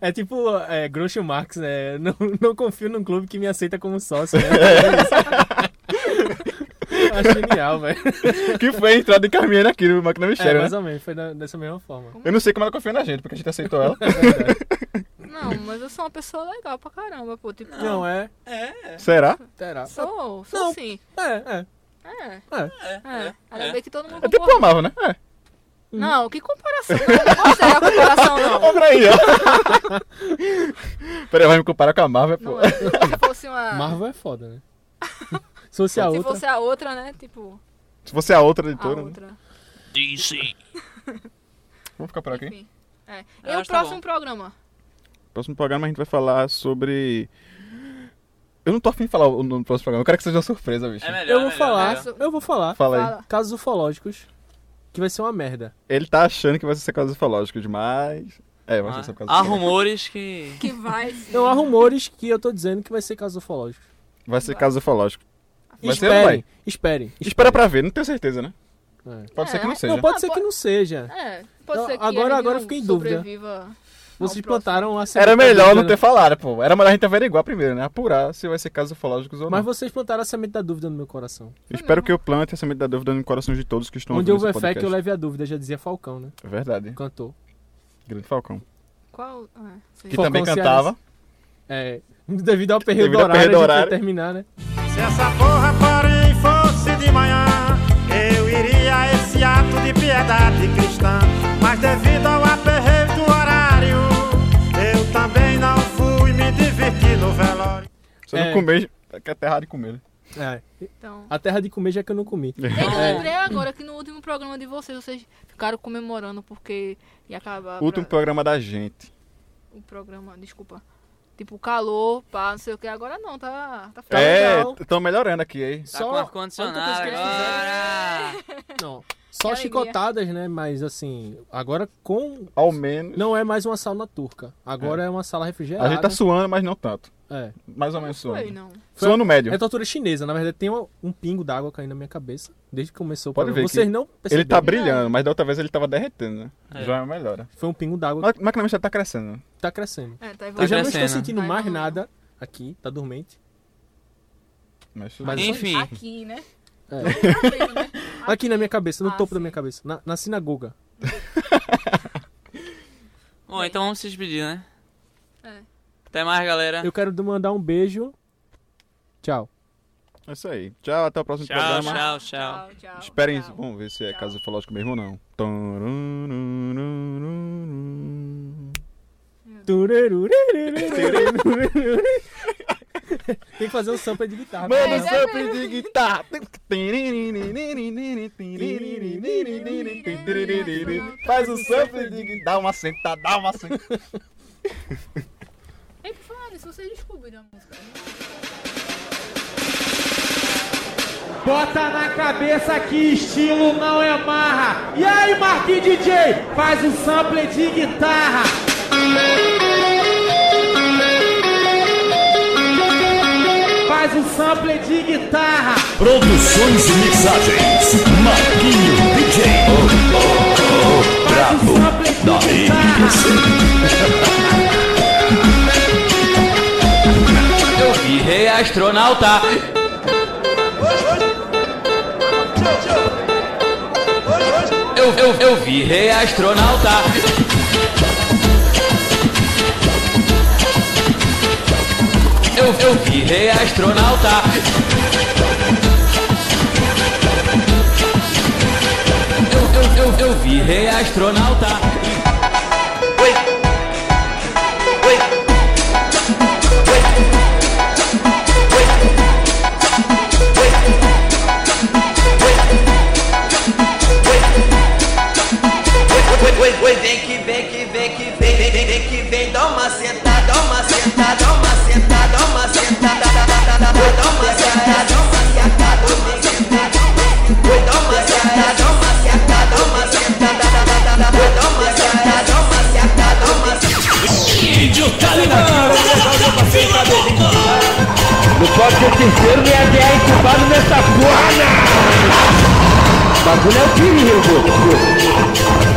É tipo é, Groucho Marx, né? Não, não confio num clube que me aceita como
*laughs*
sócio. Né? Acho genial, velho.
que foi a entrada de Carmine aqui no Máquina *laughs*
É,
Mistério,
mais
né?
ou menos, foi da- dessa mesma
*laughs*
forma.
Eu não sei como ela confia na gente, porque a gente aceitou ela.
Não, mas eu sou uma pessoa legal pra caramba, pô. Tipo,
Não, é.
Será?
Terá.
sou, sou
Não.
sim.
É, é.
É, é.
É.
Ainda bem que todo mundo
É tipo
concorda.
amava, né? É.
Não, que comparação. Não, não gostei da comparação,
*laughs*
não.
Olha aí, ó. *laughs* Peraí, vai me comparar com a Marvel, pô.
Não é. Se fosse uma...
Marvel é foda, né? *laughs* Se fosse a
se
outra.
fosse a outra, né? Tipo,
Se você é a outra
a
editora, né?
outra.
vamos ficar por aqui.
Enfim. É.
Eu
E o
acho que tá
próximo programa?
Próximo programa a gente vai falar sobre. Eu não tô afim de falar o nome do próximo programa, eu quero que seja uma surpresa, bicho.
É melhor.
Eu vou
é melhor,
falar,
é melhor.
eu vou falar.
Fala aí.
Fala.
Casos ufológicos, que vai ser uma merda.
Ele tá achando que vai ser casos ufológicos, mas. É, vai
Ah,
ser sobre
Há
casos ufológicos.
rumores que.
Que vai...
Não há rumores que eu tô dizendo que vai ser casos ufológicos.
Vai ser casos ufológicos. Vai ser ou não
Esperem,
vai?
esperem.
Espera pra ver, não tenho certeza, né?
É.
Pode ser que não
É,
seja.
Não, pode
Ah,
ser que
pode-
não seja.
É, pode
Não,
ser que
agora-
a gente
agora
não
eu fiquei em dúvida.
sobreviva
Vocês
ao próximo.
plantaram a semente.
Era
da
melhor
dúvida, né?
não ter falado, pô. Era melhor a gente averiguar primeiro, né? Apurar se vai ser casos ufológicos ou não.
Mas vocês plantaram a semente da dúvida no meu coração.
Eu Espero que eu plante a semente da dúvida no coração de todos que estão
Onde
ouvindo
houver
esse
fé que eu
podcast. É
leve a dúvida, já dizia Falcão, né?
Verdade.
Cantor.
Grande Falcão.
Qual... É, sei
Que
lá.
Falcão
também
Cearense.
cantava.
É, *laughs* devido ao perreio
Devido
do
ao
horário,
perreio do
a gente
horário.
ia terminar, né?
Se essa porra, porém, fosse de manhã, eu iria a esse ato de piedade cristã. Mas devido ao aperreio do horário, eu também não fui me divertir no velório.
Você
É.
não comer, que é terra de comer.
Tá
né?
É.
Então...
A terra de comer já que eu não comi.
Eu
É.
lembrei agora que no último programa de vocês, vocês ficaram comemorando porque ia acabar
Último
pra-
programa da gente.
o programa, desculpa. Tipo, calor, pá, não sei o que. Agora não, tá, tá ficando
é,
legal.
estão melhorando aqui, hein?
Tá
Só-
com
a
ar-condicionado
única coisa que eles
agora.
Não. Só
alegria.
chicotadas, né? Mas assim, agora com.
Ao menos.
Não é mais uma sauna turca. Agora é, uma sala refrigerada.
A gente tá suando, mas não tanto.
É.
Mais ou menos
Foi,
suando.
não.
Suando médio.
É tortura chinesa. Na verdade, tem um, um pingo d'água caindo na minha cabeça desde que começou o
Pode
programa.
ver
Vocês
que
não perceberam.
Ele tá brilhando, mas da outra vez ele tava derretendo, né?
É.
Já é melhora.
Foi um pingo d'água
Mas mas que a mistério tá crescendo. né?
que tá crescendo.
É, tá
eu já
evoluindo.
não estou
crescendo.
sentindo
Vai
mais
evoluindo.
nada aqui, tá dormente.
Mas,
Mas-
Enfim,
Aqui, né? Tá
É.
vendo, né?
Aqui, na minha cabeça, no
Ah,
topo da
sim.
minha cabeça, na, na sinagoga.
bom, então vamos se despedir, né?
É.
Até mais, galera.
Eu quero mandar um beijo
Tchau.
É isso aí. Tchau, até o próximo
Tchau,
programa.
tchau, tchau.
tchau.
Esperem,
tchau.
vamos ver se é
Tchau.
caso ufológico mesmo ou não. Tararararararum.
Tem que fazer um sample de guitarra.
Mano,
é
sempre de
mesmo.
guitarra. Faz um sample de guitarra. Dá uma sentada, dá uma sentada.
Ei, por falar nisso, vocês descobriram a música. né?
Bota na cabeça que estilo não é marra. E aí, Marquinhos DJ, faz um sample de guitarra. Faz um sample de guitarra.
Produções e mixagens, Marquinho DJ.
Faz um sample de guitarra.
E rei astronauta. Eu, eu, eu vi rei astronauta. Eu, eu vi rei astronauta. Eu, eu, eu, eu vi rei astronauta.
Oi, oi, oi, vem que vem, que vem, que vem, vem, vem, vem que vem, dá uma sentada, dá uma sentada, dá uma sentada, dá uma sentada, dá, dá, dá, dá, dá, dá uma sentada, dá uma sentada, dá uma sentada, oi, dá uma sentada, dá uma sentada, dá uma sentada, dá, dá, dá, dá, dá, oi, dá uma sentada, dá uma sentada, dá uma sentada. Idiota, Não pode ser sincero, nem é culpado nessa porra, O bagulho é o time, meu